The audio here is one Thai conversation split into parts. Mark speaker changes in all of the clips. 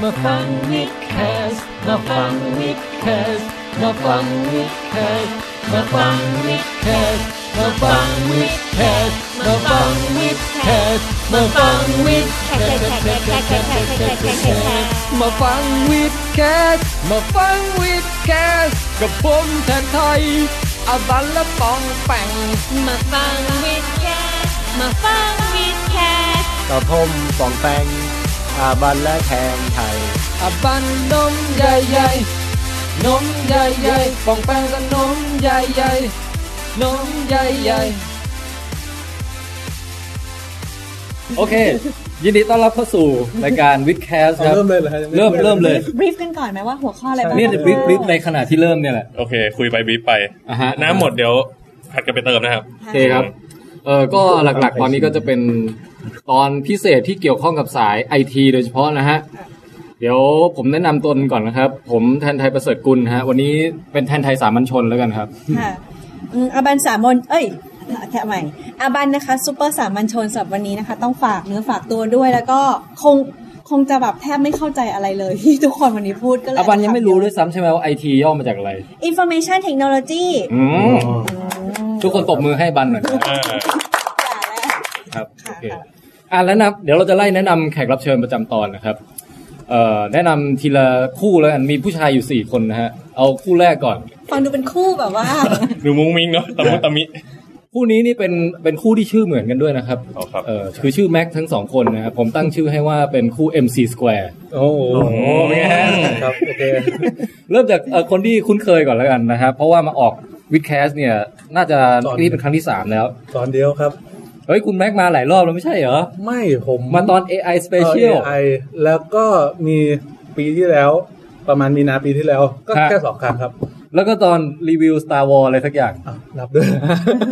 Speaker 1: มาฟังวิดแคสมาฟังวิดแคสมาฟังวิดแคสมาฟังวิดแคสมาฟังวิดแคสมาฟังวิดแคสมาฟังวิดแคสมาฟังวิดแคสมาฟังวิดแคสกับผมแทนไทยอาบันและปองแปง
Speaker 2: มาฟังวิดแคสมาฟังวิดแคส
Speaker 3: กับผมปองแปงอาบันและแทงไทย
Speaker 1: อาบันนมใหญ่ๆนมใหญ่ๆปองแปงก็นมใหญ่ๆนมใหญ่ๆ
Speaker 4: โอเค ยินดีต้อนรับเข้าสู่รายการวิดแคสครับ
Speaker 3: เริ่มเลยเหรอฮะ
Speaker 4: เริ่มเริ่มเลย
Speaker 2: บรีฟกันก่อนไหมว่าหัวข้ออะไรบ้าง
Speaker 4: เนี่ยวิดวิดในขณะที่เริ่มเนี่ยแหละ
Speaker 5: โอเค คุยไปบีบไป
Speaker 4: อ่ะฮะ
Speaker 5: น้ำหมดเดี๋ยวผัดกันไปเติมนะครับ
Speaker 4: โอเคครับเออก็หลักๆ ตอนนี้ก็จะเป็นตอนพิเศษที่เกี่ยวข้องกับสายไอทีโดยเฉพาะนะฮะ เดี๋ยวผมแนะนำตนก่อนนะครับ ผมแทนไทยประเสริฐกุลฮะ วันนี้เป็นแทนไทยสามัญชนแล้วกันครับ
Speaker 2: ค่ะอืมอาบันสามัญเอ้ยแค่ใหม่อาบันนะคะซูเปอร์สามัญชนสำหรับวันนี้นะคะ ต้องฝากเนื้อฝากตัวด้วยแล้วก็คงคงจะแบบแทบไม่เข้าใจอะไรเลย ที่ทุกคนวันนี้พูดก็เลย
Speaker 4: อาบันยังไม่รู้ด้วยซ้ำใช่ไหมว่าไอทีย่อมาจากอะไร
Speaker 2: อินโฟเมชันเทคโนโลยี
Speaker 4: อืมทุกคนตบมือให้บันหน่อยนะ
Speaker 5: เออ
Speaker 4: ครับโอเค อ่ะแล้วนะเดี๋ยวเราจะไล่แนะนำแขกรับเชิญประจำตอนนะครับ เอ่อแนะนำทีละคู่แล้วกันมีผู้ชายอยู่สี่คนนะฮะ เอาคู่แรกก่อน
Speaker 2: ฟังดูเป็นคู่แบบ ว่า
Speaker 5: ดูมุ้งมิ้งเนาะตะมุตะมิ
Speaker 4: คู่นี้นี่เป็นเป็นคู่ที่ชื่อเหมือนกันด้วยนะครับ
Speaker 5: อ๋อครับ
Speaker 4: เอ่อคือชื่อแม็กทั้งสองคนนะครับผมตั้งชื่อให้ว่าเป็นคู่ MC Square
Speaker 3: โอ้โห
Speaker 5: โอ้ย
Speaker 3: ครับโอเค
Speaker 4: เริ่มจากเอ่อคนที่คุ้นเคยก่อนแล้วกันนะครับ เพราะว่ามาออกวิดแคสเนี่ย น่าจะนี่เป็นครั้งที่สามแล้ว
Speaker 3: ตอนเดียวครับ
Speaker 4: เฮ้ยคุณแม็กมาหลายรอบแล้วไม่ใช่เหรอ
Speaker 3: ไม่ผม
Speaker 4: มาตอน AI Special
Speaker 3: ไอ AI แล้วก็มีปีที่แล้ว ประมาณมีนาปีที่แล้ว ก็
Speaker 4: ฮะ
Speaker 3: แค่สองครั้งครับ
Speaker 4: แล้วก็ตอนรีวิว Star Wars อะไรสัก อย่าง
Speaker 3: อ่ะนับด้วย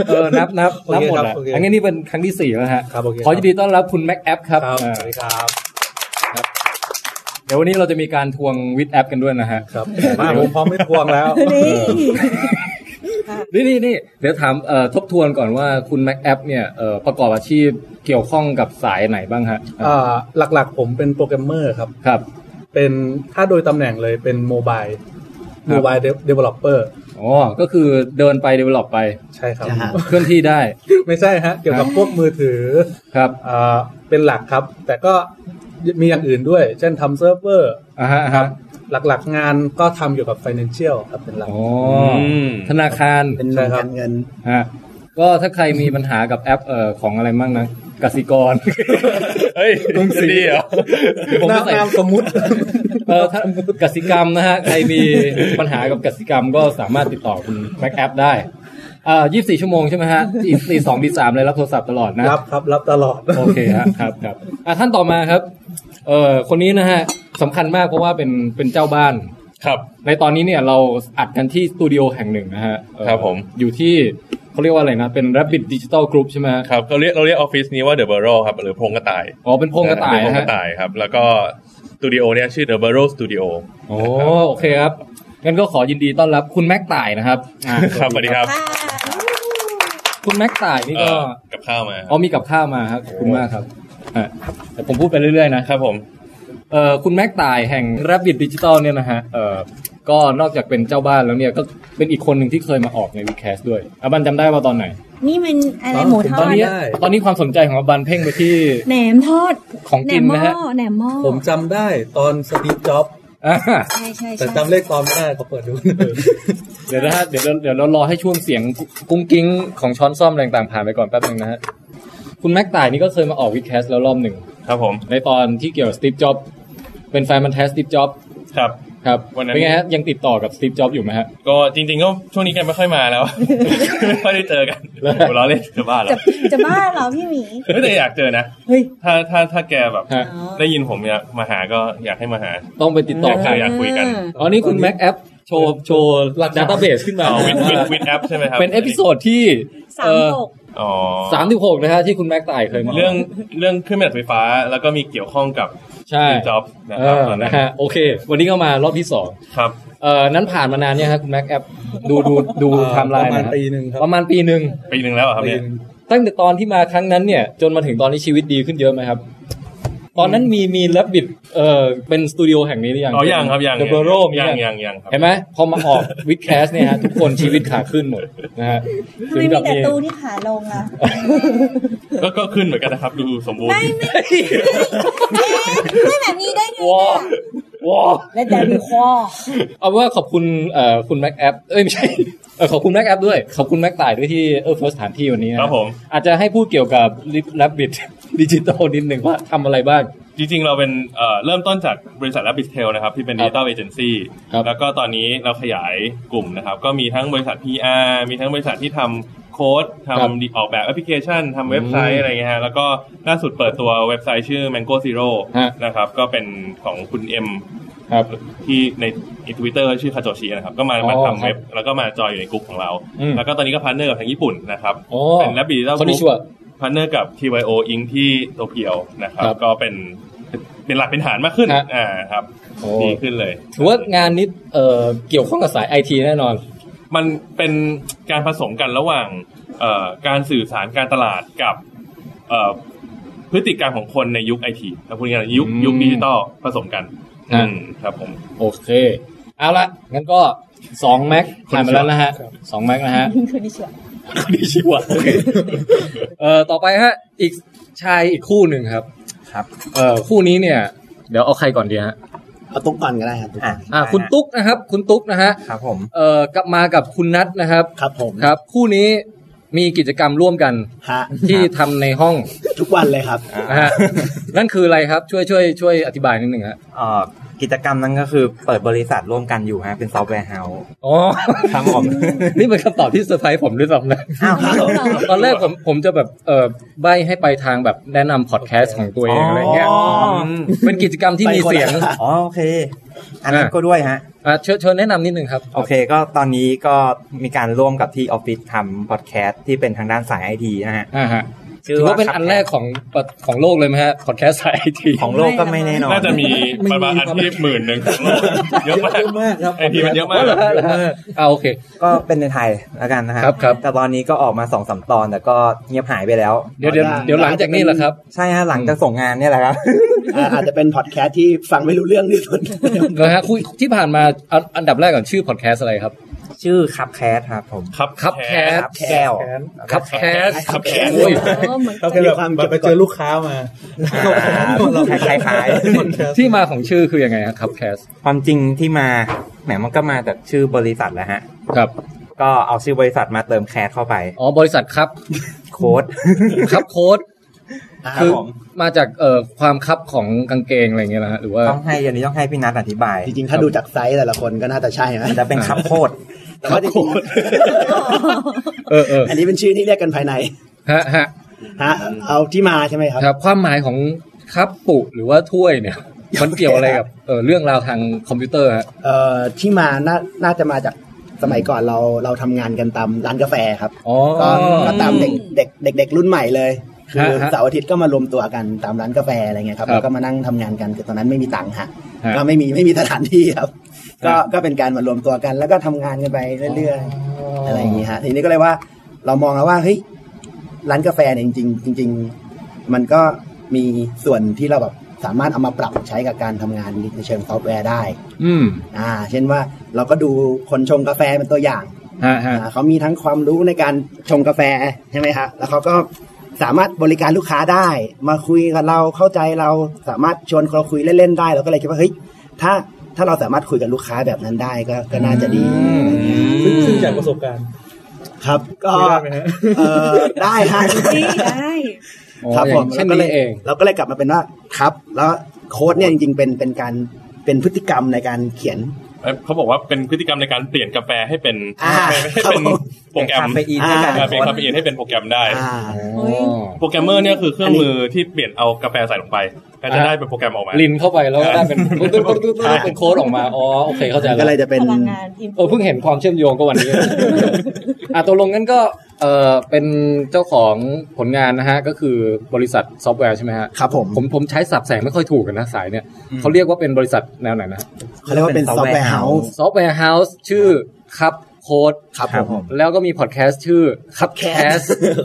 Speaker 4: เออ นับนับ
Speaker 3: โอเค
Speaker 4: นับหมด
Speaker 3: ครับ
Speaker 4: แหละ
Speaker 3: โอเค
Speaker 4: อันนี้นี่เป็นครั้งที่สี่แล้วฮะ
Speaker 3: ครับโอเค
Speaker 4: ขอ
Speaker 3: ครับ
Speaker 4: ยินดีต้อนรับคุณแม็กแอปครับ
Speaker 3: ครับ
Speaker 4: อ่า
Speaker 3: สวัสดีครับ
Speaker 4: เดี๋ยววันนี้เราจะมีการทวงวิดแอปกันด้วยนะฮะ
Speaker 3: ครับมาผมพร้อมไม่ทวงแล้ว
Speaker 2: นี่
Speaker 4: นี่นี่นี่เดี๋ยวถามเอ่อทบทวนก่อนว่าคุณแม็กแอปเนี่ยเอ่อประกอบอาชีพเกี่ยวข้องกับสายไหนบ้างฮะ
Speaker 3: อ่าหลักๆ ผมเป็นโปรแกรมเมอร์ครับ
Speaker 4: ครับ
Speaker 3: เป็นถ้าโดยตำแหน่งเลยเป็นโมบาย
Speaker 4: ครับ
Speaker 3: โมบายเดเวลลอปเปอร์
Speaker 4: อ๋อ ก็คือเดินไป develop ไป
Speaker 3: ใช่ครับ
Speaker 4: เคลื่อนที่ได้
Speaker 3: ไม่ใช่ฮะ เกี่ยวกับพวกมือถือ
Speaker 4: ครับ
Speaker 3: อ่าเป็นหลักครับ แต่ก็มีอย่างอื่นด้วย เช่นทำเซิร์ฟเวอร์
Speaker 4: อ่าฮะอ่าฮะ
Speaker 3: หลักๆงานก็ทำเกี่ยวกับ Financial ครับเป็นหลัก
Speaker 4: อ๋ออ
Speaker 5: อืม
Speaker 4: ธนาคาร
Speaker 6: เป็น
Speaker 3: ใช่ครับ
Speaker 6: การเงิน
Speaker 4: ฮะ ก็ถ้าใครมีปัญหากับแอปเอ่อของอะไรบ้างนะกสิกร
Speaker 5: เฮ้ย
Speaker 4: มึงสิ
Speaker 5: จะดีเหรอ
Speaker 4: ผมก็
Speaker 3: นาม
Speaker 4: ใส่
Speaker 3: นามสมมุติ
Speaker 4: เออถ้ากสิกรรมนะฮะ ใครมีปัญหากับกสิกรรมก็สามารถติดต่อคุณแม็กแอปได้อ่า24 ชั่วโมงใช่ไหมฮะตีตีสองตีสามเลยรับโทรศัพท์ตลอดนะ
Speaker 3: รับครับรับตลอด
Speaker 4: โอเคฮะครับครับอ่ะท่านต่อมาครับ เอ่อคนนี้นะฮะสำคัญมากเพราะว่าเป็นเป็นเจ้าบ้าน
Speaker 5: ครับ
Speaker 4: ในตอนนี้เนี่ยเราอัดกันที่สตูดิโอแห่งหนึ่งนะฮะเอ่อ
Speaker 5: ครับผม
Speaker 4: อยู่ที่เขาเรียกว่าอะไรนะ เป็น Rabbit Digital Group ใช่ไหมฮะ
Speaker 5: ครับเราเรียกเราเรียกออฟฟิศนี้ว่าเดอะเบอร์โรครับหรือโพรงกระต่าย
Speaker 4: อ๋อเป็นโพรงกระต่าย
Speaker 5: เป็นโพรง
Speaker 4: นะฮะ
Speaker 5: กระต่ายครับ แล้วก็สตูดิโอเนี่ยชื่อเดอะเบอร์โรสตูดิโอ
Speaker 4: โอ้โอเคครับงั้นก็ขอยินดีต้อนรับคุณแม็กต่ายนะครับอ่า
Speaker 5: ครับสวัสดีครับ
Speaker 2: ค่ะ
Speaker 4: คุณแม็กต่ายนี่
Speaker 5: เอ่
Speaker 4: ก็
Speaker 5: อกับข้าวมา
Speaker 4: เอามีกับข้าวมาครับขอบคุณมากครับอ่ะแต่ผมพูดไปเรื่อยๆนะครับ
Speaker 5: ผม
Speaker 4: เอ่อคุณแม็กต่ายแห่ง Rabbit Digital เนี่ยนะฮะเอ่อก็นอกจากเป็นเจ้าบ้านแล้วเนี่ยก็เป็นอีกคนหนึ่งที่เคยมาออกในวิดแคสด้วยอาบันจำได้ว่าตอนไหน
Speaker 2: นี่มันอะไรหมูทอ
Speaker 4: ตอน
Speaker 2: ด
Speaker 4: นี้
Speaker 3: ได้
Speaker 4: ตอนนี้ความสนใจของอาบันเพ่งไปที่
Speaker 2: แหนมทอด
Speaker 4: ของ
Speaker 2: แหน
Speaker 4: กิ
Speaker 2: ม
Speaker 4: น
Speaker 2: หม้
Speaker 4: นะฮะ
Speaker 2: อแหนมหม้อ
Speaker 3: ผมจำได้ตอนสตีฟจ็อบ
Speaker 4: อ่ะ
Speaker 2: ใช่ใช่
Speaker 3: แต่
Speaker 2: ใช่
Speaker 3: จำเลขตอนไม่ได้เขาเปิ ดดู
Speaker 4: เดี๋ยวนะฮะเดี๋ยวเราเดี๋ยวเรารอให้ช่วงเสียงกุ้งกิ้งของช้อนซ่อมแรงต่างๆผ่านไปก่อนแป๊บนึงนะฮะคุณแม็กต่ายนี่ก็เคยมาออกวิดแคสแล้วรอบหนึ่ง
Speaker 5: ครับผม
Speaker 4: ในตอนที่เกี่ยวกับสตีฟจ็อบเป็นแฟนมันธุ์แท้สตีฟจ็อบ
Speaker 5: ครับ
Speaker 4: ครับ
Speaker 5: วันนั้น
Speaker 4: เป็นไงฮะยังติดต่อกับสตีฟจ็อบอยู่ไหมฮะ
Speaker 5: ก็จริงๆก็ช่วงนี้กันไม่ค่อยมาแล้ว ไม่ค่อยได้เจ อกัน
Speaker 4: แล้ว
Speaker 5: หัวเราะเล่นจะบ้าแล้
Speaker 2: จะ
Speaker 5: ว
Speaker 2: จะบ้าเหรอพี่หมี
Speaker 5: เฮ้ยแต่อยากเจอนะ
Speaker 2: เฮ้ย
Speaker 5: ถ้าถ้าถ้าแกแบบ
Speaker 4: ฮะ
Speaker 2: อ๋อ
Speaker 5: ได้ยินผมเนี่ยมาหาก็อยากให้มาหา
Speaker 4: ต้องไปติดต่อ
Speaker 5: ใช่
Speaker 4: กัน
Speaker 5: อยากคุยกัน
Speaker 4: อ๋อนี่คุณแม็กแอปโชว์โชว์
Speaker 3: หลัก
Speaker 4: ดั
Speaker 3: ฐา
Speaker 4: ต
Speaker 3: น
Speaker 4: ต้าเบสขึ้นมา
Speaker 5: เอาวิดวิดวิดแอปใช่ไหมครับ
Speaker 4: เป็นเอพิโซดที่
Speaker 2: สามหก
Speaker 5: อ๋อ
Speaker 4: สามสิบหกนะฮะที่คุณแม็กต่ายเคยมา
Speaker 5: เรื่องเรื่องเครื่องแบบไฟฟ้าแล้วก็มีเกี่ยวข้องกับ
Speaker 4: ใช่
Speaker 5: จ็อบนะ
Speaker 4: เอ
Speaker 5: ครับ
Speaker 4: อ
Speaker 5: ตอนนั้
Speaker 4: นะ
Speaker 5: น
Speaker 4: ฮะโอเค วันนี้ก็มารอบที่สอง
Speaker 5: ครับ
Speaker 4: เอ่อนั้นผ่านมานานเนี่ยฮะคุณแม็กแอปดูดูดู
Speaker 3: เอ่อ
Speaker 4: ไทม์ไลน์
Speaker 3: ประมาณ
Speaker 4: ฮ
Speaker 3: ปีหนึ่งครับ
Speaker 4: ประมาณปีหนึ่ง
Speaker 5: ปีหนึ่งแล้วเหรอครับ
Speaker 3: ปี
Speaker 5: เนี่ย
Speaker 3: หนึ่ง
Speaker 4: ตั้งแต่ตอนที่มาครั้งนั้นเนี่ย จนมาถึงตอนนี้ชีวิตดีขึ้นเยอะไหมครับ ตอนนั้นมีมีแลบบิดเอ่อเป็นสตูดิโอแห่งนี้หรือยัง
Speaker 5: อ๋อยังครับยัง
Speaker 4: เดอะเบโร
Speaker 5: ยังยังยังครับ
Speaker 4: เห็นไหมพอมาออกวิดแคสเนี่ยฮะทุกคนชีวิตขาขึ้นหมดนะฮะ
Speaker 2: ทำไมมีแต่ตู้ที่ขาลงล่ะ
Speaker 5: ก็ก็ขึ้นเหมือนกันนะครับ ดูสมบูรณ์
Speaker 2: ไม่ไม่ไม่แบบนี้ได้ไง
Speaker 4: ว้า
Speaker 2: เนี่ย
Speaker 4: ว้า
Speaker 2: และแต่มีคอ
Speaker 4: เอาว่าขอบคุณเอ่อคุณแม็กแอปเอ้ยไม่ใช่เอ่อขอบคุณแม็กแอปด้วย ขอบคุณแม็กต่ายด้วยที่เออเฟิร์สถานที่วันนี้นะครับ
Speaker 5: ผม
Speaker 4: อาจจะให้พูดเกี่ยวกับรับบิ t ดิจิตอลนิดหนึ่งว่าทำอะไรบ้าง
Speaker 5: จริงๆ เราเป็นเอ่อเริ่มต้นจากบริษัท Rabbit Tail นะครับที่เป็น
Speaker 4: ครับ
Speaker 5: Digital Agency
Speaker 4: ครับ
Speaker 5: แล้วก็ตอนนี้เราขยายกลุ่มนะครับ ก็มีทั้งบริษัท PR มีทั้งบริษัทที่ทำโค้ด
Speaker 4: ครับ
Speaker 5: ทำดีออกแบบแอปพลิเคชันทำเว็บไซต์อะไรเงี้ยฮะแล้วก็ล่าสุดเปิดตัวเว็บไซต์ชื่อ Mango Zero
Speaker 4: ฮะ
Speaker 5: นะครับ ก็เป็นของคุณเอ็ม
Speaker 4: ครับ
Speaker 5: ที่ในทวิตเตอร์ชื่อคาโจชินะครับ ก็มา
Speaker 4: อ๋อค
Speaker 5: มา
Speaker 4: รับ
Speaker 5: ทำเว็บ แล้วก็มาจอยอยู่ในกลุ่มของเรา
Speaker 4: อืม
Speaker 5: แล้วก็ตอนนี้ก็พาร์ทเนอร์กับทางญี่ปุ่นนะครับ
Speaker 4: โอ้
Speaker 5: เป็น Rabbit Digital
Speaker 4: คนที่
Speaker 5: Group
Speaker 4: ชั่ว
Speaker 5: พาร์ทเนอร์กับ TYO Inc. ที่โตเกียวนะครับ
Speaker 4: ครับ
Speaker 5: ก็เป็นเป็นหลักเป็นฐานมากขึ้น
Speaker 4: ฮะ
Speaker 5: อ่าครับ
Speaker 4: โอ้
Speaker 5: ดีขึ้นเลย
Speaker 4: ถือว่างานนี้เอ่อเกี่ยวข้องกับสายไอทีแน่นอน
Speaker 5: มันเป็นการผสมกันระหว่างเอ่อการสื่อสารการตลาดกับเอ่อพฤติกรรมของคนในยุคไอทีถ้าพูดง่ายๆยุค
Speaker 4: อืม
Speaker 5: ยุคดิจิตอลผสมกัน
Speaker 4: ฮะ
Speaker 5: อืมครับผม
Speaker 4: โอเค เอาละงั้นก็สองแม็กผ่านมาแล้วนะฮะสองแม็กนะฮะ
Speaker 2: คือดิฉัน
Speaker 4: คนที่ชื่อว่าเอ่อต่อไปฮะ อีกชายอีกคู่หนึ่งครับ
Speaker 6: ครับ
Speaker 4: เอ่อคู่นี้เนี่ย เดี๋ยวเอาใครก่อนดีฮะ
Speaker 6: เอาตุ๊กก่อนก็ได้ครับตุ๊กก่น
Speaker 4: อ่าคุณตุ๊กนะครับ คุณตุ๊กนะฮะ
Speaker 6: ครับผม
Speaker 4: เอ่อกลับมากับคุณนัทนะครับ
Speaker 6: ครับผม
Speaker 4: ครับ คู่นี้มีกิจกรรมร่วมกัน
Speaker 6: ฮะ
Speaker 4: ที่ทำในห้อง
Speaker 6: ทุกวันเลยครับ
Speaker 4: นะฮะนั่นคืออะไรครับช่วยช่วยช่วยอธิบายนิดหนึ่งฮะ
Speaker 7: เอ่อกิจกรรมนั้นก็คือเปิดบริษัทร่วมกันอยู่ฮะเป็นซอฟต์แวร์เฮาส์
Speaker 4: อ๋อ
Speaker 7: ครับผม
Speaker 4: นี่เป็นคำตอบที่เซอร์ไพรส์ผมด้วยซ้ำนะ
Speaker 7: อ้าว
Speaker 4: ตอนแรกผมผมจะแบบเอ่อใบให้ไปทางแบบแนะนำพอดแคสต์ของตัวเองอะไรเงี้ย
Speaker 7: อ๋อ
Speaker 4: เป็นกิจกรรมที่มีเสียง
Speaker 7: อ๋อโอเค อันนั้นก็ด้วยฮะ
Speaker 4: อ่ะเชิญเชิญแนะนำนิดนึงครับ
Speaker 7: โอเค ก็ตอนนี้ก็มีการร่วมกับที่ออฟฟิศทำพอดแคสต์ที่เป็นทางด้านสายไอทีนะฮะ
Speaker 4: อ่าฮะ
Speaker 7: ชื่
Speaker 4: ถื
Speaker 7: อ
Speaker 4: อ
Speaker 7: ว่า
Speaker 4: ว่าเป็นอันแรกของประของโลกเลยไหมฮะพอดแคสต์สายไอที
Speaker 7: ของโลกก็ไม่แน่นอน
Speaker 5: น่าจะมีประมาณอันที่หมื่นหนึ่งของโลกเยอะมาก
Speaker 6: เยอะมากครับ
Speaker 5: ไอทีมันเยอะมาก
Speaker 4: เหรอฮะเหรอฮะอ่าโอเค
Speaker 7: ก็เป็นในไทยแล้วกันนะฮะ
Speaker 4: ครับครับ
Speaker 7: แต่ตอนนี้ก็ออกมาสองสามตอนแต่ก็เงียบหายไปแล้ว
Speaker 4: เดี๋ยวเดี๋ยวเดี๋ยวหลังจากนี้แหละครับ
Speaker 7: ใช่ฮะหลังจากส่งงานเนี่ยแหละครับ
Speaker 6: อ่าอาจจะเป็นพอดแคสต์ที่ฟังไม่รู้เรื่องที่สุด
Speaker 4: นะฮะคุยที่ผ่านมาอันอันดับแรกก่อนชื่อพอดแคสต์อะไรครับ
Speaker 7: ชื่อครับแคสครับผม
Speaker 5: ครับ
Speaker 4: ครับแคส
Speaker 7: ครับแก้ว
Speaker 4: ครับแคส
Speaker 5: ครับแคส
Speaker 4: โอ้ย
Speaker 2: เหมือน
Speaker 3: เราเป็นแบบแบบไปเจอลูกค้ามา
Speaker 7: เราคล้ายๆ
Speaker 4: ที่มาของชื่อคือยังไงฮะครับแคส
Speaker 7: ความจริงที่มาแหมมันก็มาจากชื่อบริษัทแหละฮะ
Speaker 4: ครับ
Speaker 7: ก็เอาชื่อบริษัทมาเติมแคสเข้าไป
Speaker 4: อ๋อบริษัทครับ
Speaker 7: โค้ ด
Speaker 4: ครับโค้ด
Speaker 7: ครับ
Speaker 4: คือ
Speaker 7: ผม
Speaker 4: มาจากเอ่อความคับของกางเกงอะไรอย่างเงี้ยนะฮะหรือว่า
Speaker 7: ต้องให้อันนี้ต้องให้พี่นัทอธิบาย
Speaker 6: จริงๆ ถ้าดูจากไซส์แต่ละคนก็น่าจะใช่นะ
Speaker 7: จะเป็นครับโคด
Speaker 6: แต่ว่าจริง
Speaker 4: เออเออ
Speaker 6: ๆอันนี้เป็นชื่อที่เรียกกันภายใน
Speaker 4: ฮะฮะ
Speaker 6: ฮะเอาที่มาใช่ไหมครับ
Speaker 4: ครับความหมายของคับปุหรือว่าถ้วยเนี่ยมันเกี่ยวอะไรกับเอ่อเรื่องราวทางคอมพิวเตอร์ฮะ
Speaker 6: เอ่อที่มาน่าน่าจะมาจากสมัยก่อนเราเราทำงานกันตามร้านกาแฟครับ
Speaker 4: อ๋อ
Speaker 6: ก็ก็ตามเด็กเด็กเด็กเด็กรุ่นใหม่เลยคือ
Speaker 4: ฮะฮะ
Speaker 6: เสาร์อาทิตย์ก็มารวมตัวกันตามร้านกาแฟอะไรเงี้ยครับ
Speaker 4: ครับ
Speaker 6: แล้วก็มานั่งทำงานกันคือตอนนั้นไม่มีตังค์ฮะ
Speaker 4: ฮะ
Speaker 6: ก็ไม่มีไม่มีสถานที่ครับ ก็
Speaker 4: ฮะ
Speaker 6: ก็เป็นการมารวมตัวกัน แล้วก็ทำงานกันไปเรื่อยๆอะไรอย่างงี้ฮะทีนี้ก็เลยว่าเรามองแล้วว่าเฮ้ยร้านกาแฟเนี่ยจริงๆจริง ๆ มันก็มีส่วนที่เราแบบสามารถเอามาปรับใช้กับการทำงานในเชิงซอฟต์แวร์ได้
Speaker 4: อืม
Speaker 6: อ่า เช่นว่าเราก็ดูคนชงกาแฟเป็นตัวอย่าง
Speaker 4: ฮะฮะ
Speaker 6: อ่าเขามีทั้งความรู้ในการชงกาแฟใช่ไหมครับแล้วเขาก็สามารถบริการลูกค้าได้ มาคุยกับเราเข้าใจเราสามารถชวนเราคุยเล่นๆได้เราก็เลยคิดว่าเฮ้ยถ้าถ้าเราสามารถคุยกับลูกค้าแบบนั้นได้ก็ก็น่าจะดี
Speaker 3: ซึ่งซึ่งจากประสบการณ์
Speaker 6: ครับก็
Speaker 3: ได้ไหมฮะ
Speaker 6: เออได้ฮะ
Speaker 2: ได้
Speaker 4: อ๋อ
Speaker 6: ครับ
Speaker 4: อ
Speaker 6: ผ
Speaker 4: ย่าม งเช่น
Speaker 6: ก็เล
Speaker 4: นี้
Speaker 6: ย
Speaker 4: เอง
Speaker 6: เราก็เลยกลับมาเป็นว่าครับ แล้วโค้ดเนี่ยจริงๆเป็นเป็นการเป็นพฤติกรรมในการเขียน
Speaker 5: เอ้ยเขาบอกว่าเป็นพฤติกรรมในการเปลี่ยนกาแฟให้เป็น
Speaker 6: อ่า
Speaker 5: ให้เป็น
Speaker 6: ครับผม
Speaker 5: โปรแกรม
Speaker 7: คาเฟอีนให้กลาย
Speaker 5: อ่าเปลี่ยน
Speaker 7: เป็นโค้
Speaker 5: คา
Speaker 7: ด
Speaker 5: เฟอีนให้เป็นโปรแกรมได้
Speaker 6: อ่า
Speaker 2: เฮ้ย
Speaker 5: โปรแกรมเมอร์เนี่ยคือเครื่อง
Speaker 6: อันนี้
Speaker 5: มือที่เปลี่ยนเอากาแฟใส่ลงไปแล้วจะ
Speaker 4: อ่า
Speaker 5: ได้เป็นโปรแกรมออกมา
Speaker 4: ลินเข้าไปแล้วก็ได้เป็น
Speaker 5: ใช่
Speaker 4: เป็นโค้ดออกมา อ๋อ โอเคเข้าใจ
Speaker 6: ก็
Speaker 4: แล้
Speaker 6: เลยว จะเป็น
Speaker 2: พลังงานอิน
Speaker 4: เออเพิ่งเห็นความเชื่อมโยงก็วันนี้ อ่ะตกลงงั้นก็เออเป็นเจ้าของผลงานนะฮะ ก็คือบริษัทซอฟต์แวร์ใช่ไหมฮะ
Speaker 6: ครับผม
Speaker 4: ผมผมใช้สับแสงไม่ค่อยถูกกันนะสายเนี่ยเขาเรียกว่าเป็นบริษัทแนวไหนนะ
Speaker 6: เขาเรียกว่าเป็นซอฟต์แวร์เฮาส์
Speaker 4: ซอฟต์แวร์เฮาส์ชื่อครับโค้ด
Speaker 6: ครับ
Speaker 7: ครับ
Speaker 6: ผ
Speaker 7: ผม ม
Speaker 4: แล้วก็มีพอดแคสต์ชื่อคับแคส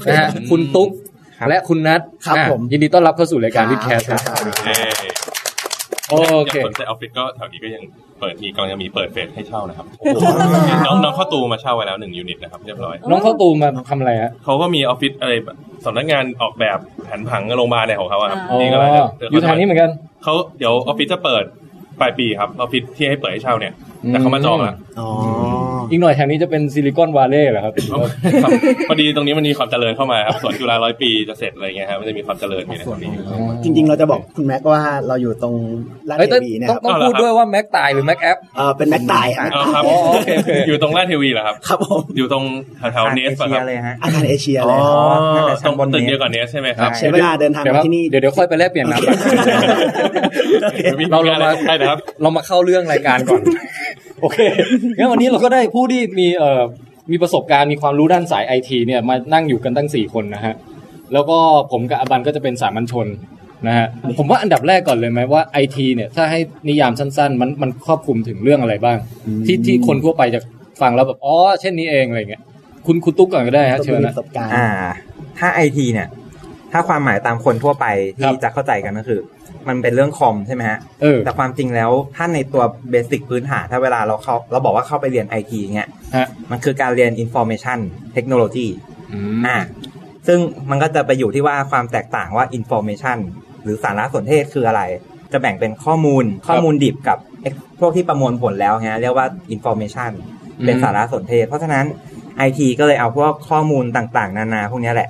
Speaker 4: นะฮะคุณตุ๊ก
Speaker 7: ครับ
Speaker 4: และคุณนัท
Speaker 6: ครับ
Speaker 4: อ่ะ
Speaker 6: ผม
Speaker 4: ยินดีต้อนรับเข้าสู่รายการวิดแคสครับ
Speaker 5: เย้
Speaker 4: โอเค
Speaker 5: อยากสนใจออฟฟิศก็แถวนี้ก็ยังเปิดมีกำลังจะมีเปิดเฟสให้เช่านะครับ น้องน้องเข้าตูมาเช่าไว้แล้วหนึ่งยูนิตนะครับเรียบร้อย
Speaker 4: น้องเข้าตูมมาทำอะไรฮะ
Speaker 5: เขาก็มีออฟฟิศอะไรแบบสำนักงานออกแบบแผนผังโรงพยาบาลอะไรของเขาอะครับ
Speaker 2: อ๋
Speaker 4: อ๋อ
Speaker 5: นี่ก็เลยจะเจอ
Speaker 4: อยู่ทางนี้เหมือนกัน
Speaker 5: เขาเดี๋ยวออฟฟิศจะเปิดปลายปีครับออฟฟิศที่ให้เปิดให้เช่าเนี่ย แต่เขามาจองละ
Speaker 6: อ๋อ
Speaker 4: อีกหน่อยแถวนี้จะเป็นซิลิคอนวาเล่เหรอครับ
Speaker 5: ครับพอดีตรงนี้มันมีความเจริญเข้ามาครับสวนจุฬาร้อยปีจะเสร็จอะไรเงี้ยครับมันจะมีความเจริญมีในตรงนี้
Speaker 6: จริง ๆ เราจะบอกคุณแม็กว่าเราอยู่ตรงลาด
Speaker 4: เฮ้ย
Speaker 6: เท
Speaker 4: ต้อง
Speaker 6: วีนะ
Speaker 4: ต้
Speaker 6: ค
Speaker 4: องต้อง
Speaker 6: รับ
Speaker 5: เอาเหรอ
Speaker 4: พูดด้วยว่าแม็กตายหรือแม็กแอป
Speaker 6: เออเป็นแม็กตายฮะ
Speaker 5: อ๋อครับ
Speaker 4: อ๋อโอเคโอเค
Speaker 5: อยู่ตรงลาดทีวีเหรอครับ
Speaker 6: ครับผม
Speaker 5: อยู่ตรงแถวๆเนส
Speaker 7: เอ
Speaker 5: ป่ะค
Speaker 7: เชีย
Speaker 5: รับ
Speaker 7: เลยฮะ
Speaker 6: อาคารเอเชีย
Speaker 5: อ๋
Speaker 6: เล
Speaker 5: อย
Speaker 6: ครับ
Speaker 7: น่าจะชั้
Speaker 5: ตร
Speaker 7: น
Speaker 5: ง
Speaker 7: บนเนส
Speaker 5: ตึกเดียวกับเนสใช่ไหมครับ
Speaker 6: ใช้เวลาเดินทาง
Speaker 4: เดี๋ยวค
Speaker 6: ไป
Speaker 4: รับ
Speaker 6: ที่นี่
Speaker 4: เดี๋ยวเดี๋ยวค่อยไปแลกเปลี่ยนน้ำก่อน เราเรามา
Speaker 5: ใช่นะครับ
Speaker 4: เรามาเข้าเรื่องรายการก่อน โอเคงั้นวันนี้เราก็ได้ผู้ที่มีเอ่อมีประสบการณ์มีความรู้ด้านสายไอทีเนี่ยมานั่งอยู่กันตั้งสี่คนนะฮะ แล้วก็ผมกับอบันก็จะเป็นสามัญชนนะฮะ ผมว่าอันดับแรกก่อนเลยไหมว่าไอทีเนี่ยถ้าให้นิยามสั้นๆ มันมันครอบคลุมถึงเรื่องอะไรบ้าง ที่ที่คนทั่วไปจะฟังแล้วแบบอ๋อเช่นนี้เองอะไรเงี้ยคุณคุณตุ๊กก่อนก็ได้ฮะ
Speaker 6: ต้อง
Speaker 4: เชิญ
Speaker 6: มีป
Speaker 4: นะ
Speaker 6: ระสบการณ์
Speaker 7: อ่า ถ้าไอทีเนี่ย ถ้าความหมายตามคนทั่วไป
Speaker 4: ครั
Speaker 7: ที่
Speaker 4: บ
Speaker 7: จะเข้าใจกันก็คือ มันเป็นเรื่องคอมใช่ไหมฮะ
Speaker 4: เออ
Speaker 7: แต่ความจริงแล้วถ้าในตัวเบสิกพื้นฐานถ้าเวลาเราเข้าเราบอกว่าเข้าไปเรียนไอทีเงี้ย
Speaker 4: ฮะ
Speaker 7: มันคือการเรียน information technology
Speaker 4: อืม
Speaker 7: อ่าซึ่งมันก็จะไปอยู่ที่ว่าความแตกต่างว่า information หรือสารสนเทศคืออะไร จะแบ่งเป็นข้อมูลข้อมูลดิบกับไอ้พวกที่ประมวลผลแล้วฮะเรียกว่า information เป็นสารสนเทศ เพราะฉะนั้น IT ก็เลยเอาพวกข้อมูลต่างๆ นานาพวกเนี้ยแหละ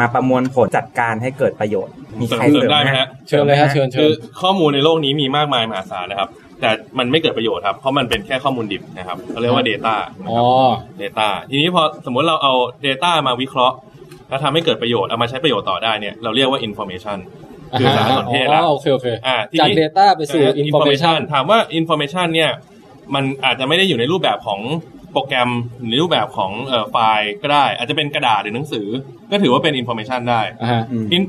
Speaker 7: มาประมวลผลจัดการให้เกิดประโยชน์ มีใคร
Speaker 5: เสริม
Speaker 7: เสริม
Speaker 5: ได้ไห
Speaker 7: ไห
Speaker 5: ม
Speaker 7: ม
Speaker 5: ฮะ
Speaker 7: ฮะ
Speaker 4: เชิญเลยฮะเชิญ
Speaker 5: คื
Speaker 4: เชิ
Speaker 5: อ
Speaker 4: ญ
Speaker 5: ข้อมูลในโลกนี้มีมากมายมหาศาลนะครับ แต่มันไม่เกิดประโยชน์ครับ เพราะมันเป็นแค่ข้อมูลดิบนะครับเขาเรียกว่า Data นะค
Speaker 4: อ๋
Speaker 5: รั
Speaker 4: อ
Speaker 5: บ Data ทีนี้พอสมมติเราเอา Data มาวิเคราะห์ แล้วทำให้เกิดประโยชน์เอามาใช้ประโยชน์ต่อได้เนี่ยเราเรียกว่า Information คือสารสนเทศละ
Speaker 4: อ๋อโอเคโอเค
Speaker 5: อ่าที
Speaker 4: จาก
Speaker 5: นี้
Speaker 4: Data ไปสู่
Speaker 5: จาก
Speaker 4: Information
Speaker 5: ถามว่า Information เนี่ยมันอาจจะไม่ได้อยู่ในรูปแบบของโปรแกรมหรือรูปแบบของเอ่อไฟล์ก็ได้ อาจจะเป็นกระดาษหรือหนังสือ ก็ถือว่าเป็น Information ได้
Speaker 4: อ่าฮะ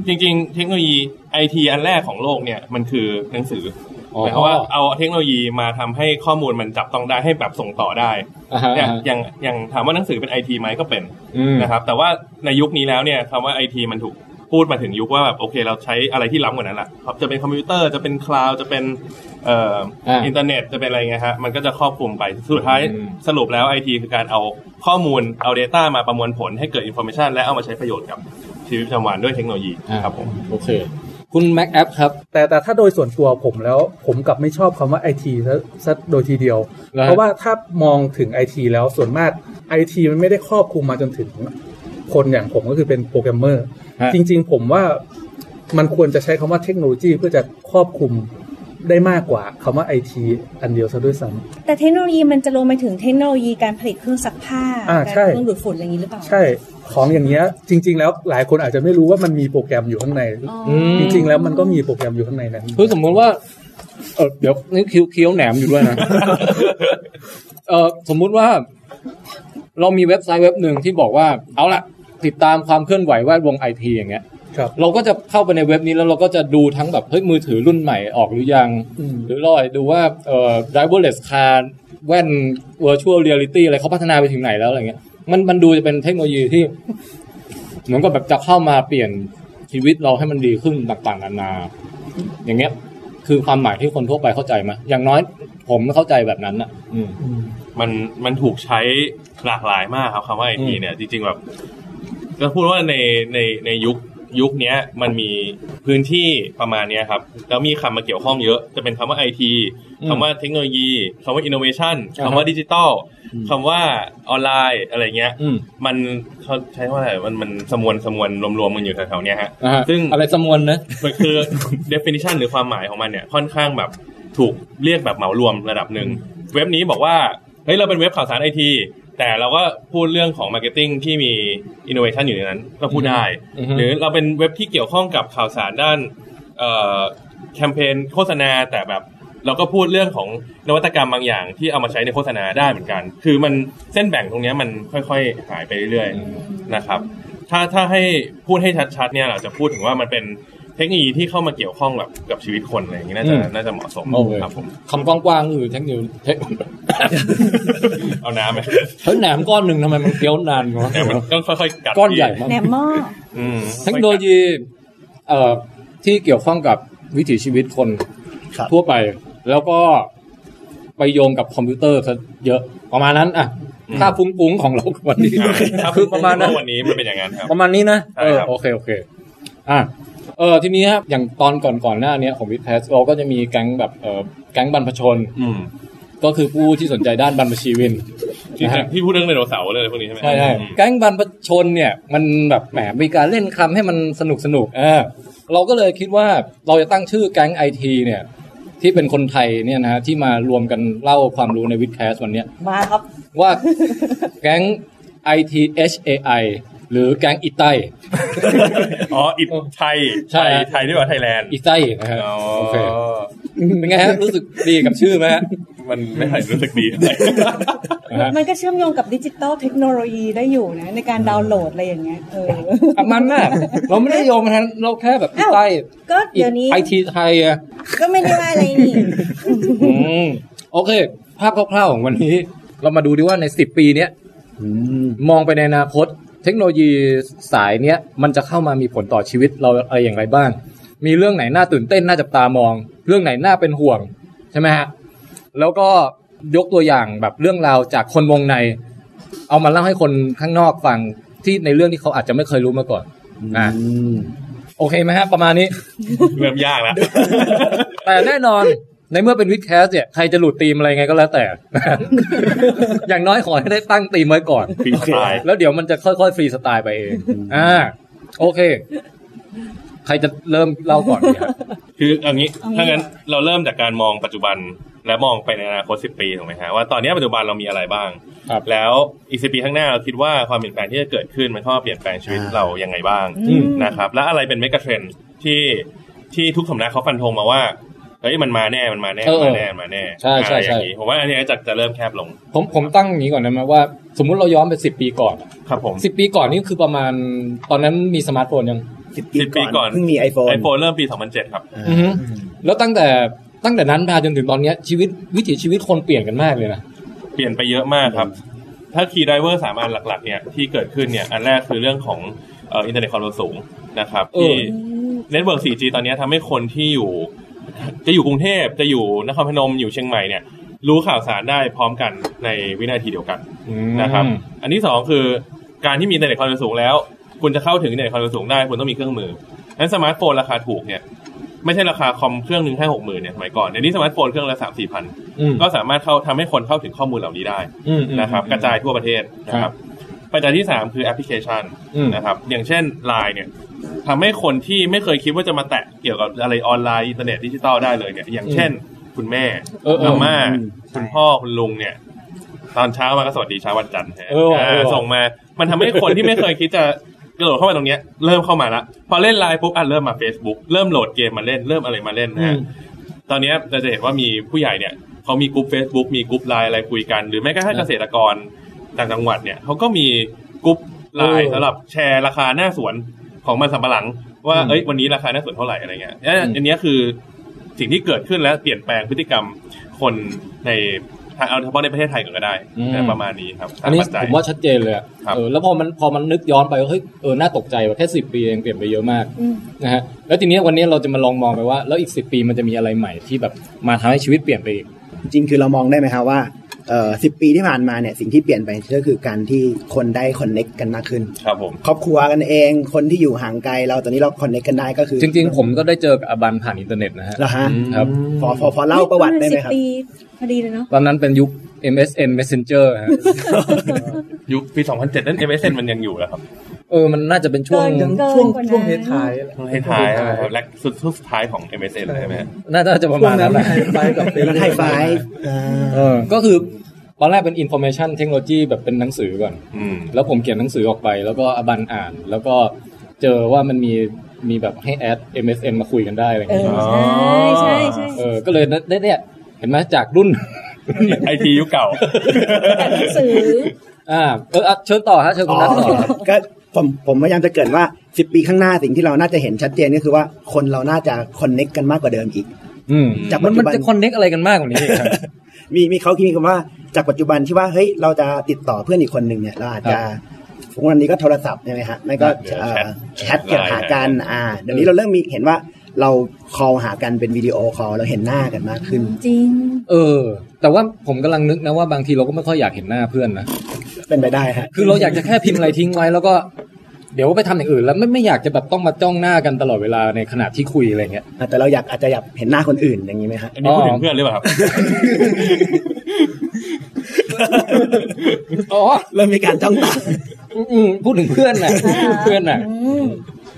Speaker 5: จริงจริงๆเทคโนโลยีไอทีอันแรกของโลกเนี่ยมันคือหนังสือ
Speaker 4: อ๋อ
Speaker 5: หมายความว่าเอาเทคโนโลยีมาทำให้ข้อมูลมันจับต้องได้ให้แบบส่งต่อได้
Speaker 4: อ่าฮะ
Speaker 5: เนี่ยอย่างอย่างถามว่าหนังสือเป็นไอทีไหมก็เป็น
Speaker 4: อืม
Speaker 5: นะครับแต่ว่าในยุคนี้แล้วเนี่ยคำว่าไอทีมันถูกพูดมาถึงยุคว่าแบบโอเคเราใช้อะไรที่ล้ำกว่านั้นละครับจะเป็นคอมพิวเตอร์จะเป็นคลาวด์จะเป็นเอ่ออา อินเทอร์เน็ตจะเป็นอะไรเงี้ยฮะมันก็จะครอบคลุมไปสุดท้าย
Speaker 4: อืม
Speaker 5: สรุปแล้วไอทีคือการเอาข้อมูลเอา Data มาประมวลผลให้เกิด Information และเอามาใช้ประโยชน์กับชีวิตประจำวันด้วยเทคโนโลยีครับผม
Speaker 4: โอเค คุณแม็กแอปครับ
Speaker 3: แต่แต่ถ้าโดยส่วนตัวผมแล้วผมกลับไม่ชอบคำว่าไอทีซะซะโดยทีเดียว
Speaker 4: แล้วฮ
Speaker 3: เพราะว่าถ้ามองถึงไอทีแล้วส่วนมากไอทีมันไม่ได้ครอบคลุมมาจนถึงคนอย่างผมก็คือเป็นโปรแกรมเมอร์
Speaker 4: ฮะ
Speaker 3: จริง ๆ ผมว่ามันควรจะใช้คำว่าเทคโนโลยีเพื่อจะครอบคลุมได้มากกว่าคำว่าไอทีอันเดียวซะด้วยซ้
Speaker 2: แต่เทคโนโลยีมันจะรวมไปถึงเทคโนโลยีการผลิตเครื่องซักผ้า
Speaker 3: อ่า
Speaker 2: การ
Speaker 3: ใช่
Speaker 2: เครื่องดูดฝุ่นอะไรอย่างนี้หรือเปล่า
Speaker 3: ำใช่ของอย่างเงี้ยจริง ๆ แล้วหลายคนอาจจะไม่รู้ว่ามันมีโปรแกรมอยู่ข้างใน
Speaker 2: อ๋อ
Speaker 3: จริง ๆ แล้วมันก็มีโปรแกรมอยู่ข้างในนั้น
Speaker 4: คือสมมติว่า เออเดี๋ยวนี่เคี้ยวเคี้ยวแหนมอยู่ด้วย นะ เออสมมุติว่า เรามีเว็บไซต์เว็บหนึ่งที่บอกว่า เอาละติดตามความเคลื่อนไหวแวดวงไอทีอย่างเงี้ย
Speaker 3: ครับ
Speaker 4: เราก็จะเข้าไปในเว็บนี้แล้วเราก็จะดูทั้งแบบเฮ้ยมือถือรุ่นใหม่ออกหรือยัง
Speaker 3: อืม
Speaker 4: หรือเราอาจจะดูว่าเอ่อ driverless car แว่น virtual reality อะไรเขาพัฒนาไปถึงไหนแล้วอะไรเงี้ยมันมันดูจะเป็นเทคโนโลยีที่ เหมือนกับแบบจะเข้ามาเปลี่ยนชีวิตเราให้มันดีขึ้นต่างๆนานา อย่างเงี้ย คือความหมายที่คนทั่วไปเข้าใจไหมอย่างน้อยผมเข้าใจแบบนั้นนะอืม
Speaker 5: มันมันถูกใช้หลากหลายมากครับคำว่าไอที
Speaker 4: อืม
Speaker 5: เนี่ยจริงๆแบบจะพูดว่าในในในยุคยุคเนี้ยมันมีพื้นที่ประมาณเนี้ยครับแล้วมีคำมาเกี่ยวข้องเยอะ จะเป็นคำว่าไอทีคำว่าเทคโนโลยีคำว่าอินโนเวชันคำว่าดิจิตอลคำว่าออนไลน์อะไรเงี้ย
Speaker 4: อืม
Speaker 5: มันเขาใช้ว่าอะไรมันมันสมวนสมวนรวมๆมันอยู่แถวๆเนี้ยฮะ
Speaker 4: อ่าฮะ
Speaker 5: ซึ่ง
Speaker 4: อะไรสมวนนะ
Speaker 5: มันคือ definition หรือความหมายของมันเนี่ยค่อนข้างแบบถูกเรียกแบบเหมารวมระดับหนึ่ง เว็บนี้บอกว่าเฮ้ยเราเป็นเว็บข่าวสารไอทีแต่เราก็พูดเรื่องของ Marketing ที่มี Innovation อยู่ในนั้น ก็พูดได้
Speaker 4: อือฮึ
Speaker 5: หรือเราเป็นเว็บที่เกี่ยวข้องกับข่าวสารด้านเอ่อแคมเปญโฆษณาแต่แบบเราก็พูดเรื่องของนวัตกรรมบางอย่างที่เอามาใช้ในโฆษณาได้เหมือนกัน คือมันเส้นแบ่งตรงเนี้ยมันค่อยๆหายไปเรื่อยๆ นะครับ ถ้าถ้าให้พูดให้ชัดๆเนี่ยเราจะพูดถึงว่ามันเป็น เทคโนโลยีที่เข้ามาเกี่ยวข้องแบบกับชีวิตคนอะไรอย่างนี้น่าจะ
Speaker 4: อืม
Speaker 5: น่าจะเหมาะสม
Speaker 1: โอเค
Speaker 5: ครับ ผม
Speaker 4: คำกว้างๆคือเทคนิคเทค
Speaker 5: เอาน้ำไหม
Speaker 4: เฮ้ยแหน มก้อนหนึ่งทำไมมันเคี้ยวนานวะ
Speaker 5: แต่มันต้องค่อยๆกัด
Speaker 4: ก้อนใหญ่มาก
Speaker 2: แหนมหม้อ
Speaker 5: อืม
Speaker 4: เทคโนโลยีเอ่อที่เกี่ยวข้องกับวิถีชีวิตคน
Speaker 6: ครับ
Speaker 4: ทั่วไป แล้วก็ไปโยงกับคอมพิวเตอร์ซะเยอะประมาณนั้นอ่ะ
Speaker 5: อืม
Speaker 4: ค่าฟุ้งฟุ้งๆของเราวันนี้
Speaker 5: อ่ารับ
Speaker 4: คือประมาณนั้น
Speaker 5: ผว่วันนี้มันเป็นอย่างนั้นครับ
Speaker 4: ประมาณนี้นะ
Speaker 5: ใช่
Speaker 4: เออ
Speaker 5: ครับ
Speaker 4: โอเค โอเค อ่ะเออทีนี้ครับอย่างตอนก่อนก่อนๆหน้าเนี้ยของวิดแพสเราก็จะมีแก๊งแบบเออแก๊งบรรพชน
Speaker 5: อืม
Speaker 4: ก็คือผู้ที่สนใจด้านบรรพชีวิน
Speaker 5: ที่
Speaker 4: นะฮะ
Speaker 5: ที่พูดเรื่องไดโนเสาร์เลยพวกนี้ใช่ไหม
Speaker 4: ใช่ใช่
Speaker 5: อืม
Speaker 4: แก๊งบรรพชนเนี่ยมันแบบแหมมีการเล่นคำให้มันสนุกสนุกเออเราก็เลยคิดว่าเราจะตั้งชื่อแก๊งไอทีเนี่ยที่เป็นคนไทยเนี่ยนะฮะที่มารวมกันเล่าความรู้ในวิดแคสวันเนี้ย
Speaker 2: มาครับ
Speaker 4: ว่า แก๊ง ITHAI หรือแก๊งอิไต
Speaker 5: อ๋อ อิตไทย
Speaker 4: ใช่
Speaker 5: ไทยไทยที่ว่าไทยแลนด์
Speaker 4: อิไตนะฮะ
Speaker 5: อ๋อ
Speaker 4: โอเคเป็นไงฮะรู้สึกดีกับชื่อไหมฮะ
Speaker 5: มันไม่ค่อยรู้สึกดี
Speaker 4: นะฮะ
Speaker 2: มันก็เชื่อมโยงกับดิจิตอลเทคโนโลยีได้อยู่นะ ในการดาวน์โหลดอะไรอย่างเงี้ยเออ
Speaker 4: อ่ะมันน่ะเราไม่ได้โยงนะฮะเราแค่แบบอิไต
Speaker 2: ก็เดี๋ยวนี้
Speaker 4: ไอทีไทยอะ
Speaker 2: ก็ไม่ได้ว่าอะไร นี่
Speaker 4: อืมโอเค ภาพคร่าวๆของวันนี้ เรามาดูดีว่าใน 10 ปีเนี้ยมองไปในอนาคต เทคโนโลยีสายเนี้ยมันจะเข้ามามีผลต่อชีวิตเราอะไรอย่างไรบ้าง มีเรื่องไหนน่าตื่นเต้นน่าจับตามอง เรื่องไหนน่าเป็นห่วง ใช่ไหมฮะ แล้วก็ยกตัวอย่างแบบเรื่องราวจากคนวงใน เอามาเล่าให้คนข้างนอกฟังที่ในเรื่องที่เขาอาจจะไม่เคยรู้มาก่อนอ่ะโอเคไหมฮะประมาณนี้
Speaker 5: เริ่มยากแล้ว
Speaker 4: แต่แน่นอนในเมื่อเป็นวิดแคสเนี่ยใครจะหลุดธีมอะไรไงก็แล้วแต่ อย่างน้อยขอให้ได้ตั้งธีมไว้ก่อน
Speaker 5: ฟรีสไตล์
Speaker 4: แล้วเดี๋ยวมันจะค่อยๆ ฟรีสไตล์ไปเองอ่าโอเค ใครจะเริ่มเล่าก่อนดีฮะ
Speaker 5: คือเอางี้
Speaker 2: เอางี้
Speaker 5: ถ้างั้นเราเริ่มจากการมองปัจจุบันและมองไปในอนาคต 10 ปีถูกไหมฮะว่าตอนนี้ปัจจุบันเรามีอะไรบ้าง
Speaker 4: ครับ
Speaker 5: แล้วอีกสิปีข้างหน้าเราคิดว่าความเปลี่ยนแปลงที่จะเกิดขึ้นมันเข้ามาเปลี่ยนแปลงชีวิตเรายังไงบ้าง
Speaker 4: อืม
Speaker 5: นะครับ และอะไรเป็นเมกะเทรนด์ที่ที่ทุกสำนักเขาฟันธงมาว่าเฮ้ยมันมาแน่มันมาแน่มันมาแน่มันมาแน่
Speaker 4: ใช่ใช่
Speaker 5: อะไรอย่าง
Speaker 4: ใช่
Speaker 5: นี้ผมว่าอันนี้จะจะเริ่มแคบลง
Speaker 4: ผมผมตั้งอย่างนี้ก่อนนะมว่า สมมุติเราย้อนไปสิบปีก่อน
Speaker 5: ครับผม
Speaker 4: สิบปีก่อนนี่คือประมาณ ตอนนั้นมีสมาร์ทโฟนยัง
Speaker 6: สิบ
Speaker 5: สิบปี
Speaker 6: ปี
Speaker 5: ก่
Speaker 6: ก่
Speaker 5: อ
Speaker 6: อน นเพิ่งมีไอโฟน
Speaker 5: ไอโฟนเริ่มปี 2007 ครับ
Speaker 4: อือฮึแล้วตั้งแต่ตั้งแต่นั้นมาจนถึงตอนเนี้ยชีวิตวิถีชีวิตคนเปลี่ยนกันมากเลยนะ
Speaker 5: เปลี่ยนไปเยอะมากครับ ถ้าคีย์ไดเวอร์สามอันหลักๆ เนี่ยที่เกิดขึ้นเนี่ย อันแรกคือเรื่องของเอินเทอร์เน็ตความเร็วสูงนะครับ
Speaker 4: เออ
Speaker 5: ที่เน็ตเวิร์ก 4G ตอนเนี้ยทำให้คนที่อยู่ จะอยู่กรุงเทพจะอยู่นครพนมอยู่เชียงใหม่เนี่ย รู้ข่าวสารได้พร้อมกันในวินาทีเดียวกันนะครับ อันที่สองคือการที่มีอินเทอร์เน็ตความเร็วสูงแล้ว คุณจะเข้าถึงอินเทอร์เน็ตความเร็วสูงได้คุณต้องมีเครื่องมือนั้นสมาร์ทโฟนราคาถูกเนี่ยไม่ใช่ราคาคอมเครื่องหนึ่งห้าหกหมื่นเนี่ยสมัยก่อนเดี๋ยวนี้สมาร์ทโฟนเครื่องละสามสี่พัน
Speaker 4: อืม
Speaker 5: ก็สามารถเข้าทำให้คนเข้าถึงข้อมูลเหล่านี้ได้
Speaker 4: อืมอืม
Speaker 5: นะครับกระจายทั่วประเทศนะค
Speaker 4: ครั
Speaker 5: รับบ ประการที่ 3 คือแอปพลิเคชัน
Speaker 4: อืม
Speaker 5: นะครับอย่างเช่น Line เนี่ยทำให้คนที่ไม่เคยคิดว่าจะมาแตะเกี่ยวกับอะไรออนไลน์อินเทอร์เน็ตดิจิตอลได้เลยเนี่ยอย่างเช่น คุณแม่
Speaker 4: เออเออ
Speaker 5: อาม่า
Speaker 6: อืม
Speaker 5: คุณพ่อคุณลุงเนี่ย ตอนเช้ามาก็สวัสดีเช้าวันจันทร์ฮะ
Speaker 4: เออว่ะ
Speaker 5: อ่า
Speaker 4: เออว่ะ
Speaker 5: ส่งมา มันทำให้คนที่ไม่เคยคิดจะกระโดดเข้ามาตรงเนี้ยเริ่มเข้ามาละพอเล่นไลน์ปุ๊บอ่ะเริ่มมา Facebook เริ่มโหลดเกมมาเล่นเริ่มอะไรมาเล่นนะฮะ ตอนเนี้ยเราจะเห็นว่ามีผู้ใหญ่เนี่ยเขามีกลุ่ม Facebook มีกลุ่มไลน์อะไรคุยกัน หรือแม้กระทั่ง
Speaker 4: นะ
Speaker 5: เกษตรกรต่างจังหวัดเนี่ยเขาก็มีกลุ่มไลน์
Speaker 4: เออ
Speaker 5: สำหรับแชร์ราคาหน้าสวนของมันสำปะหลัง ว่า
Speaker 4: อืม
Speaker 5: เอ้ยวันนี้ราคาหน้าสวนเท่าไหร่อะไรเงี้ยเนี่ย
Speaker 4: อืม
Speaker 5: อันเนี้ยคือสิ่งที่เกิดขึ้นและเปลี่ยนแปลงพฤติกรรมคนในเอาเฉพาะในประเทศไทยก่อนก็ได้นะประมาณนี้ครับ
Speaker 4: อันนี้
Speaker 5: ตปัจจัย
Speaker 4: ผมว่าชัดเจนเลยอะ
Speaker 5: ครับ
Speaker 4: เออแล้วพอมันพอมันนึกย้อนไปว่าเฮ้ยเออน่าตกใจว่าแค่สิบปีเองเปลี่ยนไปเยอะมาก
Speaker 2: อืม
Speaker 4: นะฮะแล้วทีเนี้ยวันนี้เราจะมาลองมองไปว่า แล้วอีกสิบปีมันจะมีอะไรใหม่ที่แบบมาทำให้ชีวิตเปลี่ยนไปอีก
Speaker 6: จริงๆคือเรามองได้ไหมครับว่าเอ่อสิบปีที่ผ่านมาเนี่ยสิ่งที่เปลี่ยนไปก็คือการที่คนได้คอนเน็กกันมากขึ้น
Speaker 5: ครับผม
Speaker 6: ครอบครัวกันเอง คนที่อยู่ห่างไกลเราตอนนี้เราคอนเน็กกันได้ก็คือ
Speaker 4: จริง ๆ ผมก็ได้เจอกับอบันผ่านอินเทอร์เน็ตนะฮะ
Speaker 6: เหรอฮะ
Speaker 4: ครับ
Speaker 6: พอพอพอเล่าประวัติได้ไหมครับ
Speaker 2: สิปีพอดีเลยเนาะ
Speaker 4: ตอนนั้นเป็นยุค MSN Messenger ฮะ
Speaker 5: ยุคปี 2007 นั้น MSN มันยังอยู่แล้วครับ
Speaker 4: เออมันน่าจะเป็นช่วง
Speaker 2: เกิน
Speaker 1: ช่วงช่วงเทสท้ายแหละ
Speaker 5: ช่วงท้ายๆนะครับและสุดสุดท้ายของ MSN เลยใช่ไหมฮะ
Speaker 4: น่าจะประ
Speaker 1: ช่ว
Speaker 4: มาง ณ
Speaker 1: นั้
Speaker 4: นั้นนแหละ
Speaker 1: ไฮไฟว์กับ
Speaker 6: เป็น
Speaker 1: Facebook
Speaker 6: ไฮไฟว์
Speaker 4: เออก็คือตอนแรกเป็น information technology แบบเป็นหนังสือก่อน
Speaker 5: อืม
Speaker 4: แล้วผมเขียนหนังสือออกไป แล้วก็อบันอ่าน แล้วก็เจอว่ามันมีมีแบบให้แอด MSN มาคุยกันได้อะไรอย่าง
Speaker 2: เอ
Speaker 4: เงี้ย
Speaker 2: อ
Speaker 5: อ๋อ
Speaker 2: ใช่ใช่
Speaker 4: เออ ก็เลยได้เนี่ยเห็นไหมจากรุ่น
Speaker 5: ไอทียุคเก่า
Speaker 2: ใช่จากหนังสือ
Speaker 4: อ่าเอออ่ะเชิญต่อฮะเชิญคุณนัทต่อครับ
Speaker 6: ก็ผมผมพยายามจะเกริดว่าสิบปีข้างหน้าสิ่งที่เราน่าจะเห็นชัดเจนก็คือว่าคนเราน่าจะคอนเน็กกันมากกว่าเดิมอีก
Speaker 4: อืม
Speaker 6: จากปั
Speaker 4: มัน
Speaker 6: จจุบัน
Speaker 4: มันจะคอนเน็กอะไรกันมากกว่านี้อีกครับ
Speaker 6: มีมีเขาคิดกันว่าจากปัจจุบันที่ว่าเฮ้ยเราจะติดต่อเพื่อนอีกคนหนึ่งเนี่ยเราอาจจะทุกวันนี้ก็โทรศัพท์ใช่ไหมฮะไม่ก็
Speaker 5: เดี๋ยว
Speaker 6: เอ่อ
Speaker 5: แชท
Speaker 6: แชท
Speaker 5: ไลน์
Speaker 6: เกี่ยวหากันอ่าเดี๋ยวนี้เราเริ่มมีเห็นว่าเราคอลหากันเป็นวิดีโอคอลเราเห็นหน้ากันมากขึ้น
Speaker 2: จริง
Speaker 4: เออ แต่ว่าผมกำลังนึกนะว่าบางทีเราก็ไม่ค่อยอยากเห็นหน้าเพื่อนนะ
Speaker 6: เป็นไปได้ฮะ
Speaker 4: คือเราอยากจะแค่พิมพ์อะไรทิ้งไว้แล้วก็ เดี๋ยวไปทำอย่างอื่น แล้วไม่ไม่อยากจะแบบต้องมาจ้องหน้ากันตลอดเวลาในขณะที่คุยอะไรเงี้ย
Speaker 6: อ่ะแต่เราอยากอาจจะอยากเห็นหน้าคนอื่นอย่างนี้ไหมฮะ
Speaker 5: อันนี้พูดถึงเพื่อนหรือเปล่าครับ
Speaker 4: อ๋อ
Speaker 6: เริ่มมีการจ้องตา
Speaker 4: อืมพูดถึงเพื่อนนะพูดถึงเพื่อนน่ะ
Speaker 2: อืม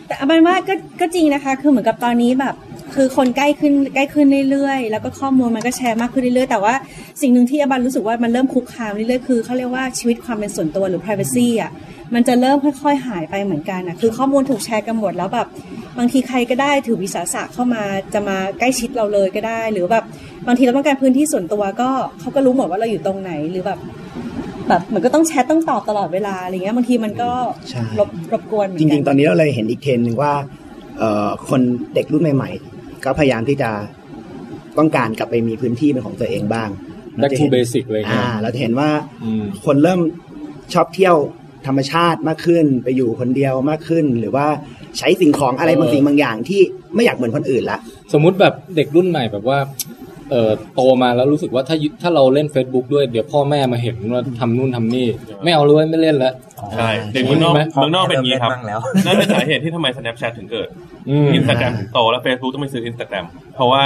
Speaker 2: แต่เอาเป็นว่าก็ก็จริงนะคะ คือเหมือนกับตอนนี้แบบ คือคนใกล้ขึ้นใกล้ขึ้นเรื่อยๆ แล้วก็ข้อมูลมันก็แชร์มากขึ้นเรื่อยๆ แต่ว่าสิ่งหนึ่งที่อบันรู้สึกว่ามันเริ่มคุกคามเรื่อยๆ คือเขาเรียกว่าชีวิตความเป็นส่วนตัวหรือ p r i เวซีอ่ะ มันจะเริ่มค่อยๆ หายไปเหมือนกันนะคือข้อมูลถูกแชร์กันหมดแล้วแบบ บางทีใครก็ได้ถือวิสาสะเข้ามาจะมาใกล้ชิดเราเลยก็ได้ หรือแบบบางทีเราต้องการพื้นที่ส่วนตัวก็เขาก็รู้หมดว่าเราอยู่ตรงไหนหรือแบบ แบบเหมือนก็ต้องแชทต้องตอบตลอดเวลาอะไรเงี้ยบางทีมันก็
Speaker 6: ใช่
Speaker 2: รบรบกวนเหมือน
Speaker 6: จ
Speaker 2: กัน
Speaker 6: ริงๆ ตอนนี้เราเลยเห็นอีกเทรนด์หนึ่งว่าเอ่อคนเด็กรุ่นใหม่ ๆ ก็พยายามที่จะต้องการกลับไปมีพื้นที่เป็นของตัวเองบ้าง
Speaker 4: back
Speaker 6: จะ
Speaker 4: to
Speaker 6: ห็น
Speaker 4: basic เลยครับ
Speaker 6: อ่า เราจะเห็นว่า
Speaker 4: อืม
Speaker 6: คนเริ่มชอบเที่ยวธรรมชาติมากขึ้น ไปอยู่คนเดียวมากขึ้น หรือว่าใช้สิ่งของอะไร
Speaker 4: เออ
Speaker 6: บางสิ่งบางอย่างที่ไม่อยากเหมือนคนอื่นละ
Speaker 4: สมมุติแบบเด็กรุ่นใหม่แบบว่า เออโตมาแล้วรู้สึกว่าถ้ายึดถ้าเราเล่น Facebook ด้วยเดี๋ยวพ่อแม่มาเห็นว่าทำนู่นทำนี่ ไม่เอาเลยไม่เล่นละ
Speaker 5: ใช่เด็กเมืองนอก
Speaker 4: ใช่ไหม
Speaker 5: เมืองนอกเป็นอย่างนี้ครับ
Speaker 7: เริ่มเล่นบ้างแล้ว
Speaker 5: นั่นเป็นสาเหตุที่ทำไม Snapchat ถึงเกิด
Speaker 4: อืม
Speaker 5: อินสตาแกรมถึงโตแล้ว Facebook ต้องไปซื้ออินสตาแกรมเพราะว่า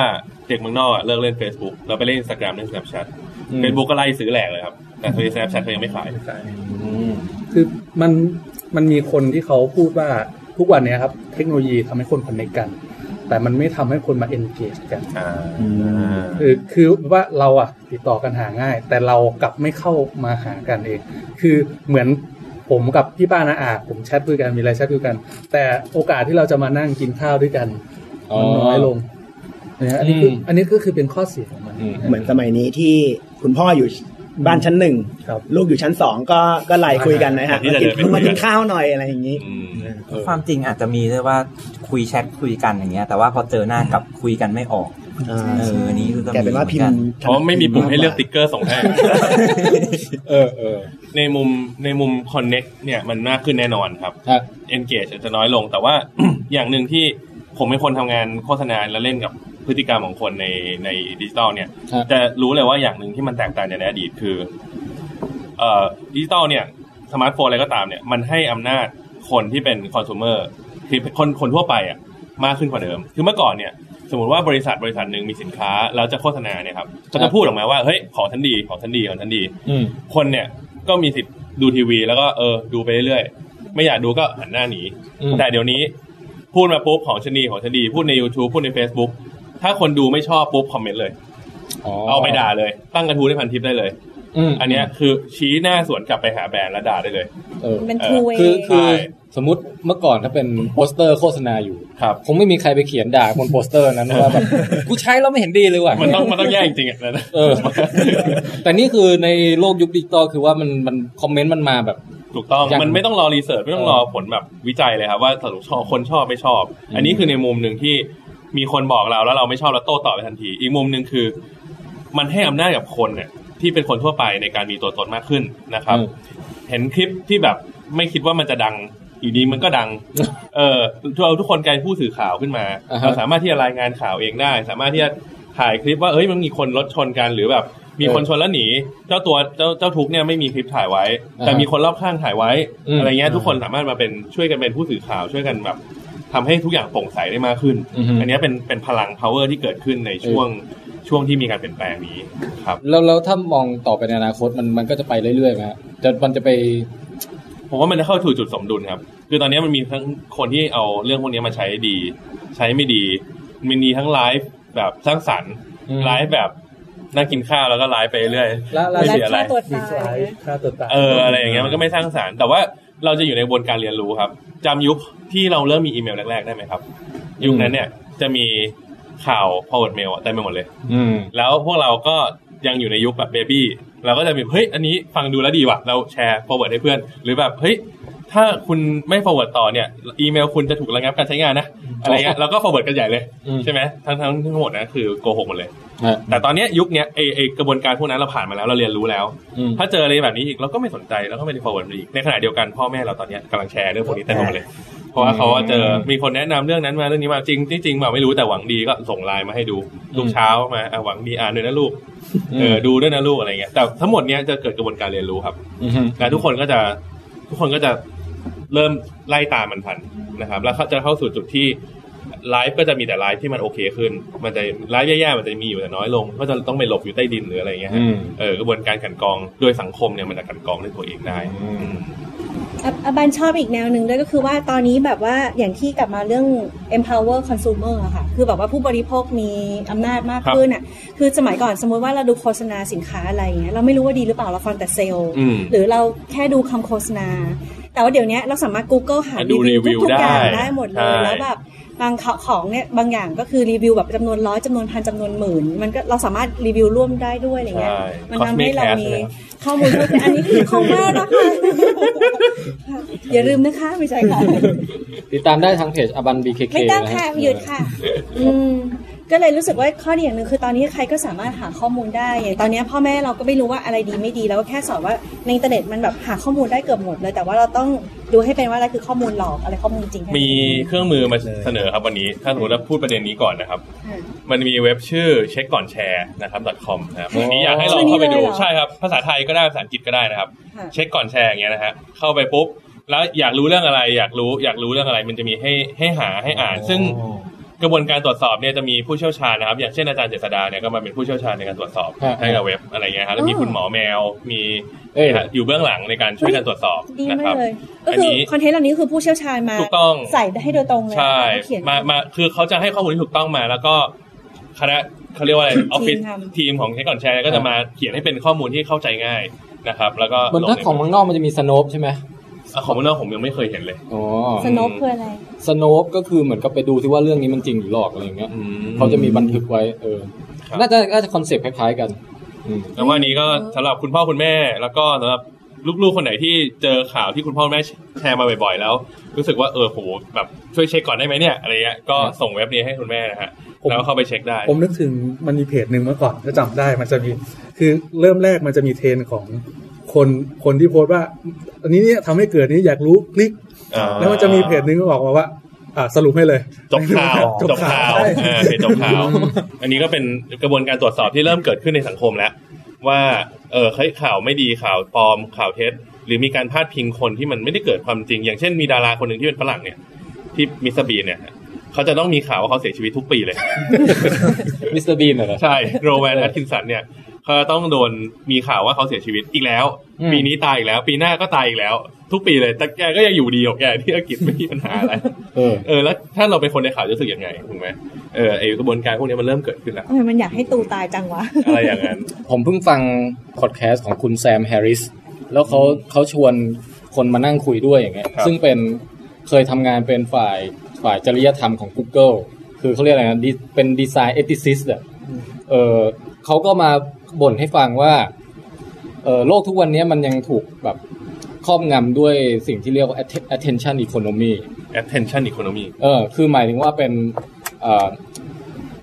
Speaker 5: เด็กเมืองนอกอะเลิกเล่น Facebook แล้วไปเล่นอินสตาแกรมเล่น Snapchat
Speaker 4: อืม
Speaker 5: Facebook ก็ไล่ซื้อแหลกเลยครับ แต่ตัว Snapchat เขายังไม่ขาย
Speaker 3: คือมันมันมีคนที่เขาพูดว่าทุกวันเนี้ยครับ เทคโนโลยีทำให้คนคอนเนคกัน แต่มันไม่ทำให้คนมาเอนเกจกัน
Speaker 5: อ่า
Speaker 3: คือคือว่าเราอะติดต่อกันหาง่าย แต่เรากลับไม่เข้ามาหากันเอง คือเหมือนผมกับพี่ป้านาอาผมแชทคุยกันมีอะไรแชทคุยกัน แต่โอกาสที่เราจะมานั่งกินข้าวด้วยกันมันน้อยลงนะฮะอันนี้คืออ
Speaker 4: ม
Speaker 3: อันนี้ก็คือเป็นข้อเสียของมัน
Speaker 4: อืม
Speaker 6: เหมือนสมัยนี้ที่คุณพ่ออยู่บ้านชั้นหนึ่ง
Speaker 3: ครับ
Speaker 6: ลูกอยู่ชั้นสองก็ก็ไลน์คุยกันนะฮะมากินมากินข้าวหน่อยอะไรอย่างนี้
Speaker 5: อืม
Speaker 4: เออ
Speaker 7: ความจริงอาจจะมีด้วยว่าคุยแชทคุยกันอย่างเงี้ย แต่ว่าพอเจอหน้ากลับคุยกันไม่ออก เอออันนี้คือจะ
Speaker 6: กลายเป็นว่าพิม
Speaker 7: ห
Speaker 6: พ์
Speaker 7: มือกั
Speaker 5: เพราะไม่มีปุ่มให้เลือกติ๊กเกอร์ส่งให้
Speaker 4: เออเออ
Speaker 5: ในมุมในมุม Connect เนี่ยมันมากขึ้นแน่นอนครับ
Speaker 4: ครับ
Speaker 5: Engage อาจจะน้อยลง แต่ว่า อย่างหนึ่งที่ผมเป็นคนทำงานโฆษณาและเล่นกับพฤติกรรมของคนในในดิจิตอลเนี่ย
Speaker 4: ครับ
Speaker 5: จะรู้เลยว่าอย่างหนึ่งที่มันแตกต่างจากในอดีตคือเอ่อดิจิตอลเนี่ยสมาร์ทโฟนอะไรก็ตามเนี่ยมันให้อำนาจคนที่เป็นคอน sumer คือคนคนทั่วไปอ่ะมากขึ้นกว่าเดิม คือเมื่อก่อนเนี่ย สมมติว่าบริษัทบริษัทหนึ่งมีสินค้าแล้วจะโฆษณาเนี่ยครับก็จะพูดออกมาว่าเฮ้ยของฉันดีของฉันดีของฉันดี
Speaker 4: อืม
Speaker 5: คนเนี่ยก็มีสิทธิ์ดูทีวี แล้วก็เออดูไปเรื่อยๆ ไม่อยากดูก็หันหน้าหนี
Speaker 4: อืม
Speaker 5: แต่เดี๋ยวนี้พูดมาปุ๊บของชะนีของชะนีพูดใน YouTube พูดใน Facebook ถ้าคนดูไม่ชอบปุ๊บคอมเมนต์เลย เอาไปด่าเลย ตั้งกระทู้ในพันทิปได้เลย
Speaker 4: อืม
Speaker 5: อันเนี้ยคือชี้หน้าสวนกลับไปหาแบรนด์แล้วด่าได้เลย
Speaker 4: เออ
Speaker 2: มันเป็น
Speaker 5: เออ
Speaker 2: two way
Speaker 4: คือคือ
Speaker 5: ใช่
Speaker 4: สมมติเมื่อก่อนถ้าเป็นโปสเตอร์โฆษณาอยู่
Speaker 5: ครับ
Speaker 4: คงไม่มีใครไปเขียนด่าบนโปสเตอร์นั้นว่า แบบ กูใช้แล้วไม่เห็นดีเลยว่ะ
Speaker 5: มันต้องมันต้องแย่จริงๆอ่ะนะ
Speaker 4: เออ แต่นี่คือในโลกยุคดิจิตอลคือว่ามันมันคอมเมนต์มันมาแบบ
Speaker 5: ถูกต้อง
Speaker 4: อย่าง
Speaker 5: มันไม่ต้องรอรีเสิร์ชไม่ต้องรอผลแบบวิจัยเลยครับว่าสรุปชอบคนชอบไม่ชอบ อันนี้คือในมุมหนึ่งที่มีคนบอกเราแล้วเราไม่ชอบแล้วโต้ตอบไปทันที อีกมุมหนึ่งคือ มันให้อำนาจกับคนเนี่ยที่เป็นคนทั่วไปในการมีตัวตนมากขึ้นนะครับ
Speaker 4: อืม
Speaker 5: เห็นคลิปที่แบบไม่คิดว่ามันจะดังอยู่ดีมันก็ ดัง เออเราทุกคนกลายเป็นผู้สื่อข่าวขึ้นมา
Speaker 4: อ่าฮะ
Speaker 5: เราสามารถที่จะรายงานข่าวเองได้ สามารถที่จะถ่ายคลิปว่าเอ้ยมันมีคนรถชนกันหรือแบบ มี
Speaker 4: เออ
Speaker 5: คนชนแล้วหนี เจ้าตัวเจ้าเจ้าทุกข์เนี่ยไม่มีคลิปถ่ายไว้
Speaker 4: อ่าฮะ
Speaker 5: แต่มีคนรอบข้างถ่ายไว้
Speaker 4: อืม
Speaker 5: อะไรเงี้ยทุกคนสามารถมาเป็นช่วยกันเป็นผู้สื่อข่าวช่วยกันแบบทำให้ทุกอย่างโปร่งใสได้มากขึ้น
Speaker 4: อือฮึ
Speaker 5: อันเนี้ยเป็นเป็นพลัง power ที่เกิดขึ้นในช่วงช่วงที่มีการเปลี่ยนแปลงนี้ครับ
Speaker 4: แล้วแล้วถ้ามองต่อไปในอนาคตมันมันก็จะไปเรื่อยๆไหมฮะจะมันจะไป
Speaker 5: ผมว่ามันจะเข้าถูกจุดสมดุลครับ คือตอนนี้มันมีทั้งคนที่เอาเรื่องพวกนี้มาใช้ดี ใช้ไม่ดี มันมีทั้งไลฟ์แบบสร้างสรรค์
Speaker 4: อืม
Speaker 5: ไลฟ์แบบนั่งกินข้าวแล้วก็ไลฟ์ไปเรื่อย
Speaker 4: แล้วแล้ว
Speaker 5: ไม่เสียอะไร
Speaker 2: ฆ่าตัวตาย
Speaker 3: ค่าตัวตาย
Speaker 5: เอออะไรอย่างเงี้ยมันก็ไม่สร้างสรรค์ แต่ว่าเราจะอยู่ในกระบวนการเรียนรู้ครับจำยุคที่เราเริ่มมีอีเมลแรก ๆ ได้ไหมครับ ยุคนั้นเนี่ยจะมีข่าวพอ w เ r ิร์ดเมลเต็มไปหมดเลย
Speaker 4: อืม
Speaker 5: แล้วพวกเราก็ยังอยู่ในยุคแบบเบบี้ เราก็จะมีเฮ้ยอันนี้ฟังดูแล้วดีว่ะ เราแชร์ forward ให้เพื่อน หรือแบบเฮ้ยถ้าคุณไม่ forward ต่อเนี่ย อีเมลคุณจะถูกระงับการใช้งานนะอะไรเงี้ยเราก็ forward กันใหญ่เลย
Speaker 4: อืม
Speaker 5: ใช่ไหมทั้งทั้งทั้งหมดนะคือโกหกหมดเลย
Speaker 4: ฮะ
Speaker 5: แต่ตอนเนี้ยยุคเนี้ยไอไอกระบวนการพวกนั้นเราผ่านมาแล้วเราเรียนรู้แล้ว
Speaker 4: อืม
Speaker 5: ถ้าเจออะไรแบบนี้อีกเราก็ไม่สนใจแล้วก็ไม่ได้ forward มันอีกในขณะเดียวกันพ่อแม่เราตอนเนี้ยกำลังแชร์เรื่องพวกนี้เต็มไปหมดเลย เพราะว่าเขาเจอมีคนแนะนำเรื่องนั้นมาเรื่องนี้มาจริงจริงๆแบบไม่รู้แต่หวังดีก็ส่งไลน์มาให้ดูทุกเช้ามาอ่ะหวังดีอ่านด้วยนะลูกเออดูด้วยนะลูกอะไรเงี้ยแต่ทั้งหมดเนี้ยจะเกิดกระบวนการเรียนรู้ครับ
Speaker 4: อือฮึ
Speaker 5: และทุกคนก็จะทุกคนก็จะเริ่มไล่ตามมันทันนะครับ แล้วก็จะเข้าสู่จุดที่ไลฟ์ก็จะมีแต่ไลฟ์ที่มันโอเคขึ้น มันจะไลฟ์แย่ๆมันจะมีอยู่แต่น้อยลง ก็จะต้องไปหลบอยู่ใต้ดินหรืออะไรเงี้ยฮะ
Speaker 4: อืม
Speaker 5: เออกระบวนการกลันกรองโดยสังคมเนี่ยมันจะกลันกรองด้วยตัวเองได้
Speaker 4: อืม
Speaker 5: อืม
Speaker 2: อ่ะอาบันชอบอีกแนวหนึ่งด้วยก็คือว่าตอนนี้แบบว่าอย่างที่กลับมาเรื่อง empower consumer อะค่ะ คือแบบว่าผู้บริโภคมีอำนาจมากขึ้นอ่ะ คือสมัยก่อนสมมติว่าเราดูโฆษณาสินค้าอะไรอย่างเงี้ยเราไม่รู้ว่าดีหรือเปล่าเราฟังแต่เซลล์
Speaker 5: อืม
Speaker 2: หรือเราแค่ดูคำโฆษณา แต่ว่าเดี๋ยวนี้เราสามารถ Google หา
Speaker 5: อ่ะดูรีวิว
Speaker 2: ทุกๆอย่าง
Speaker 5: ได้
Speaker 2: ได้หมดเล
Speaker 5: ใช่
Speaker 2: ย แล้วแบบบางของของเนี่ยบางอย่างก็คือรีวิวแบบจำนวนร้อยจำนวนพันจำนวนหมื่น มันก็เราสามารถรีวิวร่วมได้ด้วยอะไรเงี้ย
Speaker 5: ใช่
Speaker 2: มัน
Speaker 5: คอส
Speaker 2: ทำ
Speaker 5: เม
Speaker 2: ให้
Speaker 5: คแค
Speaker 2: เรา
Speaker 5: ส
Speaker 2: มี
Speaker 5: นะ
Speaker 2: ข้อมูลเพิ่มขึ้นอันนี้คือของแม่นะคะอย่าลืมนะคะไม่ใช่ค่ะ
Speaker 4: ติดตามได้ทางเพจอบันบีเคเค
Speaker 2: ไม่ต้องค่ะหยุดค่ะ อืม ก็เลยรู้สึกว่าข้อดีอย่างหนึ่งคือตอนนี้ใครก็สามารถหาข้อมูลได้อย่างตอนนี้พ่อแม่เราก็ไม่รู้ว่าอะไรดีไม่ดี แล้วก็แค่สอนว่าในอินเทอร์เน็ตมันแบบหาข้อมูลได้เกือบหมดเลย แต่ว่าเราต้องดูให้เป็นว่าอะไรคือข้อมูลหลอกอะไรข้อมูลจริงแค่ไหน
Speaker 5: มีเครื่องมือมาเสนอครับวันนี้ ถ้าสมมติเราพูดประเด็นนี้ก่อนนะครับ
Speaker 2: ค่ะ
Speaker 5: มันมีเว็บชื่อเช็คก่อนแชร์นะครับ .com นะครับอันนี้อยากให้ลอง
Speaker 2: ชื่อนี้
Speaker 5: เข้าไปดู
Speaker 2: เลยเหรอ
Speaker 5: ใช่ครับ ภาษาไทยก็ได้ภาษาอังกฤษก็ได้นะครับ
Speaker 2: ค่ะ
Speaker 5: เช็คก่อนแชร์อย่างเงี้ยนะฮะเข้าไปปุ๊บ แล้วอยากรู้เรื่องอะไร อยากรู้อยากรู้เรื่องอะไร มันจะมีให้ให้หาให้อ่าน ซึ่ง กระบวนการตรวจสอบเนี่ยจะมีผู้เชี่ยวชาญนะครับ อย่างเช่นอาจารย์เจษดาเนี่ยก็มาเป็นผู้เชี่ยวชาญในการตรวจสอบ
Speaker 4: ครับ
Speaker 5: ให้กับเว็บอะไรเงี้ยครับแล้วมี
Speaker 2: อ๋อ
Speaker 5: คุณหมอแมวมี
Speaker 4: เอ้ย
Speaker 5: อยู่เบื้องหลังในการช่วยการตรวจสอบ
Speaker 2: ดี
Speaker 5: นะ
Speaker 2: มา
Speaker 5: ครั
Speaker 2: ก
Speaker 5: บ
Speaker 2: เลย ก็
Speaker 5: อัน
Speaker 2: คือ
Speaker 5: นี้
Speaker 2: อคอนเทนต์เหล่านี้คือผู้เชี่ยวชาญมา
Speaker 5: ถูกต้อง
Speaker 2: ใส่ให้โดยตรงเลย
Speaker 5: ใช่
Speaker 2: แล้วก็เขียน
Speaker 5: มามาคือเขาจะให้ข้อมูลที่ถูกต้องมา แล้วก็คณะเขาเรียกว่าอะไรออฟฟิศ
Speaker 2: ทำ
Speaker 5: ทีมของเทคก่อนแชร์ก็จะมาเขียนให้เป็นข้อมูลที่เข้าใจง่ายนะครับ แล้วก็
Speaker 4: บนถ้าของเมืองนอกมันจะมีสโนปใช่ไหม
Speaker 5: อ่ะของเมืองนอกผมยังไม่เคยเห็นเลย
Speaker 4: อ๋อ
Speaker 2: สนบคืออะไร
Speaker 4: สโนปก็คือเหมือนกับไปดูที่ว่าเรื่องนี้มันจริงหรือหลอกอะไรอย่างเงี้ย
Speaker 5: อืม
Speaker 4: เขาจะมีบันทึกไว้เออ
Speaker 5: ครับ
Speaker 4: น่าจะน่าจะคอนเซ็ปต์คล้ายๆกันอืม
Speaker 5: แล้ววันนี้ก็สำหรับคุณพ่อคุณแม่ แล้วก็สำหรับลูกๆคนไหนที่เจอข่าวที่คุณพ่อคุณแม่แชร์มาบ่อยๆแล้ว รู้สึกว่าเออโหแบบช่วยเช็คก่อนได้ไหมเนี่ยอะไรเงี้ยก็
Speaker 4: ครับ
Speaker 5: ส่งเว็บนี้ให้คุณแม่นะฮะ
Speaker 3: ผม
Speaker 5: แล้วเข้าไปเช็คได้
Speaker 3: ผมนึกถึงมันมีเพจหนึ่งเมื่อก่อนถ้าจำได้มันจะมีคือเริ่มแรกมันจะมีเทรนด์ของคนคนที่โพสต์ว่า อันนี้เนี่ยทำให้เกิดนี้อยากรู้คลิก
Speaker 5: อ่า
Speaker 3: แล้วมันจะมีเพจหนึ่งก็บอกมาว่า อ่าสรุปให้เลย
Speaker 5: จบ ข่าวจบข่าวเออเพจจบข่าว อันนี้ก็เป็นกระบวนการตรวจสอบที่เริ่มเกิดขึ้นในสังคมแล้ว ว่าเออเฮ้ยข่าวไม่ดีข่าวปลอมข่าวเท็จ หรือมีการพาดพิงคนที่มันไม่ได้เกิดความจริง อย่างเช่นมีดาราคนหนึ่งที่เป็นฝรั่งเนี่ยที่มิสเตอร์บีนเนี่ยเขาจะต้องมีข่าวว่าเขาเสียชีวิตทุกปีเลย
Speaker 4: มิสเตอร์บีนเหรอ
Speaker 5: ใช่โรแวนแอตคินสันเนี่ยเขาต้องโดนมีข่าวว่าเขาเสียชีวิตอีกแล้ว
Speaker 4: อืม
Speaker 5: ปีนี้ตายอีกแล้ว ปีหน้าก็ตายอีกแล้ว ทุกปีเลยแต่แกก็ยังอยู่ดีของแกที่อังกฤษไม่มีปัญหาอะไร
Speaker 4: เออ
Speaker 5: เออแล้วถ้าเราเป็นคนในข่าวจะรู้สึกยังไงถูกไหมเออไอกระบวนการพวกนี้มันเริ่มเกิดขึ้นแล้ว
Speaker 2: ทำไมมันอยากให้ตูตายจังวะ
Speaker 5: อะไรอย่างนั้น
Speaker 4: ผมเพิ่งฟังพอดแคสต์ของคุณแซมแฮร์ริส แล้วเขาเขาชวนคนมานั่งคุยด้วยอย่างเงี้ย
Speaker 5: ครับ
Speaker 4: ซึ่งเป็นเคยทำงานเป็นฝ่ายฝ่ายจริยธรรมของ Google คือเขาเรียกอะไรนะดีเป็นดีไซน์เอติซิสอ่ะเออเขาก็มาบ่นให้ฟังว่าเออโลกทุกวันนี้มันยังถูกแบบครอบงำด้วยสิ่งที่เรียกว่า atten- attention economy
Speaker 5: attention economy
Speaker 4: เออ คือหมายถึงว่าเป็นเอ่อ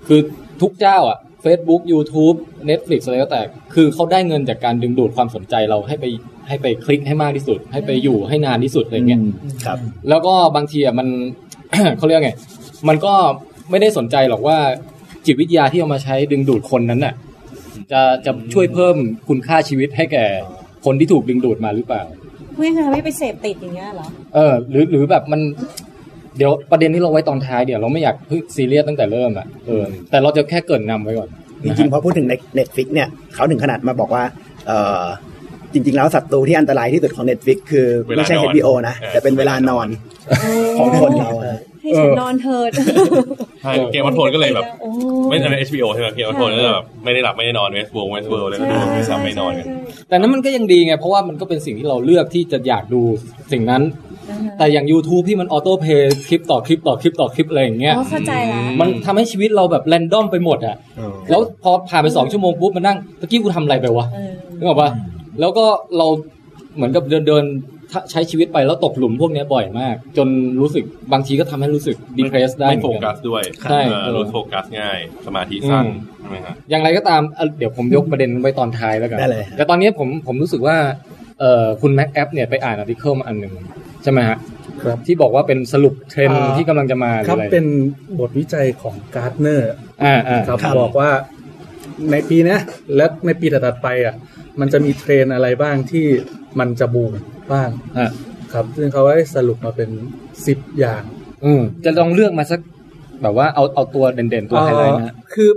Speaker 4: คือทุกเจ้าอะ Facebook YouTube Netflix อะไรก็แต่ คือเขาได้เงินจากการดึงดูดความสนใจเราให้ไปให้ไปคลิกให้มากที่สุด ให้ไปอยู่ให้นานที่สุดอะไรเงี้ย
Speaker 6: ครับ
Speaker 4: แล้วก็บางทีอ่ะมัน เขาเรียกไง มันก็ไม่ได้สนใจหรอกว่าจิตวิทยาที่เอามาใช้ดึงดูดคนนั้นน่ะ จะจะช่วยเพิ่มคุณค่าชีวิตให้แก่คนที่ถูกดึงดูดมาหรือเปล่า
Speaker 2: เพื่อให้ไปเสพติดอย่างเงี้ยเหรอ
Speaker 4: เออหรือหรือแบบมัน เดี๋ยวประเด็นที่เราไว้ตอนท้ายเดี๋ยวเราไม่อยากพึ่งซีเรียสตั้งแต่เริ่มอ่ะเออแต่เราจะแค่เกรินนำไว้ก่อน
Speaker 6: จริงๆพอพูดถึงเน็ตฟิกเนี่ยเขาถึงขนาดมาบอกว่าเออจริง ๆ แล้วศัตรูที่อันตรายที่สุดของ Netflix คือไม่ใช่
Speaker 5: เวลานอน
Speaker 6: HBO นะ แต่เป็นเวลานอนของคนเราอะ
Speaker 2: ให้ฉันนอนเถิด
Speaker 5: ใช่เกมวัตโทนก็เลยแบบ
Speaker 2: โอ้
Speaker 5: ไม่ใช่ HBO ใช่ไหมเกมวัตโทนก็จะแบบไม่ได้หลับไม่ได้นอนเวสเวิร์ดเวสเวิร์ดเลยก็ดูไม่หลับไม่นอนกัน
Speaker 4: แต่นั้นมันก็ยังดีไง เพราะว่ามันก็เป็นสิ่งที่เราเลือกที่จะอยากดูสิ่งนั้น แต่อย่าง YouTube ที่มันออโต้เพย์คลิปต่อคลิปต่อคลิปต่อคลิปอะไรอย่างเงี้ย
Speaker 2: อ๋อเข้าใจละ
Speaker 5: อื
Speaker 4: มันทำให้ชีวิตเราแบบแรนดอมไปหมดอ่ะแล้วพอผ่านไปสองชั่วโมงปุ๊บมานั่งตะกี้กูทำอะไรไปวะ
Speaker 2: เออ
Speaker 4: เอ กออกปะแล้วก็เราเหมือนกับเดินเดินถ้าใช้ชีวิตไปแล้วตกหลุมพวกเนี้ยบ่อยมาก จนรู้สึกบางทีก็ทำให้รู้สึกดีเพรสได้
Speaker 5: ไม่
Speaker 4: เห
Speaker 5: โฟ
Speaker 4: มือน
Speaker 5: กั
Speaker 4: กัน
Speaker 5: สด้วย
Speaker 4: ใช่
Speaker 5: เออลดโฟกัสง่าย สมาธิสั้น
Speaker 4: อืม
Speaker 5: ใช่ไหมฮะ
Speaker 4: อย่างไรก็ตามเอ่อเดี๋ยวผมยกประเด็นไว้ตอนท้ายแล้วกัน
Speaker 6: ได้เลย
Speaker 4: แต่ตอนนี้ผมผมรู้สึกว่าเอ่อคุณแม็กแอปเนี่ยไปอ่านอาร์ติเคิลมาอันหนึ่งใช่ไหมฮะ
Speaker 3: ครับ
Speaker 4: ที่บอกว่าเป็นสรุปเทรนด์ที่กำลังจะมาหรือ
Speaker 3: ครับ
Speaker 4: อะไร
Speaker 3: เป็นบทวิจัยของการ์ดเนอร์
Speaker 4: อ่าอ่า
Speaker 3: ครับ
Speaker 6: ครับ
Speaker 3: บอกว่าในปีเนี้ยและในปีถัดๆไปอ่ะ มันจะมีเทรนอะไรบ้างที่มันจะบูมบ้าง
Speaker 4: อ่ะ
Speaker 3: ครับ ซึ่งเขาได้สรุปมาเป็นสิบอย่าง
Speaker 4: อืมจะลองเลือกมาสักแบบว่าเอาเอาตัวเด่นๆตัวไฮไลท์นะ
Speaker 3: เอ่อคือ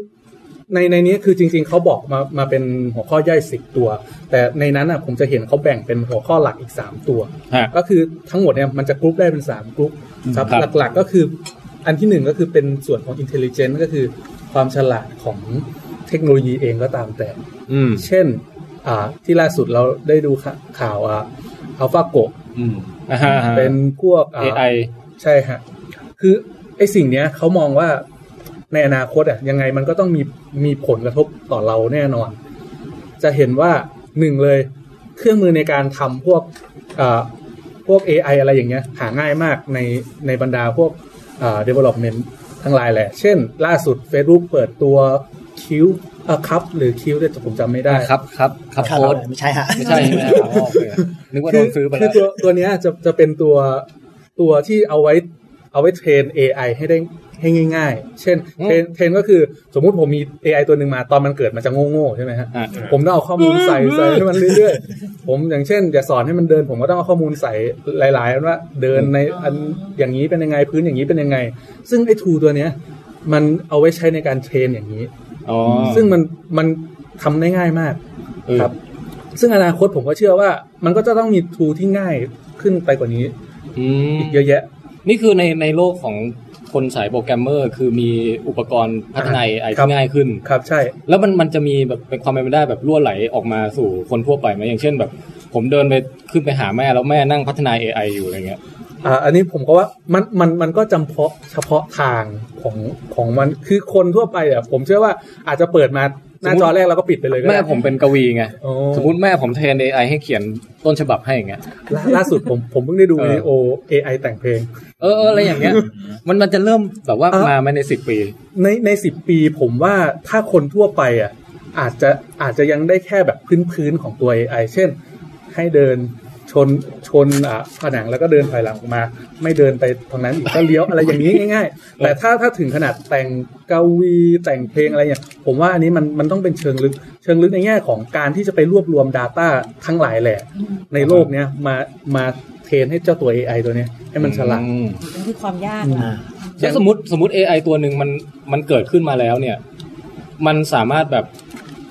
Speaker 3: ในในนี้คือจริง ๆ เขาบอกมามาเป็นหัวข้อย่อยสิบตัว แต่ในนั้นอ่ะผมจะเห็นเขาแบ่งเป็นหัวข้อหลักอีกสามตัว
Speaker 4: ฮะ
Speaker 3: ก็คือทั้งหมดเนี่ยมันจะกรุ๊ปได้เป็นสามกรุ๊ปครับ
Speaker 4: ครับ
Speaker 3: หลักๆก็คืออันที่หนึ่งก็คือเป็นส่วนของ intelligence ก็คือความฉลาดของเทคโนโลยีเองก็ตามแต่
Speaker 4: อืม
Speaker 3: เช่น อ่า ที่ล่าสุดเราได้ดูข่าข่าวอ่าอัลฟาโก
Speaker 4: อืมอ่าฮะ
Speaker 3: เป็นพวก
Speaker 4: อ่า AI
Speaker 3: ใช่ฮะ คือไอ้สิ่งเนี้ยเขามองว่าในอนาคตอ่ะ ยังไงมันก็ต้องมีมีผลกระทบต่อเราแน่นอน จะเห็นว่าหนึ่งเลย เครื่องมือในการทำพวกอ่าพวก AI อะไรอย่างเงี้ย หาง่ายมากในในบรรดาพวกอ่า development ทั้งหลายแหละ เช่น ล่าสุด Facebook เปิดตัวคิวอ่ะครับหรือคิวเนี่ยผมจำไม่ได้
Speaker 4: ครับครับครับ
Speaker 6: ครับ
Speaker 4: โค้ด
Speaker 6: ไม่ใช่ฮะ
Speaker 4: ไม่ใช่ใช่ไหมครับอ๋อโอเคนึกว่าโดนซื้อไป
Speaker 3: คื
Speaker 4: แล้
Speaker 3: อ
Speaker 4: ว
Speaker 3: ตัวตัวเนี้ยจะจะเป็นตัวตัวที่เอาไว้เอาไว้เทรน AI ให้ได้ให้ง่าย ๆ เช่น
Speaker 4: อื
Speaker 3: เท
Speaker 4: ม
Speaker 3: รนเทรนก็คือสมมุติผมมี AI ตัวหนึ่งมาตอนมันเกิดมันจะโง่ๆใช่ไหมฮะ
Speaker 4: อ่า
Speaker 3: ผมต้องเอาข้อมูลใส่ใส่ให้มันเรื่อยๆ ผมอย่างเช่นจะสอนให้มันเดิน ผมก็ต้องเอาข้อมูลใส่หลายๆอันว่าเดินในอันอย่างนี้เป็นยังไงพื้นอย่างนี้เป็นยังไง ซึ่งไอ้ทูตัวเนี้ยมันเอาไว้ใช้ในการเทรนอย่างนี้
Speaker 4: อ๋อ
Speaker 3: ซึ่งมันมันทำได้ง่ายมาก
Speaker 4: เออ
Speaker 3: ครับ ซึ่งอนาคตผมก็เชื่อว่ามันก็จะต้องมีทูที่ง่ายขึ้นไปกว่านี้
Speaker 4: อืม
Speaker 3: อีกเยอะแยะ
Speaker 4: นี่คือในในโลกของคนสายโปรแกรมเมอร์ คือมีอุปกรณ์พัฒนา AI
Speaker 3: ครับ
Speaker 4: ที่ง่ายขึ้น
Speaker 3: ครับใช่
Speaker 4: แล้วมันมันจะมีแบบเป็นความเป็นไปได้แบบรั่วไหลออกมาสู่คนทั่วไปไหมอย่างเช่นแบบ ผมเดินไปขึ้นไปหาแม่แล้วแม่นั่งพัฒนา AI อยู่อะไรเงี้ย
Speaker 3: อ่าอันนี้ผมก็ว่ามันมันมันก็จำเพาะเฉพาะทางของของมันคือคนทั่วไปอ่ะผมเชื่อว่าอาจจะเปิดมาหน้าจอแรกแล้วก็ปิดไปเลยก็
Speaker 4: แม่
Speaker 3: ได้
Speaker 4: ผมเป็นกวีไง
Speaker 3: โอ้
Speaker 4: สมมติแม่ผมเทรน AI ให้เขียนต้นฉบับให้อย่างเงี้ย
Speaker 3: ล่าล่าสุดผมผมเพิ่งได้ดู
Speaker 4: เออ
Speaker 3: วิดีโอ AI แต่งเพลง
Speaker 4: เออเอออะไรอย่างเงี้ย มันมันจะเริ่มแบบว่า
Speaker 3: เออ
Speaker 4: มาไหมในสิบปี
Speaker 3: ในในสิบปีผมว่าถ้าคนทั่วไปอ่ะอาจจะอาจจะยังได้แค่แบบพื้นพื้นๆของตัว AI เช่น ให้เดินชนชนอ่ะผนังแล้วก็เดินถอยหลังออกมา ไม่เดินไปทางนั้นอีกก็เลี้ยวอะไรอย่างนี้ง่าย ๆ แต่ถ้าถ้าถึงขนาดแต่งกวีแต่งเพลงอะไรเนี่ยผมว่าอันนี้มันมันต้องเป็นเชิงลึก เชิงลึกในแง่ของการที่จะไปรวบรวม Data ทั้งหลายแหละ ในโลกเนี้ยมามาเทรนให้เจ้าตัว AI ตัวเนี้ยให้มันฉลาด
Speaker 4: อืม
Speaker 2: นั่นคือความยาก
Speaker 6: อ่า
Speaker 4: แล้วสมมติสมมติ AI ตัวหนึ่งมันมันเกิดขึ้นมาแล้วเนี่ย มันสามารถแบบ